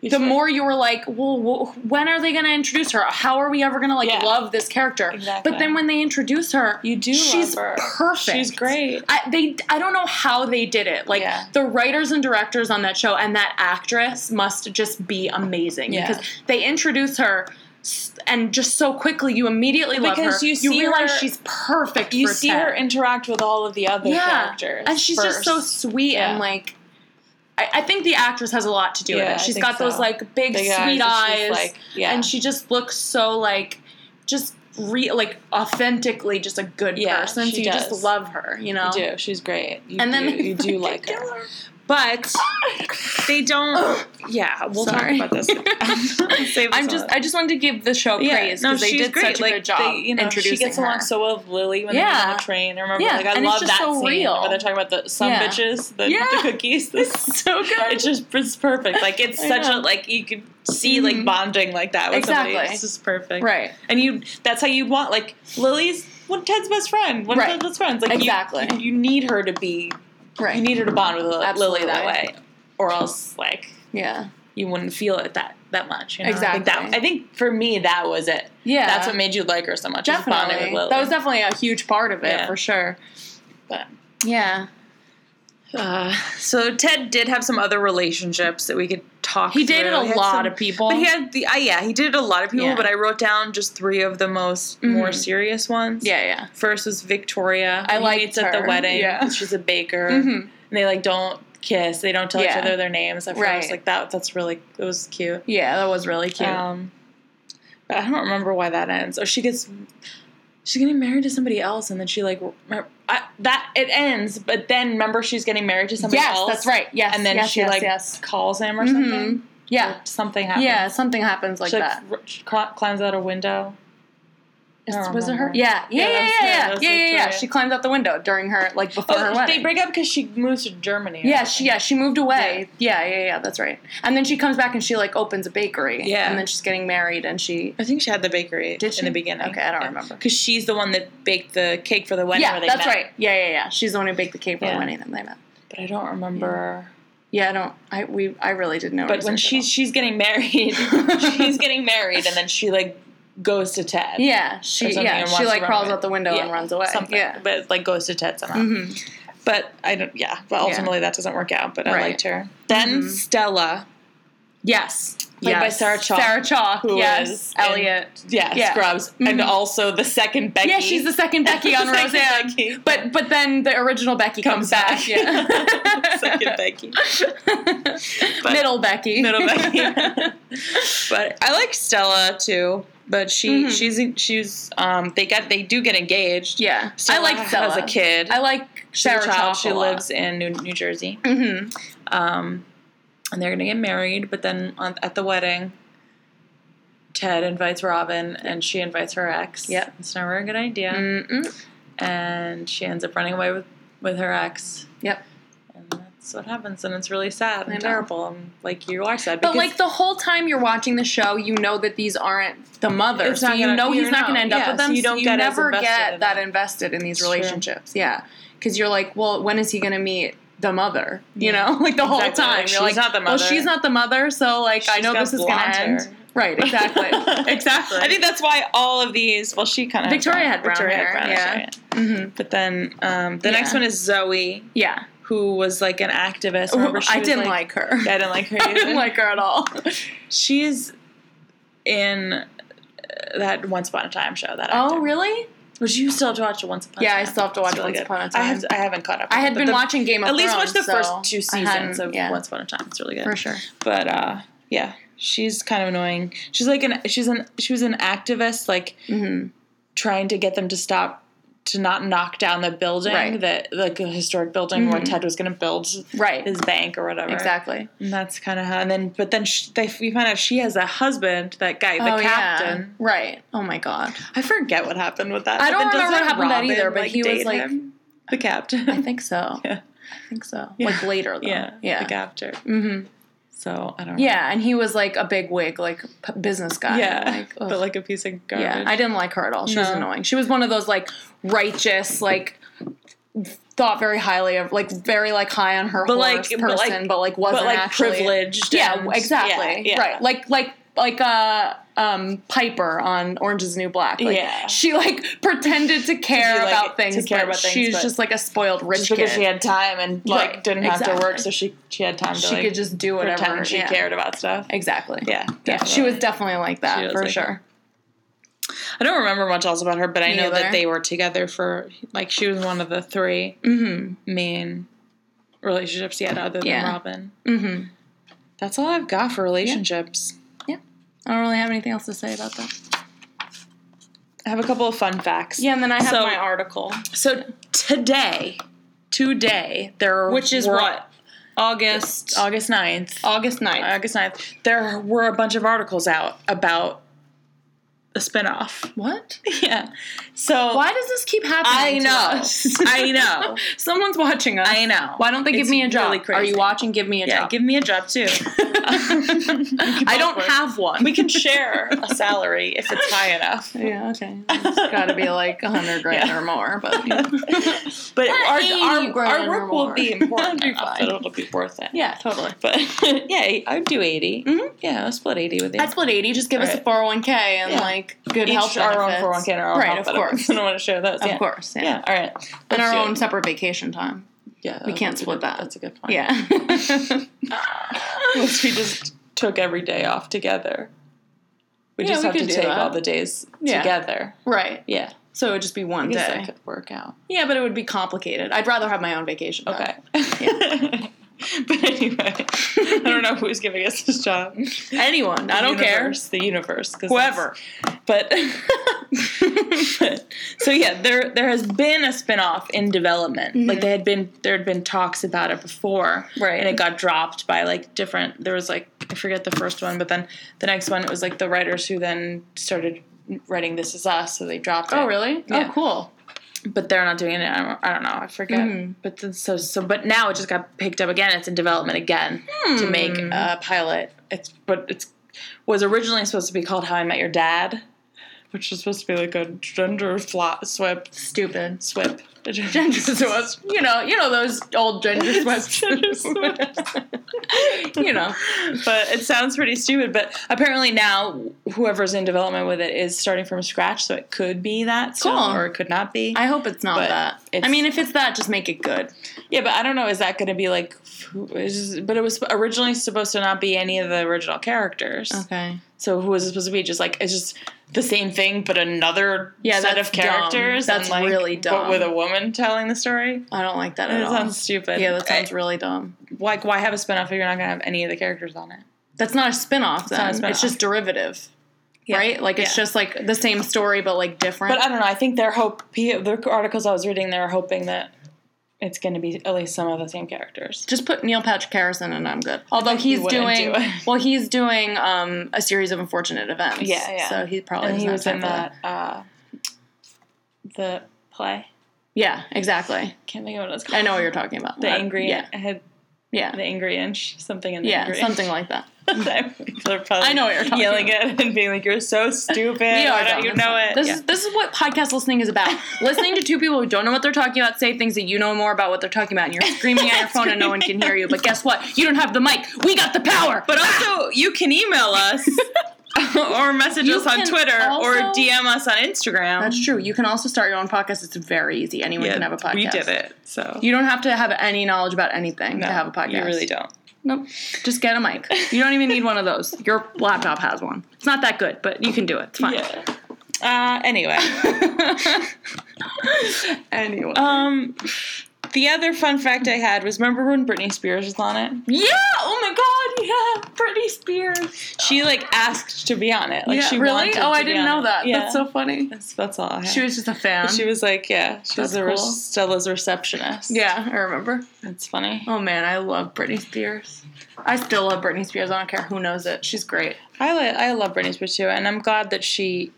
[SPEAKER 1] the more you were like, well, wh- when are they going to introduce her? How are we ever going to like
[SPEAKER 2] Yeah.
[SPEAKER 1] love this character?
[SPEAKER 2] Exactly.
[SPEAKER 1] But then when they introduce her,
[SPEAKER 2] you do.
[SPEAKER 1] she's
[SPEAKER 2] love her.
[SPEAKER 1] perfect.
[SPEAKER 2] She's great.
[SPEAKER 1] I, they I don't know how they did it. Like
[SPEAKER 2] Yeah.
[SPEAKER 1] the writers and directors on that show and that actress must just be amazing
[SPEAKER 2] Yeah.
[SPEAKER 1] because they introduce her s- and just so quickly you immediately love
[SPEAKER 2] Because
[SPEAKER 1] her.
[SPEAKER 2] you see
[SPEAKER 1] realize
[SPEAKER 2] her-
[SPEAKER 1] she's perfect.
[SPEAKER 2] You
[SPEAKER 1] for
[SPEAKER 2] see
[SPEAKER 1] Ted.
[SPEAKER 2] her interact with all of the other
[SPEAKER 1] yeah,
[SPEAKER 2] characters,
[SPEAKER 1] and she's just so
[SPEAKER 2] first.
[SPEAKER 1] sweet and
[SPEAKER 2] Yeah.
[SPEAKER 1] like. I, I think the actress has a lot to do
[SPEAKER 2] Yeah,
[SPEAKER 1] with
[SPEAKER 2] I
[SPEAKER 1] it. She's
[SPEAKER 2] think
[SPEAKER 1] got those
[SPEAKER 2] so.
[SPEAKER 1] like big,
[SPEAKER 2] Big eyes,
[SPEAKER 1] sweet
[SPEAKER 2] and she's,
[SPEAKER 1] eyes,
[SPEAKER 2] like- yeah.
[SPEAKER 1] and she just looks so like just re like authentically just a good
[SPEAKER 2] Yeah,
[SPEAKER 1] person. So
[SPEAKER 2] she
[SPEAKER 1] you
[SPEAKER 2] does.
[SPEAKER 1] just love her, you know.
[SPEAKER 2] You do. She's great. You
[SPEAKER 1] And then
[SPEAKER 2] do, you do like her.
[SPEAKER 1] kill [laughs]
[SPEAKER 2] but they don't. yeah, we'll
[SPEAKER 1] Sorry.
[SPEAKER 2] talk about this. [laughs]
[SPEAKER 1] [laughs]
[SPEAKER 2] Save
[SPEAKER 1] I'm
[SPEAKER 2] this
[SPEAKER 1] just
[SPEAKER 2] one.
[SPEAKER 1] I just wanted to give the show praise because
[SPEAKER 2] no,
[SPEAKER 1] they
[SPEAKER 2] she's
[SPEAKER 1] did
[SPEAKER 2] great.
[SPEAKER 1] such a
[SPEAKER 2] like,
[SPEAKER 1] good job
[SPEAKER 2] They, you know,
[SPEAKER 1] introducing
[SPEAKER 2] she gets
[SPEAKER 1] her.
[SPEAKER 2] along so well with Lily when they're on
[SPEAKER 1] Yeah.
[SPEAKER 2] the train. I remember,
[SPEAKER 1] Yeah,
[SPEAKER 2] like, I
[SPEAKER 1] and it's
[SPEAKER 2] love
[SPEAKER 1] just
[SPEAKER 2] that
[SPEAKER 1] so
[SPEAKER 2] scene
[SPEAKER 1] real.
[SPEAKER 2] where they're talking about the some
[SPEAKER 1] Yeah.
[SPEAKER 2] bitches, the,
[SPEAKER 1] Yeah.
[SPEAKER 2] the cookies. This,
[SPEAKER 1] [laughs]
[SPEAKER 2] [laughs]
[SPEAKER 1] it's so good.
[SPEAKER 2] it's just it's perfect. Like it's
[SPEAKER 1] I
[SPEAKER 2] such a
[SPEAKER 1] know.
[SPEAKER 2] like you could see
[SPEAKER 1] Mhm.
[SPEAKER 2] like bonding like that with somebody.
[SPEAKER 1] Exactly.
[SPEAKER 2] It's just perfect,
[SPEAKER 1] right.
[SPEAKER 2] And you that's how you want like Lily's one of Ted's best friend, one
[SPEAKER 1] Right.
[SPEAKER 2] of Ted's best friends. Like you-
[SPEAKER 1] Exactly.
[SPEAKER 2] you, you need her to be
[SPEAKER 1] Right.
[SPEAKER 2] you need her to bond with Lily
[SPEAKER 1] Absolutely.
[SPEAKER 2] that way, or else like
[SPEAKER 1] yeah.
[SPEAKER 2] you wouldn't feel it that that much. You know? I think, that,
[SPEAKER 1] Exactly.
[SPEAKER 2] I think for me that was it.
[SPEAKER 1] Yeah.
[SPEAKER 2] That's what made you like her so much. is bonding
[SPEAKER 1] definitely.
[SPEAKER 2] with Lily.
[SPEAKER 1] That was definitely a huge part of it
[SPEAKER 2] Yeah.
[SPEAKER 1] for sure.
[SPEAKER 2] But-
[SPEAKER 1] yeah.
[SPEAKER 2] Uh, so Ted did have some other relationships that we could talk.
[SPEAKER 1] He dated
[SPEAKER 2] through.
[SPEAKER 1] a
[SPEAKER 2] He had
[SPEAKER 1] lot
[SPEAKER 2] some-
[SPEAKER 1] of people.
[SPEAKER 2] But he had the uh, yeah he dated a lot of people.
[SPEAKER 1] Yeah.
[SPEAKER 2] But I wrote down just three of the most more
[SPEAKER 1] Mhm.
[SPEAKER 2] serious ones.
[SPEAKER 1] yeah, yeah.
[SPEAKER 2] First was Victoria.
[SPEAKER 1] I
[SPEAKER 2] who he
[SPEAKER 1] liked
[SPEAKER 2] meets at the
[SPEAKER 1] her.
[SPEAKER 2] wedding.
[SPEAKER 1] Yeah.
[SPEAKER 2] [laughs] She's a baker.
[SPEAKER 1] Mhm.
[SPEAKER 2] And they like don't kiss. They don't tell each
[SPEAKER 1] Yeah.
[SPEAKER 2] other their names at
[SPEAKER 1] Right.
[SPEAKER 2] first. Like that. That's really it was cute.
[SPEAKER 1] Yeah, that was really cute.
[SPEAKER 2] Um, but I don't remember why that ends. Or she gets, she's getting married to somebody else, and then she like remem- I, that it ends. But then remember, she's getting married to somebody
[SPEAKER 1] yes,
[SPEAKER 2] else.
[SPEAKER 1] that's right. Yes.
[SPEAKER 2] And then
[SPEAKER 1] yes,
[SPEAKER 2] she
[SPEAKER 1] yes,
[SPEAKER 2] like
[SPEAKER 1] yes.
[SPEAKER 2] calls him or
[SPEAKER 1] Mhm.
[SPEAKER 2] something.
[SPEAKER 1] Yeah.
[SPEAKER 2] Or something happens.
[SPEAKER 1] Yeah, something happens like
[SPEAKER 2] she,
[SPEAKER 1] that.
[SPEAKER 2] r- she cl- climbs out a window. I don't
[SPEAKER 1] Is- was it her?
[SPEAKER 2] remember.
[SPEAKER 1] Yeah, yeah,
[SPEAKER 2] Yeah, that
[SPEAKER 1] yeah,
[SPEAKER 2] was-
[SPEAKER 1] yeah,
[SPEAKER 2] yeah,
[SPEAKER 1] yeah,
[SPEAKER 2] that was
[SPEAKER 1] yeah, yeah, yeah.
[SPEAKER 2] Victoria.
[SPEAKER 1] She climbed out the window during her, like before her
[SPEAKER 2] Oh,
[SPEAKER 1] wedding.
[SPEAKER 2] they break up because she moves to Germany. or
[SPEAKER 1] Yeah, she
[SPEAKER 2] something.
[SPEAKER 1] yeah she moved away. Yeah. yeah, yeah, That's right. And then she comes back and she like opens a bakery.
[SPEAKER 2] Yeah.
[SPEAKER 1] and then she's getting married and she.
[SPEAKER 2] I think she had the bakery
[SPEAKER 1] Did
[SPEAKER 2] in
[SPEAKER 1] she?
[SPEAKER 2] the beginning.
[SPEAKER 1] Okay, I don't remember.
[SPEAKER 2] Because she's the one that baked the cake for the wedding.
[SPEAKER 1] yeah,
[SPEAKER 2] where they
[SPEAKER 1] that's
[SPEAKER 2] met.
[SPEAKER 1] right. Yeah, yeah, yeah. She's the one who baked the cake for
[SPEAKER 2] Yeah.
[SPEAKER 1] the wedding that they met.
[SPEAKER 2] But I don't remember.
[SPEAKER 1] Yeah, I don't. I we I really didn't know.
[SPEAKER 2] But when she's she's getting
[SPEAKER 1] [laughs]
[SPEAKER 2] married, she's getting married, and then she like goes to Ted.
[SPEAKER 1] yeah,
[SPEAKER 2] or
[SPEAKER 1] she
[SPEAKER 2] something
[SPEAKER 1] yeah
[SPEAKER 2] and
[SPEAKER 1] she
[SPEAKER 2] wants to
[SPEAKER 1] like
[SPEAKER 2] run
[SPEAKER 1] crawls
[SPEAKER 2] away.
[SPEAKER 1] out the window and
[SPEAKER 2] Yeah,
[SPEAKER 1] runs away.
[SPEAKER 2] Something.
[SPEAKER 1] Yeah.
[SPEAKER 2] but like goes to Ted somehow.
[SPEAKER 1] hmm
[SPEAKER 2] But I don't. Yeah. But ultimately, that doesn't work out. But I
[SPEAKER 1] Right.
[SPEAKER 2] liked her. Then
[SPEAKER 1] Mhm.
[SPEAKER 2] Stella.
[SPEAKER 1] Yes.
[SPEAKER 2] Played by
[SPEAKER 1] yes.
[SPEAKER 2] Sarah Chalk,
[SPEAKER 1] Sarah Chalk.
[SPEAKER 2] who
[SPEAKER 1] yes.
[SPEAKER 2] was in-
[SPEAKER 1] Elliot.
[SPEAKER 2] Yeah,
[SPEAKER 1] Yeah.
[SPEAKER 2] Scrubs, and
[SPEAKER 1] Mhm.
[SPEAKER 2] also the second Becky.
[SPEAKER 1] Yeah, she's the
[SPEAKER 2] [laughs]
[SPEAKER 1] second Becky on
[SPEAKER 2] Second
[SPEAKER 1] Roseanne.
[SPEAKER 2] Becky.
[SPEAKER 1] But but then the original Becky comes, back. Yeah.
[SPEAKER 2] [laughs] second Becky.
[SPEAKER 1] [laughs]
[SPEAKER 2] But-
[SPEAKER 1] middle Becky.
[SPEAKER 2] Middle Becky. but I like Stella too. But she
[SPEAKER 1] Mhm.
[SPEAKER 2] she's she's um they got they do get engaged.
[SPEAKER 1] [laughs] yeah.
[SPEAKER 2] Stella
[SPEAKER 1] I like Stella.
[SPEAKER 2] has a kid.
[SPEAKER 1] I like
[SPEAKER 2] She's a
[SPEAKER 1] Sarah
[SPEAKER 2] child.
[SPEAKER 1] Chalk.
[SPEAKER 2] She lives in New, New Jersey.
[SPEAKER 1] hmm
[SPEAKER 2] Um, and they're gonna get married, but then on, at the wedding, Ted invites Robin, and she invites her ex.
[SPEAKER 1] Yep.
[SPEAKER 2] it's never a good idea.
[SPEAKER 1] Mm-mm.
[SPEAKER 2] And she ends up running away with with her ex.
[SPEAKER 1] Yep.
[SPEAKER 2] And that's what happens, and it's really sad
[SPEAKER 1] I know.
[SPEAKER 2] and terrible, and like you are sad.
[SPEAKER 1] But
[SPEAKER 2] because-
[SPEAKER 1] like the whole time you're watching the show, you know that these aren't the mother.
[SPEAKER 2] It's
[SPEAKER 1] So
[SPEAKER 2] not
[SPEAKER 1] you
[SPEAKER 2] gonna-
[SPEAKER 1] know he's
[SPEAKER 2] you're
[SPEAKER 1] not
[SPEAKER 2] not-
[SPEAKER 1] going to end
[SPEAKER 2] yeah,
[SPEAKER 1] up with
[SPEAKER 2] so
[SPEAKER 1] them.
[SPEAKER 2] you
[SPEAKER 1] so
[SPEAKER 2] don't
[SPEAKER 1] you
[SPEAKER 2] get as
[SPEAKER 1] never
[SPEAKER 2] invested
[SPEAKER 1] get
[SPEAKER 2] in
[SPEAKER 1] that
[SPEAKER 2] it.
[SPEAKER 1] invested in these
[SPEAKER 2] It's true.
[SPEAKER 1] relationships. Yeah, because you're like, well, when is he going to meet the mother? You
[SPEAKER 2] Yeah.
[SPEAKER 1] know, [laughs] like the whole
[SPEAKER 2] Exactly.
[SPEAKER 1] time.
[SPEAKER 2] Like,
[SPEAKER 1] you're
[SPEAKER 2] she's
[SPEAKER 1] like,
[SPEAKER 2] not the
[SPEAKER 1] Well,
[SPEAKER 2] mother.
[SPEAKER 1] she's not the mother, so like I
[SPEAKER 2] She's
[SPEAKER 1] know
[SPEAKER 2] got
[SPEAKER 1] this is going
[SPEAKER 2] blonde
[SPEAKER 1] to end.
[SPEAKER 2] hair.
[SPEAKER 1] Right.
[SPEAKER 2] [laughs]
[SPEAKER 1] Exactly. exactly.
[SPEAKER 2] I think that's why all of these. Well, she kind of
[SPEAKER 1] Victoria had brown hair, yeah. hmm
[SPEAKER 2] But then um, the next
[SPEAKER 1] Yeah.
[SPEAKER 2] one is Zoe,
[SPEAKER 1] Yeah.
[SPEAKER 2] who was like an activist. Remember, she
[SPEAKER 1] I
[SPEAKER 2] was,
[SPEAKER 1] didn't like, her.
[SPEAKER 2] Yeah, I didn't like her.
[SPEAKER 1] [laughs] I didn't
[SPEAKER 2] either.
[SPEAKER 1] like her
[SPEAKER 2] [laughs]
[SPEAKER 1] at all.
[SPEAKER 2] She's in uh, that Once Upon a Time show. That
[SPEAKER 1] Oh,
[SPEAKER 2] actor.
[SPEAKER 1] really?
[SPEAKER 2] Which you still have to watch the Once Upon.
[SPEAKER 1] Yeah,
[SPEAKER 2] a
[SPEAKER 1] I
[SPEAKER 2] Time.
[SPEAKER 1] still have to
[SPEAKER 2] It's
[SPEAKER 1] watch Once
[SPEAKER 2] good.
[SPEAKER 1] Upon a
[SPEAKER 2] I have.
[SPEAKER 1] Time.
[SPEAKER 2] I haven't caught up.
[SPEAKER 1] I
[SPEAKER 2] with
[SPEAKER 1] had
[SPEAKER 2] it, but
[SPEAKER 1] been
[SPEAKER 2] the-
[SPEAKER 1] watching Game of
[SPEAKER 2] At least
[SPEAKER 1] Thrones.
[SPEAKER 2] watch the
[SPEAKER 1] so
[SPEAKER 2] first two
[SPEAKER 1] I hadn't-
[SPEAKER 2] seasons of
[SPEAKER 1] yeah,
[SPEAKER 2] Once Upon a Time. It's really good.
[SPEAKER 1] for sure.
[SPEAKER 2] but uh yeah she's kind of annoying she's like an she's an she was an activist like
[SPEAKER 1] Mhm.
[SPEAKER 2] trying to get them to stop to not knock down the building
[SPEAKER 1] Right.
[SPEAKER 2] that like a historic building where
[SPEAKER 1] Mhm.
[SPEAKER 2] ted was going to build
[SPEAKER 1] Right.
[SPEAKER 2] his bank or whatever
[SPEAKER 1] Exactly.
[SPEAKER 2] and that's kind of how and then but then she, they we find out she has a husband that guy the
[SPEAKER 1] oh,
[SPEAKER 2] captain
[SPEAKER 1] Yeah. Right. Oh my god.
[SPEAKER 2] i forget what happened with that but
[SPEAKER 1] I don't
[SPEAKER 2] then
[SPEAKER 1] remember
[SPEAKER 2] doesn't
[SPEAKER 1] what happened with that
[SPEAKER 2] Robin,
[SPEAKER 1] either, but
[SPEAKER 2] like,
[SPEAKER 1] he was,
[SPEAKER 2] date
[SPEAKER 1] like-
[SPEAKER 2] him? the captain
[SPEAKER 1] I think so.
[SPEAKER 2] [laughs] Yeah.
[SPEAKER 1] I think so.
[SPEAKER 2] Yeah.
[SPEAKER 1] Like later though.
[SPEAKER 2] yeah
[SPEAKER 1] [laughs] Yeah.
[SPEAKER 2] the captain
[SPEAKER 1] Mm-hmm.
[SPEAKER 2] So I don't.
[SPEAKER 1] Yeah, and he was like a big wig, like p- business guy.
[SPEAKER 2] Know. Yeah,
[SPEAKER 1] Like, ugh.
[SPEAKER 2] but like a piece of garbage.
[SPEAKER 1] yeah, I didn't like her at all. She was
[SPEAKER 2] No.
[SPEAKER 1] annoying. She was one of those like righteous, like thought very highly of, like very like high on her
[SPEAKER 2] But, like-
[SPEAKER 1] horse person,
[SPEAKER 2] but,
[SPEAKER 1] but
[SPEAKER 2] like-
[SPEAKER 1] like, wasn't
[SPEAKER 2] but like
[SPEAKER 1] actually
[SPEAKER 2] privileged.
[SPEAKER 1] Yeah,
[SPEAKER 2] and- yeah,
[SPEAKER 1] exactly.
[SPEAKER 2] yeah.
[SPEAKER 1] Right, like like like uh um Piper on Orange Is the New Black. Like,
[SPEAKER 2] Yeah.
[SPEAKER 1] she like pretended to care
[SPEAKER 2] She, like,
[SPEAKER 1] about
[SPEAKER 2] to
[SPEAKER 1] things,
[SPEAKER 2] care
[SPEAKER 1] but
[SPEAKER 2] about things,
[SPEAKER 1] she's
[SPEAKER 2] but-
[SPEAKER 1] just like a spoiled rich
[SPEAKER 2] Just
[SPEAKER 1] kid.
[SPEAKER 2] because she had time and like
[SPEAKER 1] Right,
[SPEAKER 2] didn't have to work,
[SPEAKER 1] exactly.
[SPEAKER 2] so she she had time to
[SPEAKER 1] She
[SPEAKER 2] like
[SPEAKER 1] could just do whatever
[SPEAKER 2] pretend she
[SPEAKER 1] yeah.
[SPEAKER 2] cared about stuff.
[SPEAKER 1] Exactly.
[SPEAKER 2] Yeah,
[SPEAKER 1] Yeah, she was definitely like
[SPEAKER 2] She
[SPEAKER 1] that
[SPEAKER 2] was
[SPEAKER 1] for
[SPEAKER 2] like-
[SPEAKER 1] sure.
[SPEAKER 2] I don't remember much else about her, but I
[SPEAKER 1] Me
[SPEAKER 2] know that
[SPEAKER 1] either.
[SPEAKER 2] they were together for like she was one of the three
[SPEAKER 1] Mm-hmm.
[SPEAKER 2] main relationships he had other than
[SPEAKER 1] Yeah.
[SPEAKER 2] Robin.
[SPEAKER 1] Mm-hmm.
[SPEAKER 2] That's all I've got for relationships.
[SPEAKER 1] I don't really have anything else to say about that.
[SPEAKER 2] I have a couple of fun facts.
[SPEAKER 1] Yeah, and then I have
[SPEAKER 2] So-
[SPEAKER 1] my article.
[SPEAKER 2] So today, today there
[SPEAKER 1] Which is
[SPEAKER 2] were-
[SPEAKER 1] what?
[SPEAKER 2] August August 9th.
[SPEAKER 1] August 9th.
[SPEAKER 2] August 9th. There were a bunch of articles out about the spinoff. [laughs]
[SPEAKER 1] what?
[SPEAKER 2] Yeah. So
[SPEAKER 1] Why does this keep happening?
[SPEAKER 2] I
[SPEAKER 1] to
[SPEAKER 2] know.
[SPEAKER 1] us? [laughs]
[SPEAKER 2] I know.
[SPEAKER 1] Someone's watching us.
[SPEAKER 2] I know.
[SPEAKER 1] Why don't they give
[SPEAKER 2] It's
[SPEAKER 1] me a job?
[SPEAKER 2] really
[SPEAKER 1] Are
[SPEAKER 2] crazy.
[SPEAKER 1] you watching? Give me a
[SPEAKER 2] Yeah,
[SPEAKER 1] job.
[SPEAKER 2] give me a job too.
[SPEAKER 1] I don't have one.
[SPEAKER 2] We can share a salary if it's high enough.
[SPEAKER 1] [laughs] yeah, okay. [laughs] It's got to be like a hundred grand
[SPEAKER 2] [laughs] Yeah.
[SPEAKER 1] or more, but you know.
[SPEAKER 2] [laughs] But our,
[SPEAKER 1] 80
[SPEAKER 2] our, our
[SPEAKER 1] grand
[SPEAKER 2] work
[SPEAKER 1] or
[SPEAKER 2] will
[SPEAKER 1] more.
[SPEAKER 2] be
[SPEAKER 1] [laughs]
[SPEAKER 2] important
[SPEAKER 1] That'd be
[SPEAKER 2] enough
[SPEAKER 1] fine.
[SPEAKER 2] that it'll be worth it. Mm-hmm.
[SPEAKER 1] yeah, totally. [laughs]
[SPEAKER 2] But yeah, I'd do 80.
[SPEAKER 1] Mhm.
[SPEAKER 2] Yeah, I'll split 80 with you.
[SPEAKER 1] I'd split eighty. Just give us a
[SPEAKER 2] Alright.
[SPEAKER 1] four hundred one k and
[SPEAKER 2] Yeah.
[SPEAKER 1] like good
[SPEAKER 2] Each
[SPEAKER 1] health
[SPEAKER 2] our own
[SPEAKER 1] benefits.
[SPEAKER 2] 401k and our own
[SPEAKER 1] right,
[SPEAKER 2] health
[SPEAKER 1] of
[SPEAKER 2] benefits.
[SPEAKER 1] [laughs] course,
[SPEAKER 2] I don't want to share those.
[SPEAKER 1] of
[SPEAKER 2] yeah.
[SPEAKER 1] course, yeah.
[SPEAKER 2] Yeah, all right.
[SPEAKER 1] And
[SPEAKER 2] Let's
[SPEAKER 1] our
[SPEAKER 2] do
[SPEAKER 1] own
[SPEAKER 2] it.
[SPEAKER 1] separate vacation time.
[SPEAKER 2] Yeah,
[SPEAKER 1] We
[SPEAKER 2] that
[SPEAKER 1] can't
[SPEAKER 2] would be
[SPEAKER 1] split
[SPEAKER 2] good.
[SPEAKER 1] that.
[SPEAKER 2] That's a good point.
[SPEAKER 1] Yeah.
[SPEAKER 2] [laughs]
[SPEAKER 1] [laughs]
[SPEAKER 2] Unless we just took every day off together. We
[SPEAKER 1] Yeah,
[SPEAKER 2] just
[SPEAKER 1] we
[SPEAKER 2] have to
[SPEAKER 1] could do
[SPEAKER 2] take
[SPEAKER 1] that.
[SPEAKER 2] all the days
[SPEAKER 1] Yeah.
[SPEAKER 2] together.
[SPEAKER 1] right.
[SPEAKER 2] Yeah.
[SPEAKER 1] So it would just be one
[SPEAKER 2] I guess
[SPEAKER 1] day.
[SPEAKER 2] that could work out.
[SPEAKER 1] Yeah, but it would be complicated. I'd rather have my own vacation. time.
[SPEAKER 2] Okay. [laughs] but anyway, I don't know who's giving us this job.
[SPEAKER 1] Anyone. I don't care.
[SPEAKER 2] care. The universe. 'cause
[SPEAKER 1] Whoever.
[SPEAKER 2] that's- But, [laughs] but- so yeah, there there has been a spinoff in development. Like they had been there had been talks about it before,
[SPEAKER 1] Right.
[SPEAKER 2] And it got dropped by like different. There was like I forget the first one, but then the next one it was like the writers who then started writing This Is Us, so they dropped it.
[SPEAKER 1] Oh, really?
[SPEAKER 2] Yeah.
[SPEAKER 1] Oh, cool.
[SPEAKER 2] But they're not doing it. I don't, I don't know. I forget.
[SPEAKER 1] Mhm.
[SPEAKER 2] But then, so so but now it just got picked up again. It's in development again to make a pilot. It's but it's was originally supposed to be called How I Met Your Dad, which is supposed to be like a gender flop swip
[SPEAKER 1] Stupid.
[SPEAKER 2] swip. A Gender, [laughs]
[SPEAKER 1] Ginger swips. You know, you know those old ginger swips.
[SPEAKER 2] Gender swip.
[SPEAKER 1] you know.
[SPEAKER 2] [laughs] but it sounds pretty stupid. But apparently now, whoever's in development with it is starting from scratch, so it could be that still,
[SPEAKER 1] Cool.
[SPEAKER 2] or it could not be.
[SPEAKER 1] I hope it's not
[SPEAKER 2] But
[SPEAKER 1] that. I
[SPEAKER 2] it's-
[SPEAKER 1] mean, if it's that, just make it good.
[SPEAKER 2] Yeah, but I don't know. Is that going to be like? who is- But it was originally supposed to not be any of the original characters.
[SPEAKER 1] Okay.
[SPEAKER 2] So who was it supposed to be? Just like it's just the same thing, but another
[SPEAKER 1] Yeah,
[SPEAKER 2] set
[SPEAKER 1] that's
[SPEAKER 2] of characters.
[SPEAKER 1] dumb. That's
[SPEAKER 2] and, like,
[SPEAKER 1] really dumb.
[SPEAKER 2] But with a woman telling the story.
[SPEAKER 1] I don't like that at
[SPEAKER 2] That
[SPEAKER 1] all.
[SPEAKER 2] sounds stupid.
[SPEAKER 1] Yeah, that sounds
[SPEAKER 2] I-
[SPEAKER 1] really dumb.
[SPEAKER 2] like why have a spinoff if you're not gonna have any of the characters on it?
[SPEAKER 1] That's not a spin-off then.
[SPEAKER 2] not a
[SPEAKER 1] It's,
[SPEAKER 2] spin-off.
[SPEAKER 1] just derivative. Right? Like it's
[SPEAKER 2] Yeah.
[SPEAKER 1] just like the same story but like different.
[SPEAKER 2] But I don't know. I think they're hope the articles I was reading, they were hoping that it's going to be at least some of the same characters.
[SPEAKER 1] just put Neil Patrick Harris in and I'm good. Although he's
[SPEAKER 2] wouldn't
[SPEAKER 1] doing
[SPEAKER 2] do it. [laughs]
[SPEAKER 1] well, he's doing um, a series of unfortunate events.
[SPEAKER 2] Yeah, yeah.
[SPEAKER 1] So he probably
[SPEAKER 2] And he
[SPEAKER 1] doesn't
[SPEAKER 2] was in
[SPEAKER 1] have time for that.
[SPEAKER 2] that uh, the play.
[SPEAKER 1] Yeah, exactly.
[SPEAKER 2] Can't think of what it was called.
[SPEAKER 1] I know what you're talking about.
[SPEAKER 2] The
[SPEAKER 1] I-
[SPEAKER 2] angry.
[SPEAKER 1] Yeah,
[SPEAKER 2] I had
[SPEAKER 1] yeah,
[SPEAKER 2] the angry inch. Something in the
[SPEAKER 1] yeah,
[SPEAKER 2] angry
[SPEAKER 1] something like
[SPEAKER 2] [laughs]
[SPEAKER 1] that.
[SPEAKER 2] Inch. They're probably
[SPEAKER 1] I know what you're talking
[SPEAKER 2] yelling
[SPEAKER 1] about.
[SPEAKER 2] at it and being like, "You're so stupid.
[SPEAKER 1] We are
[SPEAKER 2] Why
[SPEAKER 1] dumb.
[SPEAKER 2] don't you
[SPEAKER 1] That's
[SPEAKER 2] know
[SPEAKER 1] fine.
[SPEAKER 2] it?"
[SPEAKER 1] This
[SPEAKER 2] Yeah.
[SPEAKER 1] is this is what podcast listening is
[SPEAKER 2] [laughs]
[SPEAKER 1] about. Listening to two people who don't know what they're talking about say things that you know more about what they're talking about, and you're screaming at your phone and no one can hear you. But guess what? You don't have the mic. We got the power.
[SPEAKER 2] But also, you can email [laughs] us or message
[SPEAKER 1] You
[SPEAKER 2] us on
[SPEAKER 1] can
[SPEAKER 2] Twitter or
[SPEAKER 1] also-
[SPEAKER 2] DM us on Instagram.
[SPEAKER 1] that's true. You can also start your own podcast. It's very easy. Anyone
[SPEAKER 2] Yeah,
[SPEAKER 1] can have a podcast.
[SPEAKER 2] we did it. So
[SPEAKER 1] You don't have to have any knowledge about anything
[SPEAKER 2] No,
[SPEAKER 1] to have a podcast.
[SPEAKER 2] You really don't.
[SPEAKER 1] Nope. Just get a mic. You don't even need one of those. Your laptop has one. It's not that good, but you can do it. It's fine.
[SPEAKER 2] Yeah. Uh, [laughs] anyway,
[SPEAKER 1] Anyway.
[SPEAKER 2] um, the other fun fact I had was remember when Britney Spears was on it?
[SPEAKER 1] yeah. Oh my God. Yeah. Britney Spears.
[SPEAKER 2] She like asked to be on it. Like
[SPEAKER 1] yeah.
[SPEAKER 2] she
[SPEAKER 1] really?
[SPEAKER 2] wanted
[SPEAKER 1] Oh, I
[SPEAKER 2] to be
[SPEAKER 1] didn't
[SPEAKER 2] on
[SPEAKER 1] know
[SPEAKER 2] it.
[SPEAKER 1] that.
[SPEAKER 2] Yeah.
[SPEAKER 1] That's so funny.
[SPEAKER 2] That's, that's all. I had.
[SPEAKER 1] She was just a fan.
[SPEAKER 2] She was like, yeah, she was
[SPEAKER 1] That's
[SPEAKER 2] the re-
[SPEAKER 1] cool.
[SPEAKER 2] Stella's receptionist.
[SPEAKER 1] yeah, I remember.
[SPEAKER 2] that's funny.
[SPEAKER 1] Oh man, I love Britney Spears. I still love Britney Spears. I don't care who knows it. She's great.
[SPEAKER 2] I li- I love Britney Spears too, and I'm glad that she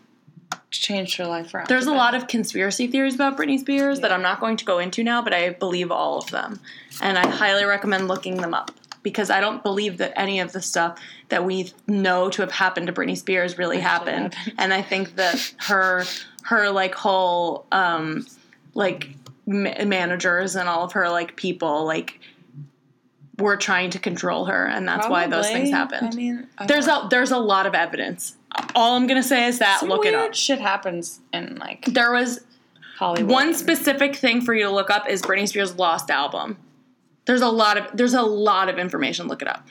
[SPEAKER 2] changed her life around.
[SPEAKER 1] There's a
[SPEAKER 2] bit.
[SPEAKER 1] lot of conspiracy theories about Britney Spears that I'm not going to go into now, but I believe all of them. And I highly recommend looking them up. because I don't believe that any of the stuff that we know to have happened to Britney Spears really happened. And I think that her her like whole um like ma- managers and all of her like people like were trying to control her and that's why those
[SPEAKER 2] Probably.
[SPEAKER 1] things happened.
[SPEAKER 2] I mean, I
[SPEAKER 1] there's
[SPEAKER 2] don't-
[SPEAKER 1] a there's a lot of evidence. All I'm going to say is that
[SPEAKER 2] some
[SPEAKER 1] look
[SPEAKER 2] weird
[SPEAKER 1] it up.
[SPEAKER 2] Shit happens in like
[SPEAKER 1] There was
[SPEAKER 2] Hollywood.
[SPEAKER 1] one specific thing for you to look up is Britney Spears' lost album. There's a lot of there's a lot of information. Look it up.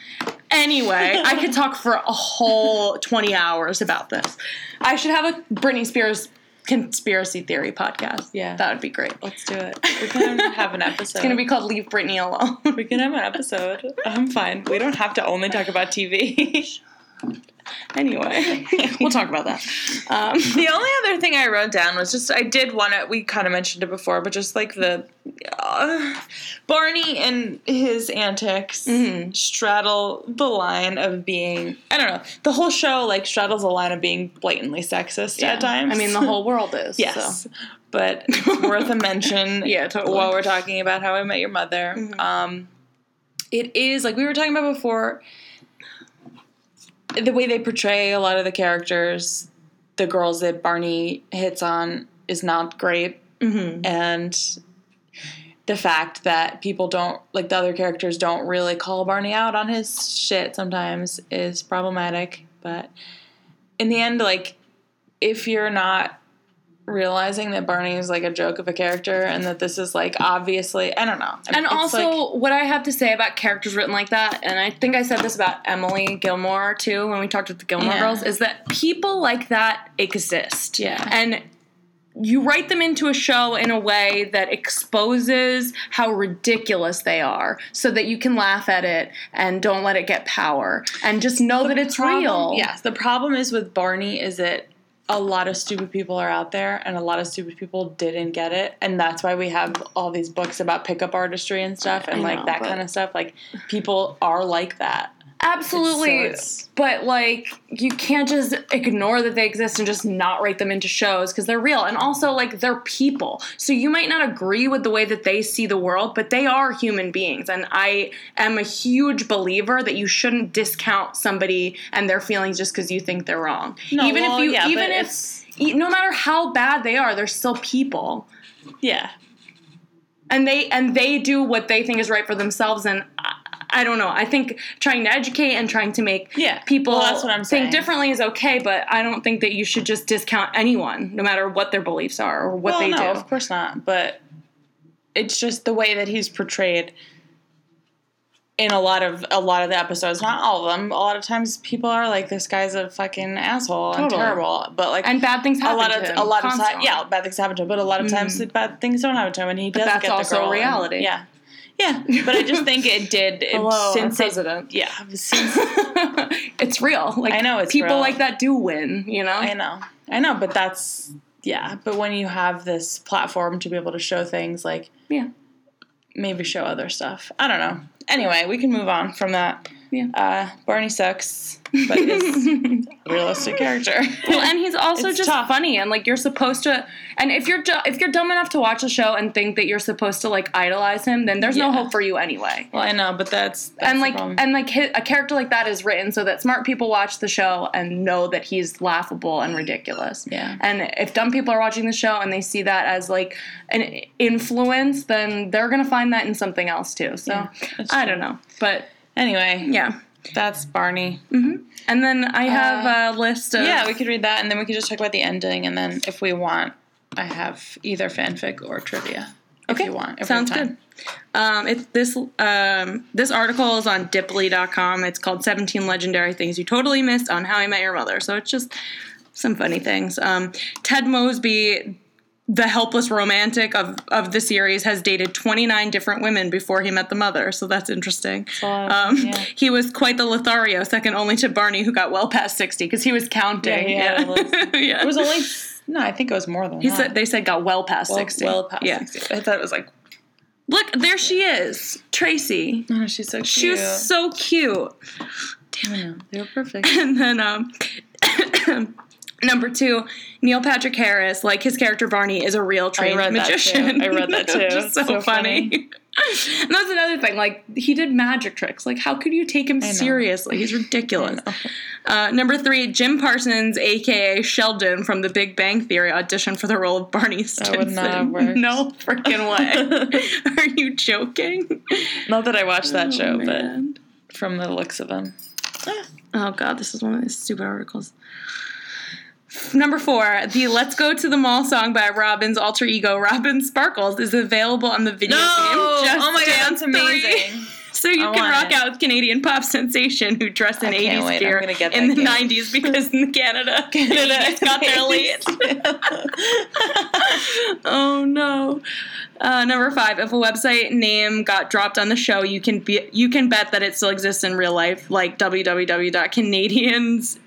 [SPEAKER 1] Anyway, I could talk for a whole 20 hours about this. I should have a Britney Spears conspiracy theory podcast.
[SPEAKER 2] Yeah.
[SPEAKER 1] that would be great. It's
[SPEAKER 2] Let's do it. We can have
[SPEAKER 1] [laughs]
[SPEAKER 2] an episode.
[SPEAKER 1] gonna be called "Leave Britney Alone." [laughs]
[SPEAKER 2] We can have an episode. I'm fine. We don't have to only talk about [laughs] TV.
[SPEAKER 1] anyway, we'll talk about that. Um,
[SPEAKER 2] [laughs] the only other thing I wrote down was just I did want to. We kind of mentioned it before, but just like the uh, Barney and his antics
[SPEAKER 1] Mm-hmm.
[SPEAKER 2] straddle the line of being. I don't know. The whole show like straddles the line of being blatantly sexist at times.
[SPEAKER 1] I mean, the whole world is.
[SPEAKER 2] Yes.
[SPEAKER 1] so.
[SPEAKER 2] But it's worth a mention
[SPEAKER 1] [laughs] Yeah, totally. Mm-hmm.
[SPEAKER 2] while we're talking about how I met your mother. Um, it is like we were talking about before the way they portray a lot of the characters, the girls that Barney hits on is not great.
[SPEAKER 1] Mm-hmm.
[SPEAKER 2] And the fact that people don't like the other characters don't really call Barney out on his shit sometimes is problematic, but in the end like if you're not realizing that Barney is like a joke of a character and that this is like obviously I don't know.
[SPEAKER 1] And
[SPEAKER 2] It's,
[SPEAKER 1] also,
[SPEAKER 2] like,
[SPEAKER 1] what I have to say about characters written like that, and I think I said this about Emily Gilmore too when we talked with the Gilmore
[SPEAKER 2] Yeah.
[SPEAKER 1] Girls, is that people like that exist.
[SPEAKER 2] Yeah.
[SPEAKER 1] And you write them into a show in a way that exposes how ridiculous they are so that you can laugh at it and don't let it get power and just know that it's real.
[SPEAKER 2] Yes. The problem is with Barney is that a lot of stupid people are out there and a lot of stupid people didn't get it. And that's why we have all these books about pickup artistry and stuff and
[SPEAKER 1] I
[SPEAKER 2] like
[SPEAKER 1] know,
[SPEAKER 2] that
[SPEAKER 1] but-
[SPEAKER 2] kind of stuff. Like people are like that.
[SPEAKER 1] Absolutely.
[SPEAKER 2] So it's-
[SPEAKER 1] but like you can't just ignore that they exist and just not write them into shows because they're real and also like they're people. So you might not agree with the way that they see the world, but they are human beings and I am a huge believer that you shouldn't discount somebody and their feelings just cuz you think they're wrong.
[SPEAKER 2] No,
[SPEAKER 1] even
[SPEAKER 2] well,
[SPEAKER 1] if you
[SPEAKER 2] yeah,
[SPEAKER 1] even
[SPEAKER 2] but
[SPEAKER 1] if
[SPEAKER 2] it's-
[SPEAKER 1] e- no matter how bad they are, they're still people
[SPEAKER 2] Yeah.
[SPEAKER 1] and they and they do what they think is right for themselves and I, I don't know i think trying to educate and trying to make
[SPEAKER 2] Yeah.
[SPEAKER 1] people
[SPEAKER 2] Well, that's what I'm
[SPEAKER 1] think
[SPEAKER 2] saying.
[SPEAKER 1] differently is okay but i don't think that you should just discount anyone no matter what their beliefs are or what
[SPEAKER 2] well,
[SPEAKER 1] they
[SPEAKER 2] no,
[SPEAKER 1] do
[SPEAKER 2] of course not. But it's just the way that he's portrayed in a lot of a lot of the episodes. Not all of them. A lot of times, people are like, "This guy's a fucking asshole and
[SPEAKER 1] Totally.
[SPEAKER 2] terrible." But like,
[SPEAKER 1] and bad things
[SPEAKER 2] a
[SPEAKER 1] happen
[SPEAKER 2] lot
[SPEAKER 1] to
[SPEAKER 2] of
[SPEAKER 1] him
[SPEAKER 2] a lot of time,
[SPEAKER 1] constantly.
[SPEAKER 2] yeah, bad things happen to him. But a lot of times, the bad things don't happen to him, and he does
[SPEAKER 1] Mm. that's
[SPEAKER 2] get the
[SPEAKER 1] also
[SPEAKER 2] girl and-
[SPEAKER 1] reality.
[SPEAKER 2] yeah, yeah. But I just think it did
[SPEAKER 1] [laughs]
[SPEAKER 2] it,
[SPEAKER 1] Hello,
[SPEAKER 2] since
[SPEAKER 1] our
[SPEAKER 2] It, yeah, since
[SPEAKER 1] [laughs] it's real like
[SPEAKER 2] I know it's
[SPEAKER 1] people
[SPEAKER 2] real.
[SPEAKER 1] like that do win you know
[SPEAKER 2] I know. I know, but that's yeah, but when you have this platform to be able to show things like
[SPEAKER 1] yeah
[SPEAKER 2] maybe show other stuff. I don't know. Anyway, we can move on from that.
[SPEAKER 1] Yeah.
[SPEAKER 2] Uh, Barney sucks, but
[SPEAKER 1] [laughs]
[SPEAKER 2] is a realistic character.
[SPEAKER 1] Well, and he's also
[SPEAKER 2] It's
[SPEAKER 1] just
[SPEAKER 2] tough.
[SPEAKER 1] funny, and like you're supposed to. And if you're du- if you're dumb enough to watch a show and think that you're supposed to like idolize him, then there's no
[SPEAKER 2] Yeah.
[SPEAKER 1] hope for you anyway.
[SPEAKER 2] well, I know, but that's, that's
[SPEAKER 1] and
[SPEAKER 2] the
[SPEAKER 1] like
[SPEAKER 2] problem.
[SPEAKER 1] and like hi a character like that is written so that smart people watch the show and know that he's laughable and ridiculous.
[SPEAKER 2] Yeah.
[SPEAKER 1] And if dumb people are watching the show and they see that as like an influence, then they're gonna find that in something else too. So
[SPEAKER 2] that's
[SPEAKER 1] I
[SPEAKER 2] true.
[SPEAKER 1] don't know, but
[SPEAKER 2] anyway,
[SPEAKER 1] yeah.
[SPEAKER 2] that's Barney.
[SPEAKER 1] And then I have a list of
[SPEAKER 2] Uh, Yeah, we could read that, and then we could just talk about the ending, and then if we want, I have either fanfic or trivia. If you want, if we have
[SPEAKER 1] Sounds
[SPEAKER 2] time.
[SPEAKER 1] good. Um, it's this um, this article is on Dipley.com. It's called 17 Legendary Things You Totally Missed on How I Met Your Mother. So it's just some funny things. Um, Ted Mosby, the helpless romantic of, of the series, has dated 29 different women before he met the mother. So that's interesting.
[SPEAKER 2] lot,
[SPEAKER 1] um,
[SPEAKER 2] yeah.
[SPEAKER 1] He was quite the Lothario, second only to Barney, who got well past 60 because he was counting.
[SPEAKER 2] Yeah, he had a
[SPEAKER 1] [laughs] Yeah.
[SPEAKER 2] It was only no, I think it was more than
[SPEAKER 1] he
[SPEAKER 2] that.
[SPEAKER 1] said, they said got well past
[SPEAKER 2] well,
[SPEAKER 1] 60.
[SPEAKER 2] well past
[SPEAKER 1] Yeah.
[SPEAKER 2] sixty. I thought it was like
[SPEAKER 1] Look, there she is, Tracy.
[SPEAKER 2] oh, she's so cute.
[SPEAKER 1] She was so cute. [laughs]
[SPEAKER 2] They were perfect.
[SPEAKER 1] And then um, [coughs] number two, Neil Patrick Harris, like his character Barney, is a real trained
[SPEAKER 2] read that, too.
[SPEAKER 1] [laughs] magician.
[SPEAKER 2] I read that, too.
[SPEAKER 1] Which is so,
[SPEAKER 2] So
[SPEAKER 1] funny. [laughs] And that's another thing. Like he did magic tricks. Like how could you take him
[SPEAKER 2] know. [laughs]
[SPEAKER 1] seriously? He's ridiculous. Uh, number three, Jim Parsons, aka Sheldon from The Big Bang Theory, auditioned for the role of Barney Stinson.
[SPEAKER 2] would not have worked.
[SPEAKER 1] [laughs] No freaking
[SPEAKER 2] [laughs]
[SPEAKER 1] way. [laughs] Are you joking?
[SPEAKER 2] Not that I watched that show,
[SPEAKER 1] Oh,
[SPEAKER 2] but
[SPEAKER 1] man.
[SPEAKER 2] from the looks of him.
[SPEAKER 1] Oh god, this is one of these stupid articles. Number four, the "Let's Go to the Mall" song by Robin's alter ego Robin Sparkles is available on the video game. Just
[SPEAKER 2] Oh
[SPEAKER 1] Dance 3. [laughs]
[SPEAKER 2] [laughs]
[SPEAKER 1] So you
[SPEAKER 2] I
[SPEAKER 1] can
[SPEAKER 2] want
[SPEAKER 1] rock
[SPEAKER 2] it.
[SPEAKER 1] out with Canadian pop sensation who dressed in
[SPEAKER 2] I can't
[SPEAKER 1] 80s
[SPEAKER 2] wait. I'm
[SPEAKER 1] gear
[SPEAKER 2] gonna get
[SPEAKER 1] in the
[SPEAKER 2] that game.
[SPEAKER 1] 90s
[SPEAKER 2] [laughs]
[SPEAKER 1] because in Canada, Canada has got their lead. [laughs] oh no. Uh, number five, if a website name got dropped on the show, you can be you can bet that it still exists in real life, like www.canadians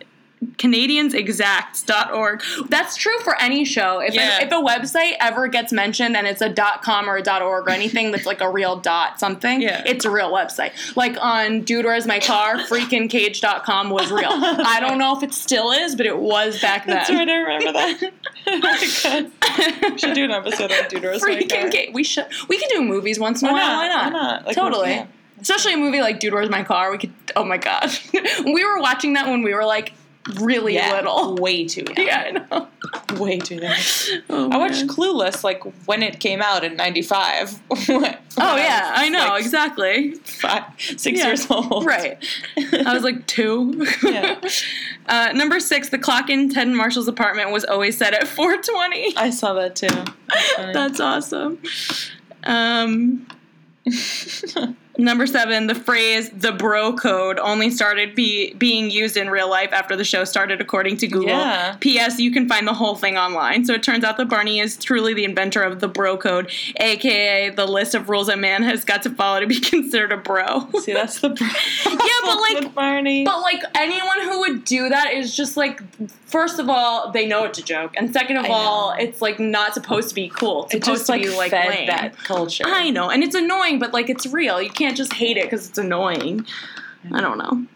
[SPEAKER 1] canadiansexacts.org that's true for any show if,
[SPEAKER 2] Yeah.
[SPEAKER 1] a, if a website ever gets mentioned and it's a com or a org or anything that's like a real dot something
[SPEAKER 2] Yeah.
[SPEAKER 1] it's a real website like on dude where's my car freakincage.com was
[SPEAKER 2] [laughs]
[SPEAKER 1] real i don't know if it still is but it was back
[SPEAKER 2] [laughs]
[SPEAKER 1] then
[SPEAKER 2] That's right, I remember that. [laughs] oh my god. We should do an episode on Dude Rose.
[SPEAKER 1] freaking ga- we should we could do movies once in a
[SPEAKER 2] Why
[SPEAKER 1] while
[SPEAKER 2] not?
[SPEAKER 1] why not,
[SPEAKER 2] Why not? Like,
[SPEAKER 1] totally
[SPEAKER 2] yeah.
[SPEAKER 1] especially a movie like dude where's my car we could oh my gosh [laughs] we were watching that when we were like really little
[SPEAKER 2] Way too young.
[SPEAKER 1] [laughs] yeah i know
[SPEAKER 2] [laughs] Way too young.
[SPEAKER 1] oh,
[SPEAKER 2] I watched Clueless like when it came out in [laughs] '95. oh
[SPEAKER 1] oh yeah i know
[SPEAKER 2] like,
[SPEAKER 1] [laughs] exactly
[SPEAKER 2] five, six
[SPEAKER 1] Yeah.
[SPEAKER 2] years old.
[SPEAKER 1] right i was like two
[SPEAKER 2] Yeah.
[SPEAKER 1] [laughs] uh, number six the clock in ted and marshall's apartment was always set at
[SPEAKER 2] [laughs]
[SPEAKER 1] 420
[SPEAKER 2] I saw that too.
[SPEAKER 1] That's awesome. Um, [laughs] number seven, the phrase "the bro code" only started be, being used in real life after the show started, according to Google.
[SPEAKER 2] Yeah.
[SPEAKER 1] P.S. You can find the whole thing online. So it turns out that Barney is truly the inventor of the bro code, aka the list of rules a man has got to follow to be [laughs] considered a bro.
[SPEAKER 2] See, that's the problem
[SPEAKER 1] [laughs] yeah, but like
[SPEAKER 2] with Barney.
[SPEAKER 1] but like anyone who would do that is just like, first of all, they know it's a joke, and second of
[SPEAKER 2] I
[SPEAKER 1] all,
[SPEAKER 2] know.
[SPEAKER 1] it's like not supposed to be cool. It's
[SPEAKER 2] it just
[SPEAKER 1] supposed to
[SPEAKER 2] like,
[SPEAKER 1] be like
[SPEAKER 2] fed
[SPEAKER 1] lame.
[SPEAKER 2] that culture.
[SPEAKER 1] I know, and it's annoying, but like it's real. You can't just hate it because it's annoying. I don't know.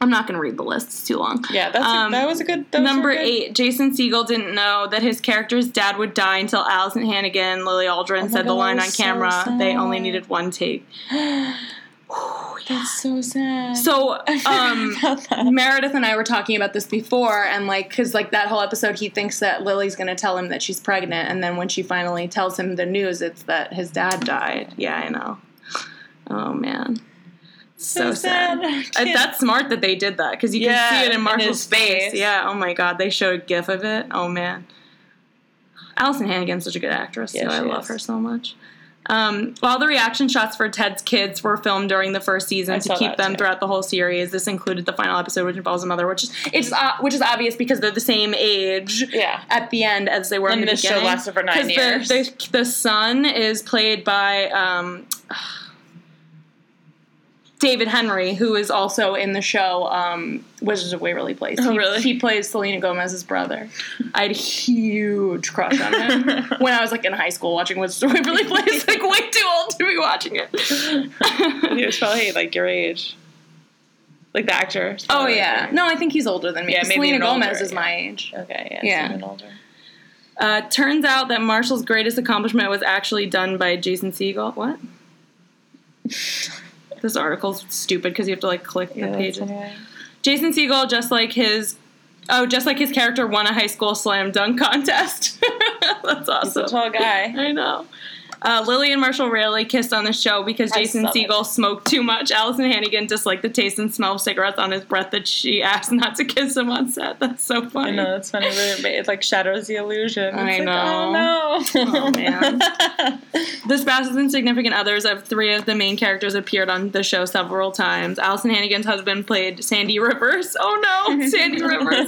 [SPEAKER 1] I'm not gonna read the list; it's too long.
[SPEAKER 2] yeah, that's
[SPEAKER 1] Um,
[SPEAKER 2] a, that was a good that was
[SPEAKER 1] Number
[SPEAKER 2] a good-
[SPEAKER 1] eight, Jason Siegel didn't know that his character's dad would die until Allison Hannigan, Lily
[SPEAKER 2] Oh
[SPEAKER 1] Aldrin
[SPEAKER 2] my
[SPEAKER 1] said the
[SPEAKER 2] God,
[SPEAKER 1] line
[SPEAKER 2] that
[SPEAKER 1] on
[SPEAKER 2] was so
[SPEAKER 1] camera. They only
[SPEAKER 2] sad.
[SPEAKER 1] needed one take.
[SPEAKER 2] That's so sad. [laughs]
[SPEAKER 1] So, um,
[SPEAKER 2] About
[SPEAKER 1] [laughs]
[SPEAKER 2] that.
[SPEAKER 1] Meredith and I were talking about this before, and like, because like that whole episode, he thinks that Lily's gonna tell him that she's pregnant, and then when she finally tells him the news, it's that his dad died. Yeah, I know. Oh man, so, sad. Uh, I-
[SPEAKER 2] Kid.
[SPEAKER 1] that's smart that they did that because you
[SPEAKER 2] Yeah,
[SPEAKER 1] can see it in
[SPEAKER 2] in
[SPEAKER 1] Marshall's
[SPEAKER 2] his
[SPEAKER 1] face.
[SPEAKER 2] face.
[SPEAKER 1] Yeah. Oh my God, they showed a gif of it. Oh man, Allison Hannigan's such a good actress.
[SPEAKER 2] Yeah,
[SPEAKER 1] so I
[SPEAKER 2] she
[SPEAKER 1] love
[SPEAKER 2] is.
[SPEAKER 1] her so much. Um, while the reaction shots for Ted's kids were filmed during the first season
[SPEAKER 2] I
[SPEAKER 1] to
[SPEAKER 2] saw
[SPEAKER 1] keep
[SPEAKER 2] that,
[SPEAKER 1] them
[SPEAKER 2] too.
[SPEAKER 1] throughout the whole series, this included the final episode, which involves a mother, which is it's uh, which is obvious because they're the same age
[SPEAKER 2] yeah.
[SPEAKER 1] at the end as they were in
[SPEAKER 2] And
[SPEAKER 1] the
[SPEAKER 2] this show
[SPEAKER 1] beginning.
[SPEAKER 2] lasted for nine
[SPEAKER 1] 'Cause the-
[SPEAKER 2] years.
[SPEAKER 1] The, the, son is played by um, David Henry, who is also in the show um, Wizards of Waverly Place.
[SPEAKER 2] Oh,
[SPEAKER 1] He-
[SPEAKER 2] really?
[SPEAKER 1] He plays Selena Gomez's brother. I had a huge crush on him
[SPEAKER 2] [laughs]
[SPEAKER 1] when I was like in high school watching Wizards of Waverly Place. Like way too old to be watching
[SPEAKER 2] He
[SPEAKER 1] it. [laughs]
[SPEAKER 2] was probably like your age, like the actor.
[SPEAKER 1] oh yeah, no, I think he's older than me.
[SPEAKER 2] Yeah, maybe
[SPEAKER 1] Selena
[SPEAKER 2] even older,
[SPEAKER 1] Gomez is
[SPEAKER 2] yeah.
[SPEAKER 1] my age.
[SPEAKER 2] Okay. Yeah.
[SPEAKER 1] Yeah.
[SPEAKER 2] Even older.
[SPEAKER 1] Uh, turns out that Marshall's greatest accomplishment was actually done by Jason Siegel.
[SPEAKER 2] [laughs]
[SPEAKER 1] What? this article's stupid because you have to like click the
[SPEAKER 2] Yeah, that's
[SPEAKER 1] pages.
[SPEAKER 2] anyway.
[SPEAKER 1] Jason Siegel, just like his, oh, just like his character, won a high school slam dunk contest. [laughs] that's awesome.
[SPEAKER 2] He's a tall guy.
[SPEAKER 1] [laughs] I know. Uh, Lily and Marshall rarely kissed on the show because
[SPEAKER 2] I
[SPEAKER 1] Jason
[SPEAKER 2] saw
[SPEAKER 1] Siegel smoked too much. Allison Hannigan disliked the taste and smell of cigarettes on his breath that she asked not to kiss him on set. That's so
[SPEAKER 2] I
[SPEAKER 1] funny.
[SPEAKER 2] know that's funny, but it like shatters the illusion.
[SPEAKER 1] I
[SPEAKER 2] It's
[SPEAKER 1] know.
[SPEAKER 2] Like, oh no.
[SPEAKER 1] Oh,
[SPEAKER 2] [laughs]
[SPEAKER 1] man. The spouses and significant others of three of the main characters appeared on the show several times. Allison Hannigan's husband played Sandy Rivers. [laughs] Oh no,
[SPEAKER 2] [laughs]
[SPEAKER 1] Sandy Rivers.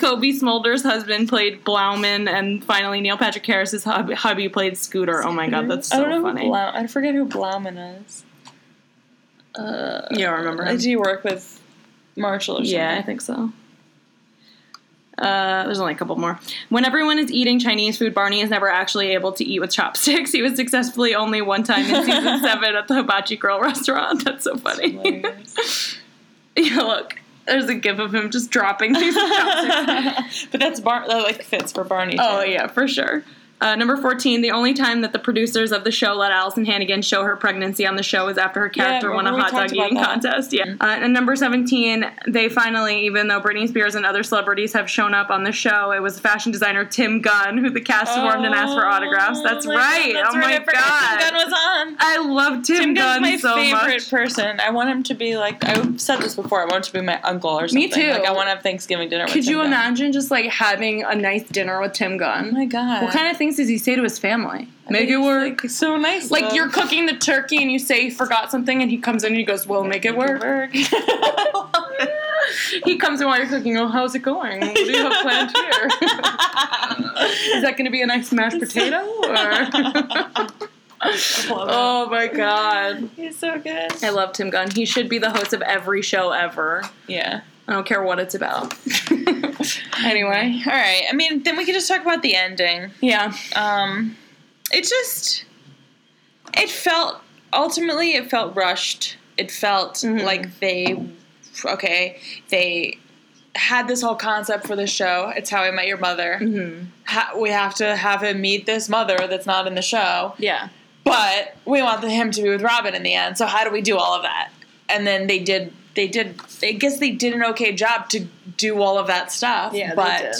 [SPEAKER 1] Kobe Smulders' husband played Blauman, and finally Neil Patrick Harris's hub- hubby played Scooter. Oh my god, that's so
[SPEAKER 2] I don't know
[SPEAKER 1] funny.
[SPEAKER 2] Who Blau- I forget who Blauman is. Uh,
[SPEAKER 1] you don't remember him?
[SPEAKER 2] do you work with Marshall or something?
[SPEAKER 1] Um, Yeah, I think so. Uh, there's only a couple more. When everyone is eating Chinese food, Barney is never actually able to eat with chopsticks. [laughs] He was successfully only one time in
[SPEAKER 2] [laughs]
[SPEAKER 1] season seven at the Hibachi Grill restaurant. [laughs] That's so funny. [laughs]
[SPEAKER 2] Hilarious.
[SPEAKER 4] [laughs]
[SPEAKER 1] Yeah, look. There's a gif of him
[SPEAKER 2] [laughs]
[SPEAKER 1] just dropping things.
[SPEAKER 2] but that's Bar- that like fits for Barney.
[SPEAKER 1] oh
[SPEAKER 2] too.
[SPEAKER 1] yeah, for sure.
[SPEAKER 4] Uh, number 14, the only time that the producers of the show let Allison Hannigan show her pregnancy on the show was after her character won a
[SPEAKER 2] remember we
[SPEAKER 4] hot dog
[SPEAKER 2] talked about
[SPEAKER 4] eating
[SPEAKER 2] that. Mm-hmm.
[SPEAKER 4] contest. Yeah. Uh, and number 17, they finally, even though Britney Spears and other celebrities have shown up on the show, it was fashion designer Tim Gunn who the cast formed and asked for autographs. That's
[SPEAKER 2] Oh my
[SPEAKER 4] right.
[SPEAKER 2] God, that's
[SPEAKER 4] oh
[SPEAKER 2] right.
[SPEAKER 4] my
[SPEAKER 2] I forgot Tim
[SPEAKER 4] God.
[SPEAKER 2] Gunn was on.
[SPEAKER 4] I love Tim,
[SPEAKER 2] Tim Gunn's
[SPEAKER 4] Gunn
[SPEAKER 2] my
[SPEAKER 4] so
[SPEAKER 2] favorite
[SPEAKER 4] much.
[SPEAKER 2] person. I want him to be like I've said this before. I want him to be my uncle or something.
[SPEAKER 1] Me too.
[SPEAKER 2] Like I want to have Thanksgiving dinner. with
[SPEAKER 1] Could
[SPEAKER 2] Tim
[SPEAKER 1] you
[SPEAKER 2] Gunn.
[SPEAKER 1] imagine just like having a nice dinner with Tim
[SPEAKER 2] Oh
[SPEAKER 1] Gunn?
[SPEAKER 2] my god!
[SPEAKER 1] What kind of things does he say to his family? Make it
[SPEAKER 2] He's,
[SPEAKER 1] work.
[SPEAKER 2] like, so nice.
[SPEAKER 1] Like
[SPEAKER 2] though.
[SPEAKER 1] you're cooking the turkey and you say you forgot something and he comes in and he goes, "Well, make it work."
[SPEAKER 2] [laughs]
[SPEAKER 1] [laughs] he comes in while you're cooking. Oh, how's it going? What do you
[SPEAKER 2] [laughs]
[SPEAKER 1] have planned here? [laughs] Is that going to be a nice mashed potato?
[SPEAKER 2] [laughs]
[SPEAKER 1] Or? oh my god,
[SPEAKER 2] He's so good.
[SPEAKER 4] I love Tim Gunn. He should be the host of every show ever.
[SPEAKER 2] Yeah.
[SPEAKER 4] I don't care what it's
[SPEAKER 2] [laughs]
[SPEAKER 4] about.
[SPEAKER 1] Anyway,
[SPEAKER 2] All right. I mean, then we could just talk about the ending.
[SPEAKER 1] yeah, Uh,
[SPEAKER 2] Um, it just, it felt ultimately it felt rushed. It felt
[SPEAKER 1] Mm-hmm.
[SPEAKER 2] like they, okay, they had this whole concept for the show. It's how I met your mother.
[SPEAKER 1] Mm-hmm.
[SPEAKER 2] Ha- we have to have him meet this mother that's not in the show.
[SPEAKER 1] yeah.
[SPEAKER 2] but we want him to be with Robin in the end. So how do we do all of that? And then they did. They did. I guess they did an okay job to do all of that stuff.
[SPEAKER 1] Yeah, they
[SPEAKER 2] but
[SPEAKER 1] did.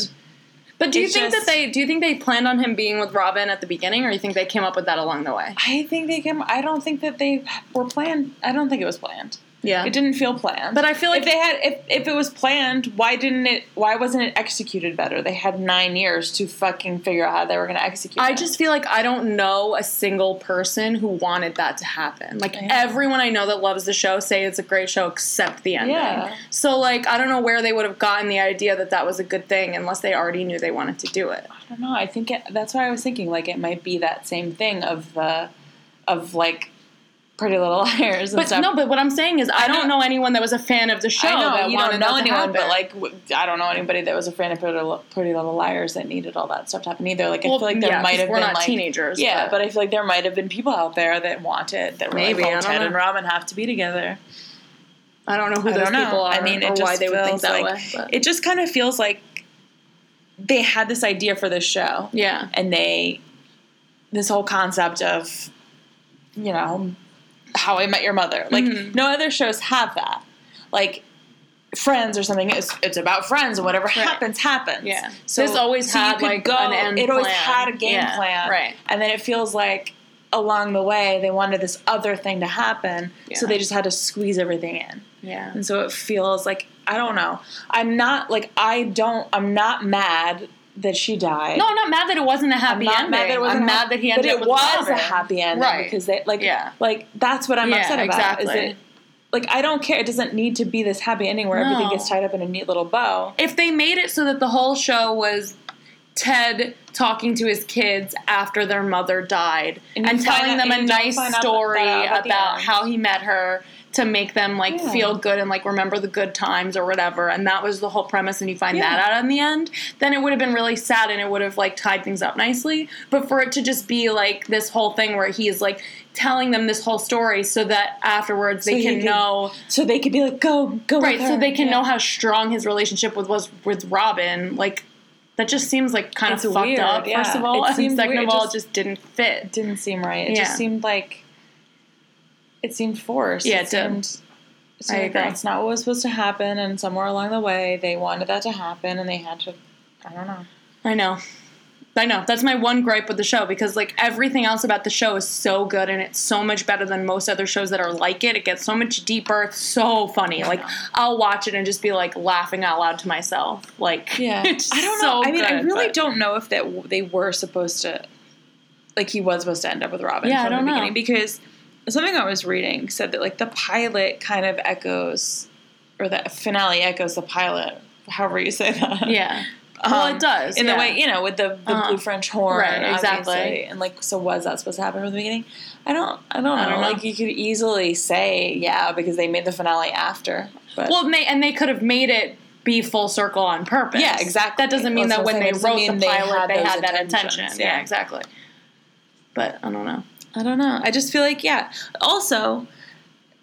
[SPEAKER 1] But do you
[SPEAKER 2] It's
[SPEAKER 1] think
[SPEAKER 2] just-
[SPEAKER 1] that they do you think they planned on him being with Robin at the beginning, or you think they came up with that along the way?
[SPEAKER 2] I think they came. I don't think that they were planned. I don't think it was planned.
[SPEAKER 1] Yeah,
[SPEAKER 2] It didn't feel planned.
[SPEAKER 1] But I feel like-
[SPEAKER 2] if they had, if, if it was planned, why didn't it? Why wasn't it executed better? They had nine years to fucking figure out how they were going to execute.
[SPEAKER 1] I
[SPEAKER 2] it.
[SPEAKER 1] just feel like I don't know a single person who wanted that to happen. Like everyone I know that loves the show say it's a great show except the ending.
[SPEAKER 2] Yeah.
[SPEAKER 1] So like I don't know where they would have gotten the idea that that was a good thing unless they already knew they wanted to do it.
[SPEAKER 2] I don't know. I think it, that's why I was thinking like it might be that same thing of the, of like, Pretty Little Liars. And
[SPEAKER 1] But
[SPEAKER 2] stuff.
[SPEAKER 1] no, but what I'm saying is I don't
[SPEAKER 2] know.
[SPEAKER 1] know anyone that was a fan of the show.
[SPEAKER 2] I know
[SPEAKER 1] that
[SPEAKER 2] you
[SPEAKER 1] wanted
[SPEAKER 2] don't
[SPEAKER 1] that
[SPEAKER 2] know
[SPEAKER 1] to
[SPEAKER 2] anyone, but
[SPEAKER 1] happen.
[SPEAKER 2] like w- I don't know anybody that was a fan of Pretty Little, Pretty Little Liars that needed all that stuff to happen either. Like I
[SPEAKER 1] Well,
[SPEAKER 2] feel like there
[SPEAKER 1] yeah,
[SPEAKER 2] might
[SPEAKER 1] 'cause
[SPEAKER 2] have
[SPEAKER 1] we're
[SPEAKER 2] been
[SPEAKER 1] not
[SPEAKER 2] like
[SPEAKER 1] teenagers,
[SPEAKER 2] yeah,
[SPEAKER 1] but-
[SPEAKER 2] but I feel like there might have been people out there that wanted that were
[SPEAKER 1] Maybe,
[SPEAKER 2] like,
[SPEAKER 1] I
[SPEAKER 2] oh,
[SPEAKER 1] don't
[SPEAKER 2] Ted
[SPEAKER 1] know.
[SPEAKER 2] and Robin have to be together.
[SPEAKER 1] I don't know who
[SPEAKER 2] I
[SPEAKER 1] those
[SPEAKER 2] don't know.
[SPEAKER 1] people are
[SPEAKER 2] I mean, it
[SPEAKER 1] or
[SPEAKER 2] just
[SPEAKER 1] why they would think
[SPEAKER 2] feels
[SPEAKER 1] that
[SPEAKER 2] like
[SPEAKER 1] way. but-
[SPEAKER 2] it just kind of feels like they had this idea for this show,
[SPEAKER 1] yeah.
[SPEAKER 2] and they this whole concept of you know how I met your mother. Like
[SPEAKER 1] Mm-hmm.
[SPEAKER 2] no other shows have that. Like Friends or something. It's, it's about friends, and whatever happens, happens.
[SPEAKER 1] Yeah.
[SPEAKER 2] So
[SPEAKER 1] This always
[SPEAKER 2] so you
[SPEAKER 1] had,
[SPEAKER 2] could
[SPEAKER 1] like,
[SPEAKER 2] go-
[SPEAKER 1] an end
[SPEAKER 2] It always
[SPEAKER 1] plan.
[SPEAKER 2] had a game
[SPEAKER 1] Yeah,
[SPEAKER 2] plan,
[SPEAKER 1] right.
[SPEAKER 2] And then it feels like along the way they wanted this other thing to happen, so
[SPEAKER 1] Yeah.
[SPEAKER 2] they just had to squeeze everything in.
[SPEAKER 1] Yeah.
[SPEAKER 2] And so it feels like I don't know. I'm not like I don't. I'm not mad that she died.
[SPEAKER 1] No, I'm not mad that it wasn't a happy
[SPEAKER 2] I'm not
[SPEAKER 1] ending.
[SPEAKER 2] mad that it was
[SPEAKER 1] I'm
[SPEAKER 2] a
[SPEAKER 1] mad
[SPEAKER 2] hap-
[SPEAKER 1] that he
[SPEAKER 2] but
[SPEAKER 1] ended
[SPEAKER 2] it
[SPEAKER 1] up with
[SPEAKER 2] was
[SPEAKER 1] Robin.
[SPEAKER 2] a happy ending
[SPEAKER 1] Right.
[SPEAKER 2] because they like
[SPEAKER 1] Yeah.
[SPEAKER 2] like that's what I'm
[SPEAKER 1] Yeah,
[SPEAKER 2] upset about
[SPEAKER 1] exactly.
[SPEAKER 2] is it like I don't care it doesn't need to be this happy ending where everything
[SPEAKER 1] No.
[SPEAKER 2] gets tied up in a neat little bow
[SPEAKER 1] if they made it so that the whole show was Ted talking to his kids after their mother died
[SPEAKER 2] And
[SPEAKER 1] and,
[SPEAKER 2] you find
[SPEAKER 1] telling
[SPEAKER 2] out-
[SPEAKER 1] them
[SPEAKER 2] and
[SPEAKER 1] a
[SPEAKER 2] you don't
[SPEAKER 1] nice
[SPEAKER 2] find out
[SPEAKER 1] story
[SPEAKER 2] that about
[SPEAKER 1] about,
[SPEAKER 2] the end.
[SPEAKER 1] how he met her to make them like
[SPEAKER 2] Yeah.
[SPEAKER 1] feel good and like remember the good times or whatever and that was the whole premise and you find that out in the end then it would have been really sad and it would have like tied things up nicely but for it to just be like this whole thing where he's like telling them this whole story so that afterwards they
[SPEAKER 2] he
[SPEAKER 1] can
[SPEAKER 2] can-
[SPEAKER 1] know
[SPEAKER 2] so they could be like go go with
[SPEAKER 1] right so
[SPEAKER 2] her.
[SPEAKER 1] they can
[SPEAKER 2] Yeah.
[SPEAKER 1] know how strong his relationship with was with robin like that just seems like kind
[SPEAKER 2] It's
[SPEAKER 1] of fucked
[SPEAKER 2] weird,
[SPEAKER 1] up
[SPEAKER 2] yeah.
[SPEAKER 1] first of all
[SPEAKER 2] It
[SPEAKER 1] [laughs] and
[SPEAKER 2] seemed
[SPEAKER 1] second
[SPEAKER 2] weird.
[SPEAKER 1] of all
[SPEAKER 2] It
[SPEAKER 1] it
[SPEAKER 2] just-
[SPEAKER 1] just didn't fit
[SPEAKER 2] didn't seem right. It
[SPEAKER 1] Yeah.
[SPEAKER 2] just seemed like it seemed forced.
[SPEAKER 1] Yeah,
[SPEAKER 2] it,
[SPEAKER 1] it did.
[SPEAKER 2] seemed. It seemed
[SPEAKER 1] I
[SPEAKER 2] like
[SPEAKER 1] agree.
[SPEAKER 2] That's not what was supposed to happen, and somewhere along the way, they wanted that to happen, and they had to. I don't know.
[SPEAKER 1] i know i know that's my one gripe with the show because like everything else about the show is so good and it's so much better than most other shows that are like it it gets so much deeper it's so funny like i'll watch it and just be like laughing out loud to myself like
[SPEAKER 2] Yeah,
[SPEAKER 1] it's
[SPEAKER 2] I don't
[SPEAKER 1] so
[SPEAKER 2] know. I mean, I
[SPEAKER 1] good,
[SPEAKER 2] really
[SPEAKER 1] but-
[SPEAKER 2] don't know if that w- they were supposed to, like, he was supposed to end up with Robin
[SPEAKER 1] Yeah, I
[SPEAKER 2] from
[SPEAKER 1] don't
[SPEAKER 2] the
[SPEAKER 1] know.
[SPEAKER 2] beginning because something I was reading said that like the pilot kind of echoes, or the finale echoes the pilot. However you say that.
[SPEAKER 1] [laughs] yeah well
[SPEAKER 2] Um,
[SPEAKER 1] it does
[SPEAKER 2] in
[SPEAKER 1] yeah.
[SPEAKER 2] the way you know with the, the
[SPEAKER 1] Uh-huh.
[SPEAKER 2] blue French horn,
[SPEAKER 1] Right, exactly.
[SPEAKER 2] obviously. And like, so was that supposed to happen from the beginning? I don't, I don't know.
[SPEAKER 1] don't know.
[SPEAKER 2] Like, you could easily say yeah because they made the finale after. But
[SPEAKER 1] Well, and they, and they could have made it be full circle on purpose.
[SPEAKER 2] Yeah, exactly.
[SPEAKER 1] That doesn't mean
[SPEAKER 2] That's
[SPEAKER 1] that
[SPEAKER 2] what
[SPEAKER 1] when
[SPEAKER 2] I'm saying.
[SPEAKER 1] they
[SPEAKER 2] It doesn't mean
[SPEAKER 1] wrote the
[SPEAKER 2] they had
[SPEAKER 1] pilot, they
[SPEAKER 2] those
[SPEAKER 1] had that
[SPEAKER 2] intentions.
[SPEAKER 1] intention.
[SPEAKER 2] Yeah.
[SPEAKER 1] Yeah. exactly. But I don't know.
[SPEAKER 2] I don't know. I just feel like yeah. Also,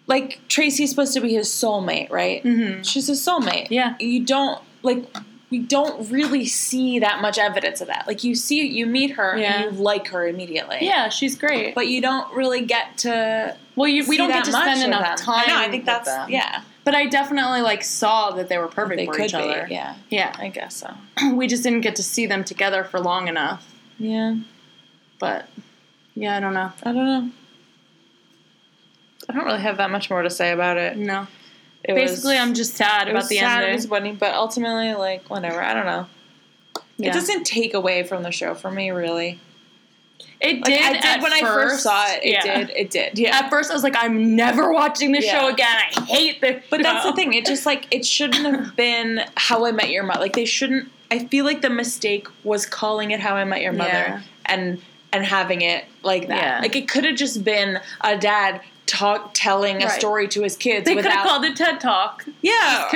[SPEAKER 2] like Tracy's supposed to be his soulmate, right? Mm-hmm. She's his soulmate.
[SPEAKER 1] Yeah.
[SPEAKER 2] you don't like we don't really see that much evidence of that. Like you see, you meet her
[SPEAKER 1] Yeah.
[SPEAKER 2] and you like her immediately.
[SPEAKER 1] Yeah, she's great.
[SPEAKER 2] But you don't really get to.
[SPEAKER 1] well, you, we
[SPEAKER 2] see
[SPEAKER 1] don't
[SPEAKER 2] that
[SPEAKER 1] get to
[SPEAKER 2] much
[SPEAKER 1] spend
[SPEAKER 2] of them.
[SPEAKER 1] enough time.
[SPEAKER 2] I know. I think
[SPEAKER 1] with
[SPEAKER 2] that's
[SPEAKER 1] them.
[SPEAKER 2] yeah.
[SPEAKER 1] But I definitely like saw that they were perfect
[SPEAKER 2] They
[SPEAKER 1] for
[SPEAKER 2] could
[SPEAKER 1] each
[SPEAKER 2] be.
[SPEAKER 1] other.
[SPEAKER 2] Yeah.
[SPEAKER 1] Yeah. [clears throat]
[SPEAKER 2] I guess so.
[SPEAKER 1] we just didn't get to see them together for long enough.
[SPEAKER 2] Yeah.
[SPEAKER 1] But yeah, I don't know.
[SPEAKER 2] I don't know. I don't really have that much more to say about it.
[SPEAKER 1] No,
[SPEAKER 2] It
[SPEAKER 1] basically,
[SPEAKER 2] was,
[SPEAKER 1] I'm just sad
[SPEAKER 2] it
[SPEAKER 1] about
[SPEAKER 2] was
[SPEAKER 1] the
[SPEAKER 2] sad it
[SPEAKER 1] ending.
[SPEAKER 2] was wedding, but ultimately, like whatever. I don't know.
[SPEAKER 1] Yeah.
[SPEAKER 2] It doesn't take away from the show for me, really.
[SPEAKER 1] It
[SPEAKER 2] Like,
[SPEAKER 1] did.
[SPEAKER 2] I did
[SPEAKER 1] at
[SPEAKER 2] when I first saw it. It
[SPEAKER 1] yeah.
[SPEAKER 2] did. It did. Yeah.
[SPEAKER 1] At first, I was like, I'm never watching this
[SPEAKER 2] Yeah.
[SPEAKER 1] show again. I hate this.
[SPEAKER 2] But that's
[SPEAKER 1] show.
[SPEAKER 2] the thing. It just like it shouldn't
[SPEAKER 1] [laughs]
[SPEAKER 2] have been How I Met Your Mother. Like they shouldn't. I feel like the mistake was calling it How I Met Your Mother
[SPEAKER 1] Yeah.
[SPEAKER 2] and and having it like that.
[SPEAKER 1] Yeah.
[SPEAKER 2] Like it could have just been a dad talk telling a
[SPEAKER 1] Right.
[SPEAKER 2] story to his kids
[SPEAKER 1] They could
[SPEAKER 2] without.
[SPEAKER 1] have called it TED Talk.
[SPEAKER 2] yeah.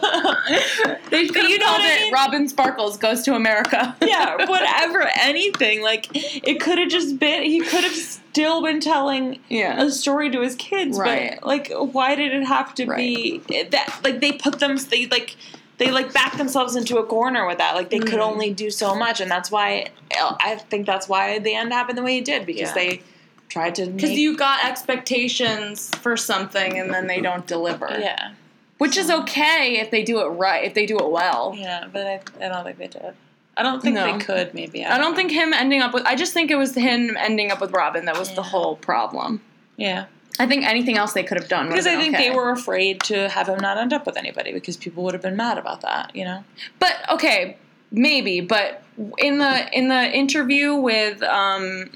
[SPEAKER 1] They could have
[SPEAKER 2] know what
[SPEAKER 1] called
[SPEAKER 2] I
[SPEAKER 1] it
[SPEAKER 2] mean?
[SPEAKER 1] Robin Sparkles Goes to America.
[SPEAKER 2] yeah, whatever, anything. Like it could have just been. He could have still been telling
[SPEAKER 1] [laughs] Yeah.
[SPEAKER 2] a story to his kids,
[SPEAKER 1] Right.
[SPEAKER 2] but like, why did it have to be that? Like they put them. They like. They like back themselves into a corner with that. Like they
[SPEAKER 1] Mm.
[SPEAKER 2] could only do so much, and that's why I think that's why the end happened the way it did because
[SPEAKER 1] Yeah.
[SPEAKER 2] they tried to.
[SPEAKER 4] Because
[SPEAKER 2] make-
[SPEAKER 4] you got expectations for something and then they don't.
[SPEAKER 1] Don't deliver.
[SPEAKER 2] yeah,
[SPEAKER 1] Which is okay if they do it right, if they do it well.
[SPEAKER 2] yeah, but I, I don't think they did. I don't think
[SPEAKER 1] No.
[SPEAKER 2] they could. Maybe
[SPEAKER 1] I don't think him ending up with. I just think it was him ending up with Robin that was the whole problem.
[SPEAKER 2] Yeah,
[SPEAKER 1] I think anything else they could have done. would
[SPEAKER 2] because
[SPEAKER 1] have
[SPEAKER 2] I
[SPEAKER 1] been
[SPEAKER 2] think
[SPEAKER 1] okay.
[SPEAKER 2] they were afraid to have him not end up with anybody because people would have been mad about that. You know.
[SPEAKER 1] But okay, maybe. But in the in the interview with um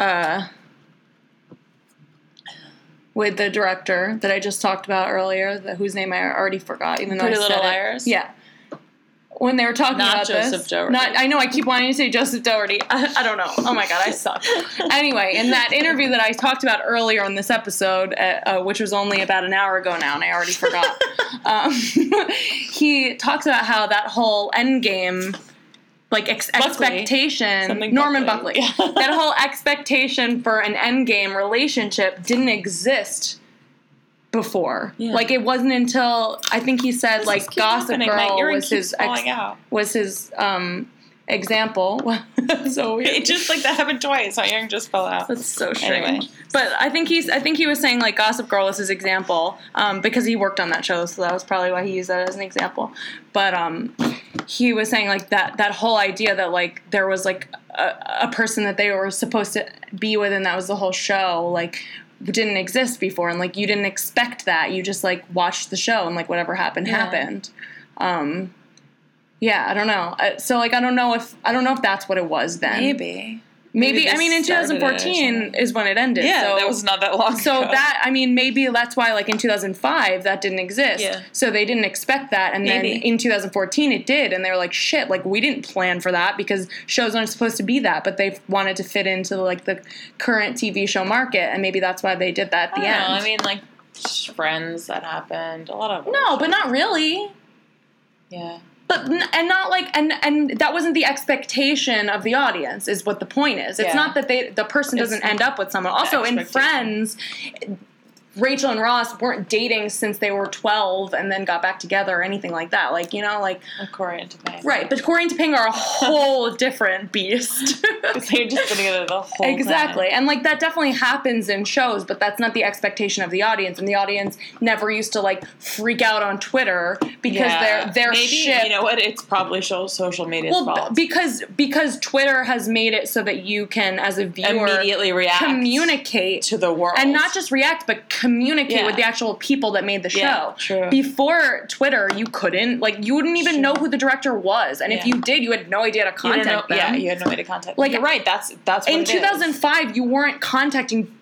[SPEAKER 1] uh with the director that I just talked about earlier, the, whose name I already forgot, even though
[SPEAKER 2] Pretty
[SPEAKER 1] I
[SPEAKER 2] Little
[SPEAKER 1] said it.
[SPEAKER 2] Liars?
[SPEAKER 1] Yeah. When they were talking
[SPEAKER 2] Not
[SPEAKER 1] about
[SPEAKER 2] Joseph
[SPEAKER 1] this,
[SPEAKER 2] Dougherty.
[SPEAKER 1] not I know I keep wanting to say Joseph Dougherty. [laughs] I, I don't know. Oh my god,
[SPEAKER 2] [laughs]
[SPEAKER 1] I suck. anyway, in that interview that I talked about earlier in this episode, uh, uh, which was only about an hour ago now, and I already forgot. um, [laughs] he talks about how that whole end game like ex- expectation
[SPEAKER 2] Something
[SPEAKER 1] norman buckley,
[SPEAKER 2] Buckley. [laughs]
[SPEAKER 1] that whole expectation for an end game relationship didn't exist before like it wasn't until i think he said like gossip
[SPEAKER 2] happening. My
[SPEAKER 1] girl
[SPEAKER 2] earring
[SPEAKER 1] was
[SPEAKER 2] keeps
[SPEAKER 1] his ex-
[SPEAKER 2] falling out.
[SPEAKER 1] was his um example [laughs]
[SPEAKER 2] [laughs]
[SPEAKER 1] so weird.
[SPEAKER 2] It just like that happened twice. My earring just fell out.
[SPEAKER 1] That's so strange.
[SPEAKER 2] Anyway.
[SPEAKER 1] But I think he's I think he was saying like Gossip Girl was his example um, because he worked on that show, so that was probably why he used that as an example. But um, he was saying like that that whole idea that like there was like a, a person that they were supposed to be with, and that was the whole show like didn't exist before, and like you didn't expect that. You just like watched the show, and like whatever happened happened. Um, yeah, I don't know. Uh, So like I don't know if I don't know if that's what it was then.
[SPEAKER 2] Maybe.
[SPEAKER 1] Maybe,
[SPEAKER 2] Maybe
[SPEAKER 1] I
[SPEAKER 2] they
[SPEAKER 1] mean in
[SPEAKER 2] started it or
[SPEAKER 1] 2014 is when it ended.
[SPEAKER 2] Yeah,
[SPEAKER 1] so,
[SPEAKER 2] that was not that long
[SPEAKER 1] so
[SPEAKER 2] ago.
[SPEAKER 1] that I mean maybe that's why like in 2005 that didn't exist.
[SPEAKER 2] Yeah.
[SPEAKER 1] So they didn't expect that, and then
[SPEAKER 2] Maybe.
[SPEAKER 1] in 2014 it did, and they were like shit, like we didn't plan for that because shows aren't supposed to be that, but they wanted to fit into like the current TV show market, and maybe that's why they did that at
[SPEAKER 2] I
[SPEAKER 1] the
[SPEAKER 2] don't
[SPEAKER 1] end.
[SPEAKER 2] know, I mean, like friends that happened. A lot of
[SPEAKER 1] no, but not really.
[SPEAKER 2] yeah.
[SPEAKER 1] but n- and not like and and that wasn't the expectation of the audience is what the point is it's
[SPEAKER 2] Yeah.
[SPEAKER 1] not that they the person doesn't end up with someone also in friends rachel and ross weren't dating since they were 12 and then got back together or anything like that like you know like
[SPEAKER 2] According to my
[SPEAKER 1] right but corey and
[SPEAKER 2] [laughs]
[SPEAKER 1] topanga are a whole different beast
[SPEAKER 2] They're
[SPEAKER 1] [laughs]
[SPEAKER 2] just been together the whole time.
[SPEAKER 1] Exactly. And like that definitely happens in shows, but that's not the expectation of the audience. And the audience never used to like freak out on Twitter because
[SPEAKER 2] Yeah.
[SPEAKER 1] their their
[SPEAKER 2] Maybe
[SPEAKER 1] ship
[SPEAKER 2] you know what? It's probably social social media's
[SPEAKER 1] well,
[SPEAKER 2] fault.
[SPEAKER 1] b- because because Twitter has made it so that you can, as a viewer,
[SPEAKER 2] Immediately react
[SPEAKER 1] communicate
[SPEAKER 2] to the world
[SPEAKER 1] and not just react, but communicate
[SPEAKER 2] Yeah.
[SPEAKER 1] with the actual people that made the show.
[SPEAKER 2] Yeah, true.
[SPEAKER 1] Before Twitter, you couldn't like you wouldn't even know who the director was, and if
[SPEAKER 2] Yeah.
[SPEAKER 1] you did, you had no idea to
[SPEAKER 2] You don't
[SPEAKER 1] contact
[SPEAKER 2] know-
[SPEAKER 1] them.
[SPEAKER 2] Yeah, you had no way to contact.
[SPEAKER 1] Like-
[SPEAKER 2] Like you're right. That's that's what
[SPEAKER 1] In
[SPEAKER 2] it is.
[SPEAKER 1] 2005, you weren't contacting.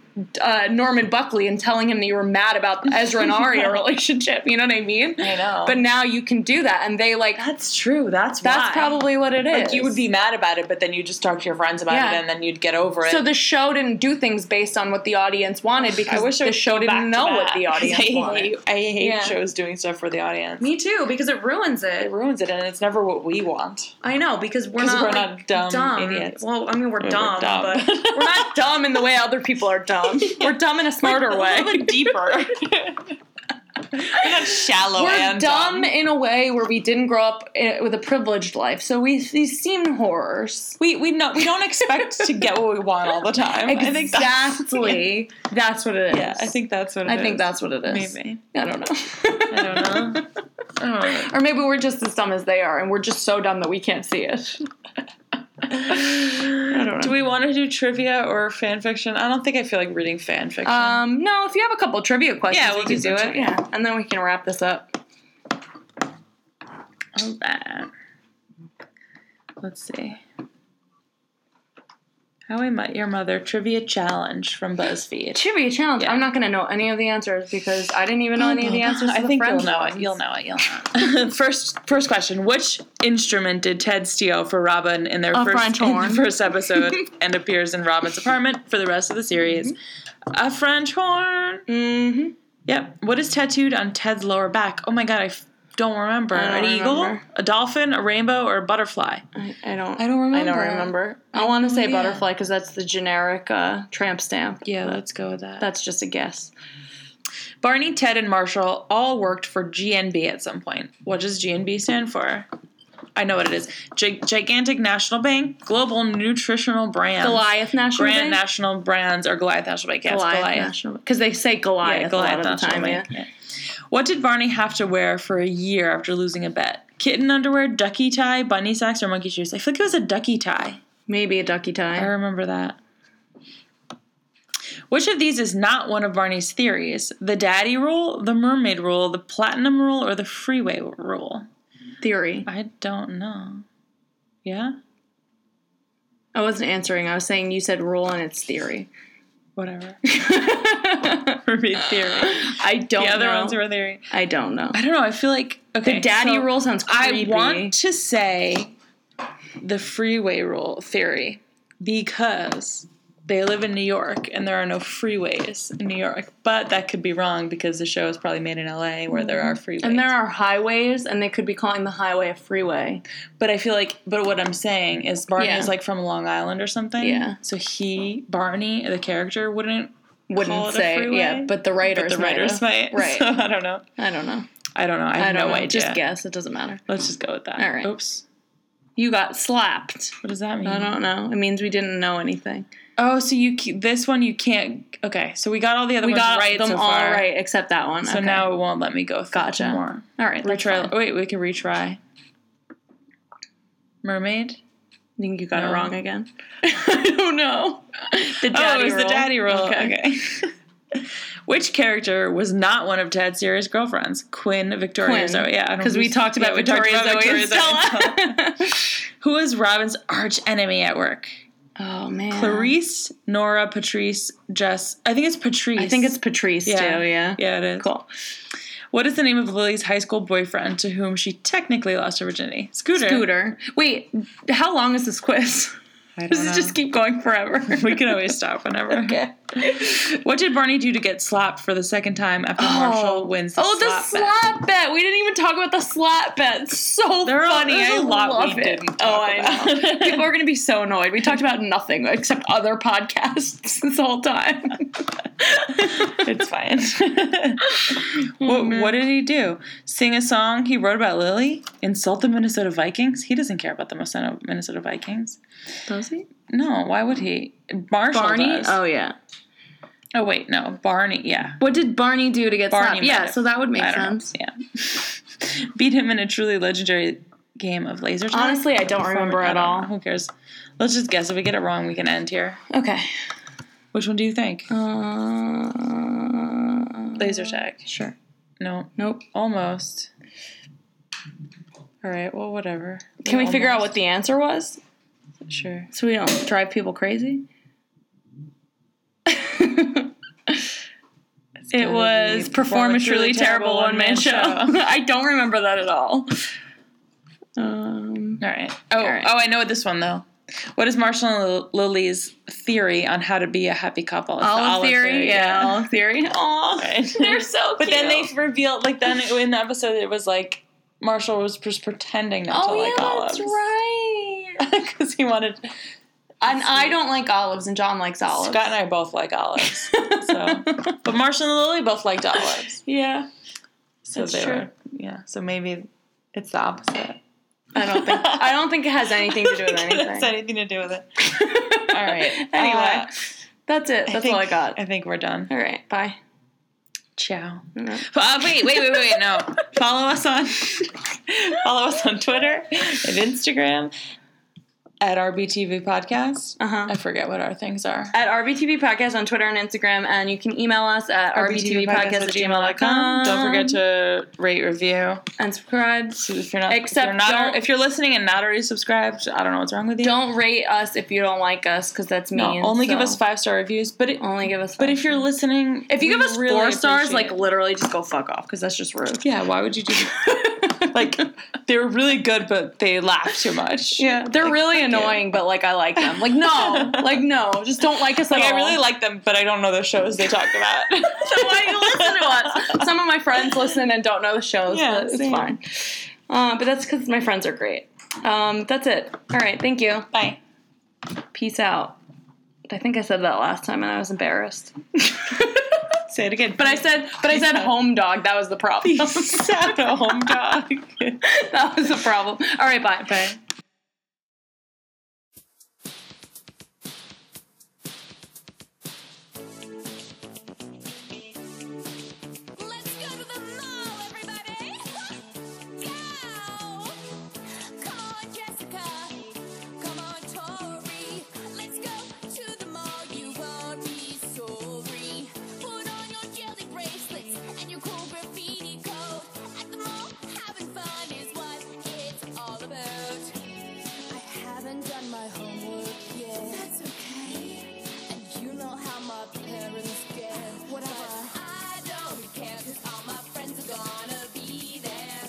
[SPEAKER 1] Uh, Norman Buckley and telling him that you were mad about the Ezra
[SPEAKER 2] [laughs]
[SPEAKER 1] and Aria relationship. You know what I mean?
[SPEAKER 2] I know.
[SPEAKER 1] But now you can do that, and they like that's,
[SPEAKER 2] That's true. That's why.
[SPEAKER 1] probably what it is.
[SPEAKER 2] like you would be mad about it, but then you just talk to your friends about
[SPEAKER 1] Yeah.
[SPEAKER 2] it, and then you'd get over it.
[SPEAKER 1] So the show didn't do things based on what the audience wanted because
[SPEAKER 2] I wish it
[SPEAKER 1] the
[SPEAKER 2] would
[SPEAKER 1] show
[SPEAKER 2] go back
[SPEAKER 1] didn't
[SPEAKER 2] to
[SPEAKER 1] know what
[SPEAKER 2] that,
[SPEAKER 1] the
[SPEAKER 2] [laughs]
[SPEAKER 1] [laughs]
[SPEAKER 2] 'cause
[SPEAKER 1] audience
[SPEAKER 2] I
[SPEAKER 1] wanted.
[SPEAKER 2] hate, I hate
[SPEAKER 1] Yeah.
[SPEAKER 2] shows doing stuff for the audience.
[SPEAKER 4] Me too, because it ruins
[SPEAKER 2] It
[SPEAKER 4] it.
[SPEAKER 2] ruins it, and it's never what we want.
[SPEAKER 4] I know, because we're
[SPEAKER 2] 'Cause
[SPEAKER 4] not,
[SPEAKER 2] we're
[SPEAKER 4] like,
[SPEAKER 2] not dumb idiots.
[SPEAKER 4] Well, I mean, we're,
[SPEAKER 2] We're
[SPEAKER 4] dumb,
[SPEAKER 2] dumb. [laughs]
[SPEAKER 1] [laughs]
[SPEAKER 4] but
[SPEAKER 1] We're [laughs] not dumb in the way other people are dumb. We're dumb in a smarter way.
[SPEAKER 2] Deeper. We're not shallow
[SPEAKER 1] We're
[SPEAKER 2] and
[SPEAKER 1] dumb in a way where we didn't grow up i- with a privileged life, so we these seem horrors.
[SPEAKER 2] We we know we don't expect to get what we want all the time. I think that's,
[SPEAKER 1] [laughs] Exactly. that's what it
[SPEAKER 2] [laughs]
[SPEAKER 1] is.
[SPEAKER 2] yeah, I think that's what it
[SPEAKER 1] I think
[SPEAKER 2] is.
[SPEAKER 1] that's what it is.
[SPEAKER 2] maybe.
[SPEAKER 1] I don't know.
[SPEAKER 2] I
[SPEAKER 1] [laughs]
[SPEAKER 2] don't know. I
[SPEAKER 1] or maybe we're just as dumb as they are, and we're just so dumb that we can't see it.
[SPEAKER 2] don't know. Do we want to do trivia or fan fiction? I don't think I feel like reading fan fiction.
[SPEAKER 1] Um, no, if you have a couple trivia questions,
[SPEAKER 2] Yeah, we'll
[SPEAKER 1] we can
[SPEAKER 2] do
[SPEAKER 1] do
[SPEAKER 2] some
[SPEAKER 1] it.
[SPEAKER 2] trivia.
[SPEAKER 1] Yeah, and then we can wrap this up.
[SPEAKER 2] All right. Let's see. How I Met Your Mother trivia challenge from BuzzFeed.
[SPEAKER 1] Trivia challenge. I'm not gonna know any of the answers because I didn't even know any of the answers. To
[SPEAKER 2] Oh I
[SPEAKER 1] the
[SPEAKER 2] think
[SPEAKER 1] French
[SPEAKER 2] you'll know it.
[SPEAKER 1] ones.
[SPEAKER 2] You'll know it. You'll know. It. [laughs] first, first question: Which instrument did Ted steal for Robin in their
[SPEAKER 4] A
[SPEAKER 2] first
[SPEAKER 4] French
[SPEAKER 2] in the
[SPEAKER 4] horn.
[SPEAKER 2] first episode and appears in Robin's apartment for the rest of the series? A French horn.
[SPEAKER 1] Mm-hmm.
[SPEAKER 2] Yep. What is tattooed on Ted's lower back? Oh my god, I f- don't remember. An
[SPEAKER 1] don't
[SPEAKER 2] eagle,
[SPEAKER 1] remember.
[SPEAKER 2] a dolphin, a rainbow, or a butterfly?
[SPEAKER 1] I, I don't.
[SPEAKER 3] I don't remember.
[SPEAKER 1] I don't remember. I
[SPEAKER 3] have
[SPEAKER 1] want
[SPEAKER 3] no
[SPEAKER 1] to say
[SPEAKER 3] idea.
[SPEAKER 1] butterfly because that's the generic uh, tramp stamp.
[SPEAKER 2] Yeah, let's go with that.
[SPEAKER 1] That's just a guess.
[SPEAKER 2] Barney, Ted, and Marshall all worked for GNB at some point. What does GNB stand for? I know what it is. Gi- Gigantic National Bank, Global Nutritional Brands,
[SPEAKER 1] Goliath National
[SPEAKER 2] Grand
[SPEAKER 1] Bank?
[SPEAKER 2] National Brands, or Goliath National Bank. Yes,
[SPEAKER 1] Goliath,
[SPEAKER 2] Goliath.
[SPEAKER 1] National because they say Goliath,
[SPEAKER 2] Yeah, Goliath
[SPEAKER 1] a lot of the
[SPEAKER 2] National
[SPEAKER 1] time.
[SPEAKER 2] Bank.
[SPEAKER 1] Yeah.
[SPEAKER 2] yeah. What did Barney have to wear for a year after losing a bet? Kitten underwear, ducky tie, bunny socks, or monkey shoes? I feel like it was a ducky tie.
[SPEAKER 1] Maybe a ducky
[SPEAKER 2] I
[SPEAKER 1] tie.
[SPEAKER 2] remember that. Which of these is not one of Barney's theories? The daddy rule, the mermaid rule, the platinum rule, or the freeway rule?
[SPEAKER 1] Theory.
[SPEAKER 2] I don't know. Yeah?
[SPEAKER 1] I wasn't answering. I was saying you said rule and it's theory. [laughs]
[SPEAKER 2] Whatever. [laughs]
[SPEAKER 1] Repeat
[SPEAKER 2] theory.
[SPEAKER 1] I don't.
[SPEAKER 2] the other
[SPEAKER 1] know.
[SPEAKER 2] ones were theory.
[SPEAKER 1] I don't know.
[SPEAKER 2] I don't know. I feel like. Okay.
[SPEAKER 1] The daddy
[SPEAKER 2] so
[SPEAKER 1] rule sounds
[SPEAKER 2] I
[SPEAKER 1] creepy.
[SPEAKER 2] want to say the freeway rule theory because they live in New York and there are no freeways in New York. But that could be wrong because the show is probably made in LA where there are freeways.
[SPEAKER 1] Mm-hmm. And there are highways, and they could be calling the highway a freeway.
[SPEAKER 2] But I feel like, but what I'm saying is Barney
[SPEAKER 1] Yeah.
[SPEAKER 2] is like from Long Island or something.
[SPEAKER 1] Yeah.
[SPEAKER 2] So he, Barney, the character, wouldn't. Call
[SPEAKER 1] Wouldn't
[SPEAKER 2] it a
[SPEAKER 1] say,
[SPEAKER 2] freeway?
[SPEAKER 1] yeah, but the
[SPEAKER 2] But
[SPEAKER 1] writers,
[SPEAKER 2] the
[SPEAKER 1] might
[SPEAKER 2] writers
[SPEAKER 1] have.
[SPEAKER 2] might. [laughs]
[SPEAKER 1] Right.
[SPEAKER 2] So I don't know.
[SPEAKER 1] I don't know.
[SPEAKER 2] I don't know. I have
[SPEAKER 1] I don't
[SPEAKER 2] no
[SPEAKER 1] know.
[SPEAKER 2] idea.
[SPEAKER 1] Just guess. It doesn't matter.
[SPEAKER 2] Let's just go with that.
[SPEAKER 1] All right.
[SPEAKER 2] Oops.
[SPEAKER 1] You got slapped.
[SPEAKER 2] What does that mean?
[SPEAKER 1] I don't know. It means we didn't know anything.
[SPEAKER 2] Oh, so you ke- this one you can't. Okay, so we got all the other
[SPEAKER 1] We
[SPEAKER 2] ones
[SPEAKER 1] got
[SPEAKER 2] right
[SPEAKER 1] them
[SPEAKER 2] so
[SPEAKER 1] all
[SPEAKER 2] far.
[SPEAKER 1] right except that one.
[SPEAKER 2] So
[SPEAKER 1] Okay.
[SPEAKER 2] now it won't let me go. Through
[SPEAKER 1] Gotcha.
[SPEAKER 2] More.
[SPEAKER 1] all right, that's
[SPEAKER 2] Retry.
[SPEAKER 1] fine.
[SPEAKER 2] Wait, we can retry. Mermaid.
[SPEAKER 1] I think you got it
[SPEAKER 2] No. [laughs]
[SPEAKER 1] wrong again. [laughs] I don't know. The
[SPEAKER 2] oh,
[SPEAKER 1] daddy
[SPEAKER 2] it was
[SPEAKER 1] rule.
[SPEAKER 2] the daddy rule.
[SPEAKER 1] Okay.
[SPEAKER 2] Okay. [laughs] Which character was not one of Ted's serious girlfriends? Quinn, Victoria
[SPEAKER 1] Quinn.
[SPEAKER 2] Zoe. Yeah, I don't-
[SPEAKER 1] Because we talked
[SPEAKER 2] yeah,
[SPEAKER 1] about
[SPEAKER 2] we
[SPEAKER 1] Victoria, Zoe and
[SPEAKER 2] Stella.
[SPEAKER 1] Stella.
[SPEAKER 2] [laughs] Who is Robin's arch enemy at work?
[SPEAKER 1] oh man,
[SPEAKER 2] Clarice, Nora, Patrice, Jess. I think it's Patrice.
[SPEAKER 1] I think it's Patrice too. Yeah.
[SPEAKER 2] Yeah, it is.
[SPEAKER 1] Cool.
[SPEAKER 2] What is the name of Lily's high school boyfriend to whom she technically lost her virginity? Scooter.
[SPEAKER 1] Scooter. Wait, how long is this quiz?
[SPEAKER 2] I
[SPEAKER 1] Does
[SPEAKER 2] don't know. [laughs]
[SPEAKER 1] it just keep going forever?
[SPEAKER 2] we can always stop whenever. okay. What did Barney do to get slapped for the second time after Marshall wins the
[SPEAKER 1] oh, the
[SPEAKER 2] slap bet?
[SPEAKER 1] slap bet. We didn't even talk about the slap bet. It's So
[SPEAKER 2] There are-
[SPEAKER 1] funny.
[SPEAKER 2] there's a
[SPEAKER 1] I
[SPEAKER 2] lot we
[SPEAKER 1] love it.
[SPEAKER 2] didn't talk
[SPEAKER 1] oh, I know.
[SPEAKER 2] about.
[SPEAKER 1] People are gonna be so annoyed. We talked about nothing except other podcasts [laughs] this whole time.
[SPEAKER 2] It's fine. what, what did he do? Sing a song he wrote about Lily? Insult the Minnesota Vikings? He doesn't care about the Minnesota Minnesota Vikings.
[SPEAKER 1] Does he?
[SPEAKER 2] No, why would he? Marshall
[SPEAKER 1] Barney?
[SPEAKER 2] does.
[SPEAKER 1] Oh yeah.
[SPEAKER 2] Oh, wait, no. Barney, yeah.
[SPEAKER 1] What did Barney do to get
[SPEAKER 2] Barney
[SPEAKER 1] slapped?
[SPEAKER 2] might
[SPEAKER 1] Yeah,
[SPEAKER 2] have-
[SPEAKER 1] so that would make
[SPEAKER 2] I don't know.
[SPEAKER 1] sense.
[SPEAKER 2] Yeah. [laughs] Beat him in a truly legendary game of laser tag.
[SPEAKER 1] Honestly, I don't
[SPEAKER 2] Or-
[SPEAKER 1] remember
[SPEAKER 2] I
[SPEAKER 1] at
[SPEAKER 2] don't
[SPEAKER 1] all.
[SPEAKER 2] know. Who cares? Let's just guess. If we get it wrong, we can end here.
[SPEAKER 1] Okay.
[SPEAKER 2] Which one do you think?
[SPEAKER 1] Uh,
[SPEAKER 2] Laser tag.
[SPEAKER 1] Sure.
[SPEAKER 2] No,
[SPEAKER 1] Nope.
[SPEAKER 2] almost. All right. Well, whatever.
[SPEAKER 1] Can we figure out what the answer was
[SPEAKER 2] what? Sure.
[SPEAKER 1] so we don't drive people crazy? It
[SPEAKER 2] gotta
[SPEAKER 1] was
[SPEAKER 2] be
[SPEAKER 1] perform a truly terrible one man show. [laughs] I don't remember that at all. Um,
[SPEAKER 2] All right. Oh,
[SPEAKER 1] All right.
[SPEAKER 2] oh, I know this one though. What is Marshall and Lil- Lily's theory on how to be a happy couple? It's the
[SPEAKER 1] olive, theory, yeah,
[SPEAKER 2] yeah.
[SPEAKER 1] olive theory. [laughs] Aw,
[SPEAKER 2] [laughs] Right.
[SPEAKER 1] they're so.
[SPEAKER 2] But then
[SPEAKER 1] cute.
[SPEAKER 2] they revealed, like, then in the episode, it was like Marshall was just pretending not
[SPEAKER 1] Oh
[SPEAKER 2] to like
[SPEAKER 1] yeah,
[SPEAKER 2] olives.
[SPEAKER 1] that's right.
[SPEAKER 2] [laughs] Because he wanted.
[SPEAKER 1] And I don't like olives, and John likes olives.
[SPEAKER 2] Scott
[SPEAKER 1] [laughs]
[SPEAKER 2] and I both like olives. so. But Marshall and Lily both liked olives.
[SPEAKER 1] yeah.
[SPEAKER 2] So
[SPEAKER 1] That's
[SPEAKER 2] they
[SPEAKER 1] true.
[SPEAKER 2] were, yeah. So maybe it's the [laughs]
[SPEAKER 1] [laughs]
[SPEAKER 2] opposite.
[SPEAKER 1] I don't think I don't think it has anything to
[SPEAKER 2] [laughs]
[SPEAKER 1] do with
[SPEAKER 2] That's
[SPEAKER 1] anything.
[SPEAKER 2] anything to do with it.
[SPEAKER 1] All
[SPEAKER 2] All [laughs] right.
[SPEAKER 1] Anyway,
[SPEAKER 2] Uh,
[SPEAKER 1] that's it. That's all I
[SPEAKER 2] think-
[SPEAKER 1] got.
[SPEAKER 2] I think we're done.
[SPEAKER 1] All right. Bye.
[SPEAKER 2] Ciao. Uh, wait, wait, wait, wait.
[SPEAKER 1] [laughs]
[SPEAKER 2] No. follow us on [laughs] follow us on Twitter and Instagram at RBTV Podcast.
[SPEAKER 1] Uh-huh.
[SPEAKER 2] I forget what our things are.
[SPEAKER 4] At RBTV Podcast on Twitter and Instagram, and you can email us at RBTV Podcast at gmail.com.
[SPEAKER 2] Don't forget to rate, review.
[SPEAKER 4] And subscribe.
[SPEAKER 2] If you're not,
[SPEAKER 1] Except
[SPEAKER 2] if you're, not
[SPEAKER 1] don't-
[SPEAKER 2] if you're listening and not already subscribed, I don't know what's wrong with you.
[SPEAKER 1] Don't rate us if you don't like us, because that's mean.
[SPEAKER 2] No, only give
[SPEAKER 1] so-
[SPEAKER 2] us five star reviews. But it,
[SPEAKER 1] Only give us.
[SPEAKER 2] but if you're listening,
[SPEAKER 1] if you give
[SPEAKER 2] we
[SPEAKER 1] us
[SPEAKER 2] really
[SPEAKER 1] four stars,
[SPEAKER 2] appreciate
[SPEAKER 1] like
[SPEAKER 2] it.
[SPEAKER 1] literally, just go fuck off, because that's just rude.
[SPEAKER 2] yeah, why would you do
[SPEAKER 1] [laughs]
[SPEAKER 2] that? like they were really good, but they laugh too much.
[SPEAKER 1] Yeah, they're really annoying, but like I like them.
[SPEAKER 2] [laughs]
[SPEAKER 1] Like no, like no, just don't like us at
[SPEAKER 2] Like I
[SPEAKER 1] all.
[SPEAKER 2] really like them, but I don't know the shows they talk
[SPEAKER 1] [laughs]
[SPEAKER 2] about. [laughs]
[SPEAKER 1] so why do you listen to us? Some of my friends listen and don't know the shows.
[SPEAKER 2] Yeah,
[SPEAKER 1] Yeah, but it's
[SPEAKER 2] same.
[SPEAKER 1] fine. Uh, but that's because my friends are great. Um, that's it. All right, thank you.
[SPEAKER 2] Bye.
[SPEAKER 1] Peace out. I think I said that last time and I was embarrassed.
[SPEAKER 2] Say it again.
[SPEAKER 1] But I said, but I said home dog. That was the problem.
[SPEAKER 2] [laughs]
[SPEAKER 1] [laughs]
[SPEAKER 2] said a home dog.
[SPEAKER 1] that was the problem. All right, bye. Bye.
[SPEAKER 5] Let's go to the mall, everybody. Go. Come on, Jessica. Come on, Tori. Let's go to the mall. You won't be sorry. Put on your jelly bracelets and your cool graffiti coat. At the mall, having fun is what it's all about. I haven't done my homework yet. That's okay. And you know how my parents get. Whatever. But I don't care, cause all my friends are gonna be there.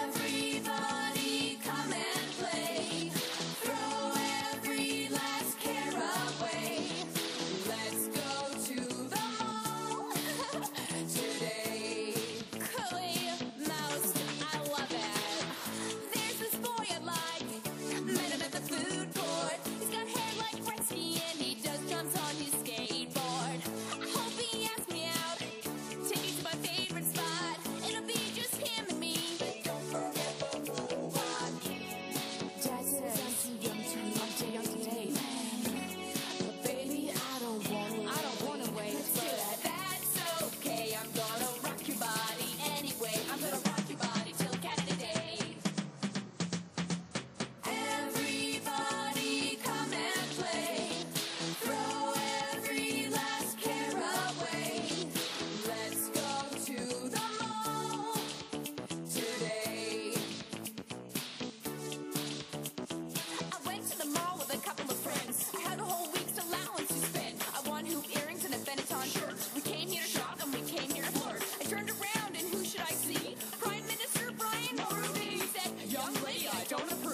[SPEAKER 5] Everybody come and play. Throw every last care away. Let's go to the mall today. Chloe Mouse, I love it. There's this boy I like. Met him at the food court. He's got hair like Gretzky and he does jumps on his skateboard. I hope he asks me out. Take me to my favorite spot. It'll be just him and me. But don't forget the little one. Dad says I'm too young to I'm too young to date. But baby, I don't wanna I don't wanna wait. Let's do that. That's okay. I'm gonna rock your body anyway. I'm gonna rock your body till Canada Day. Everybody come and play. Throw every last care away. Let's go to the mall today. I went to the mall with a couple of friends. I had a whole week's allowance to spend. I won hoop earrings and a Benetton shirt. We came here to shop and we came here to flirt. I turned around and who should I see? Prime Minister Brian Mulroney He said, "Young lady, I don't approve." [laughs] [laughs]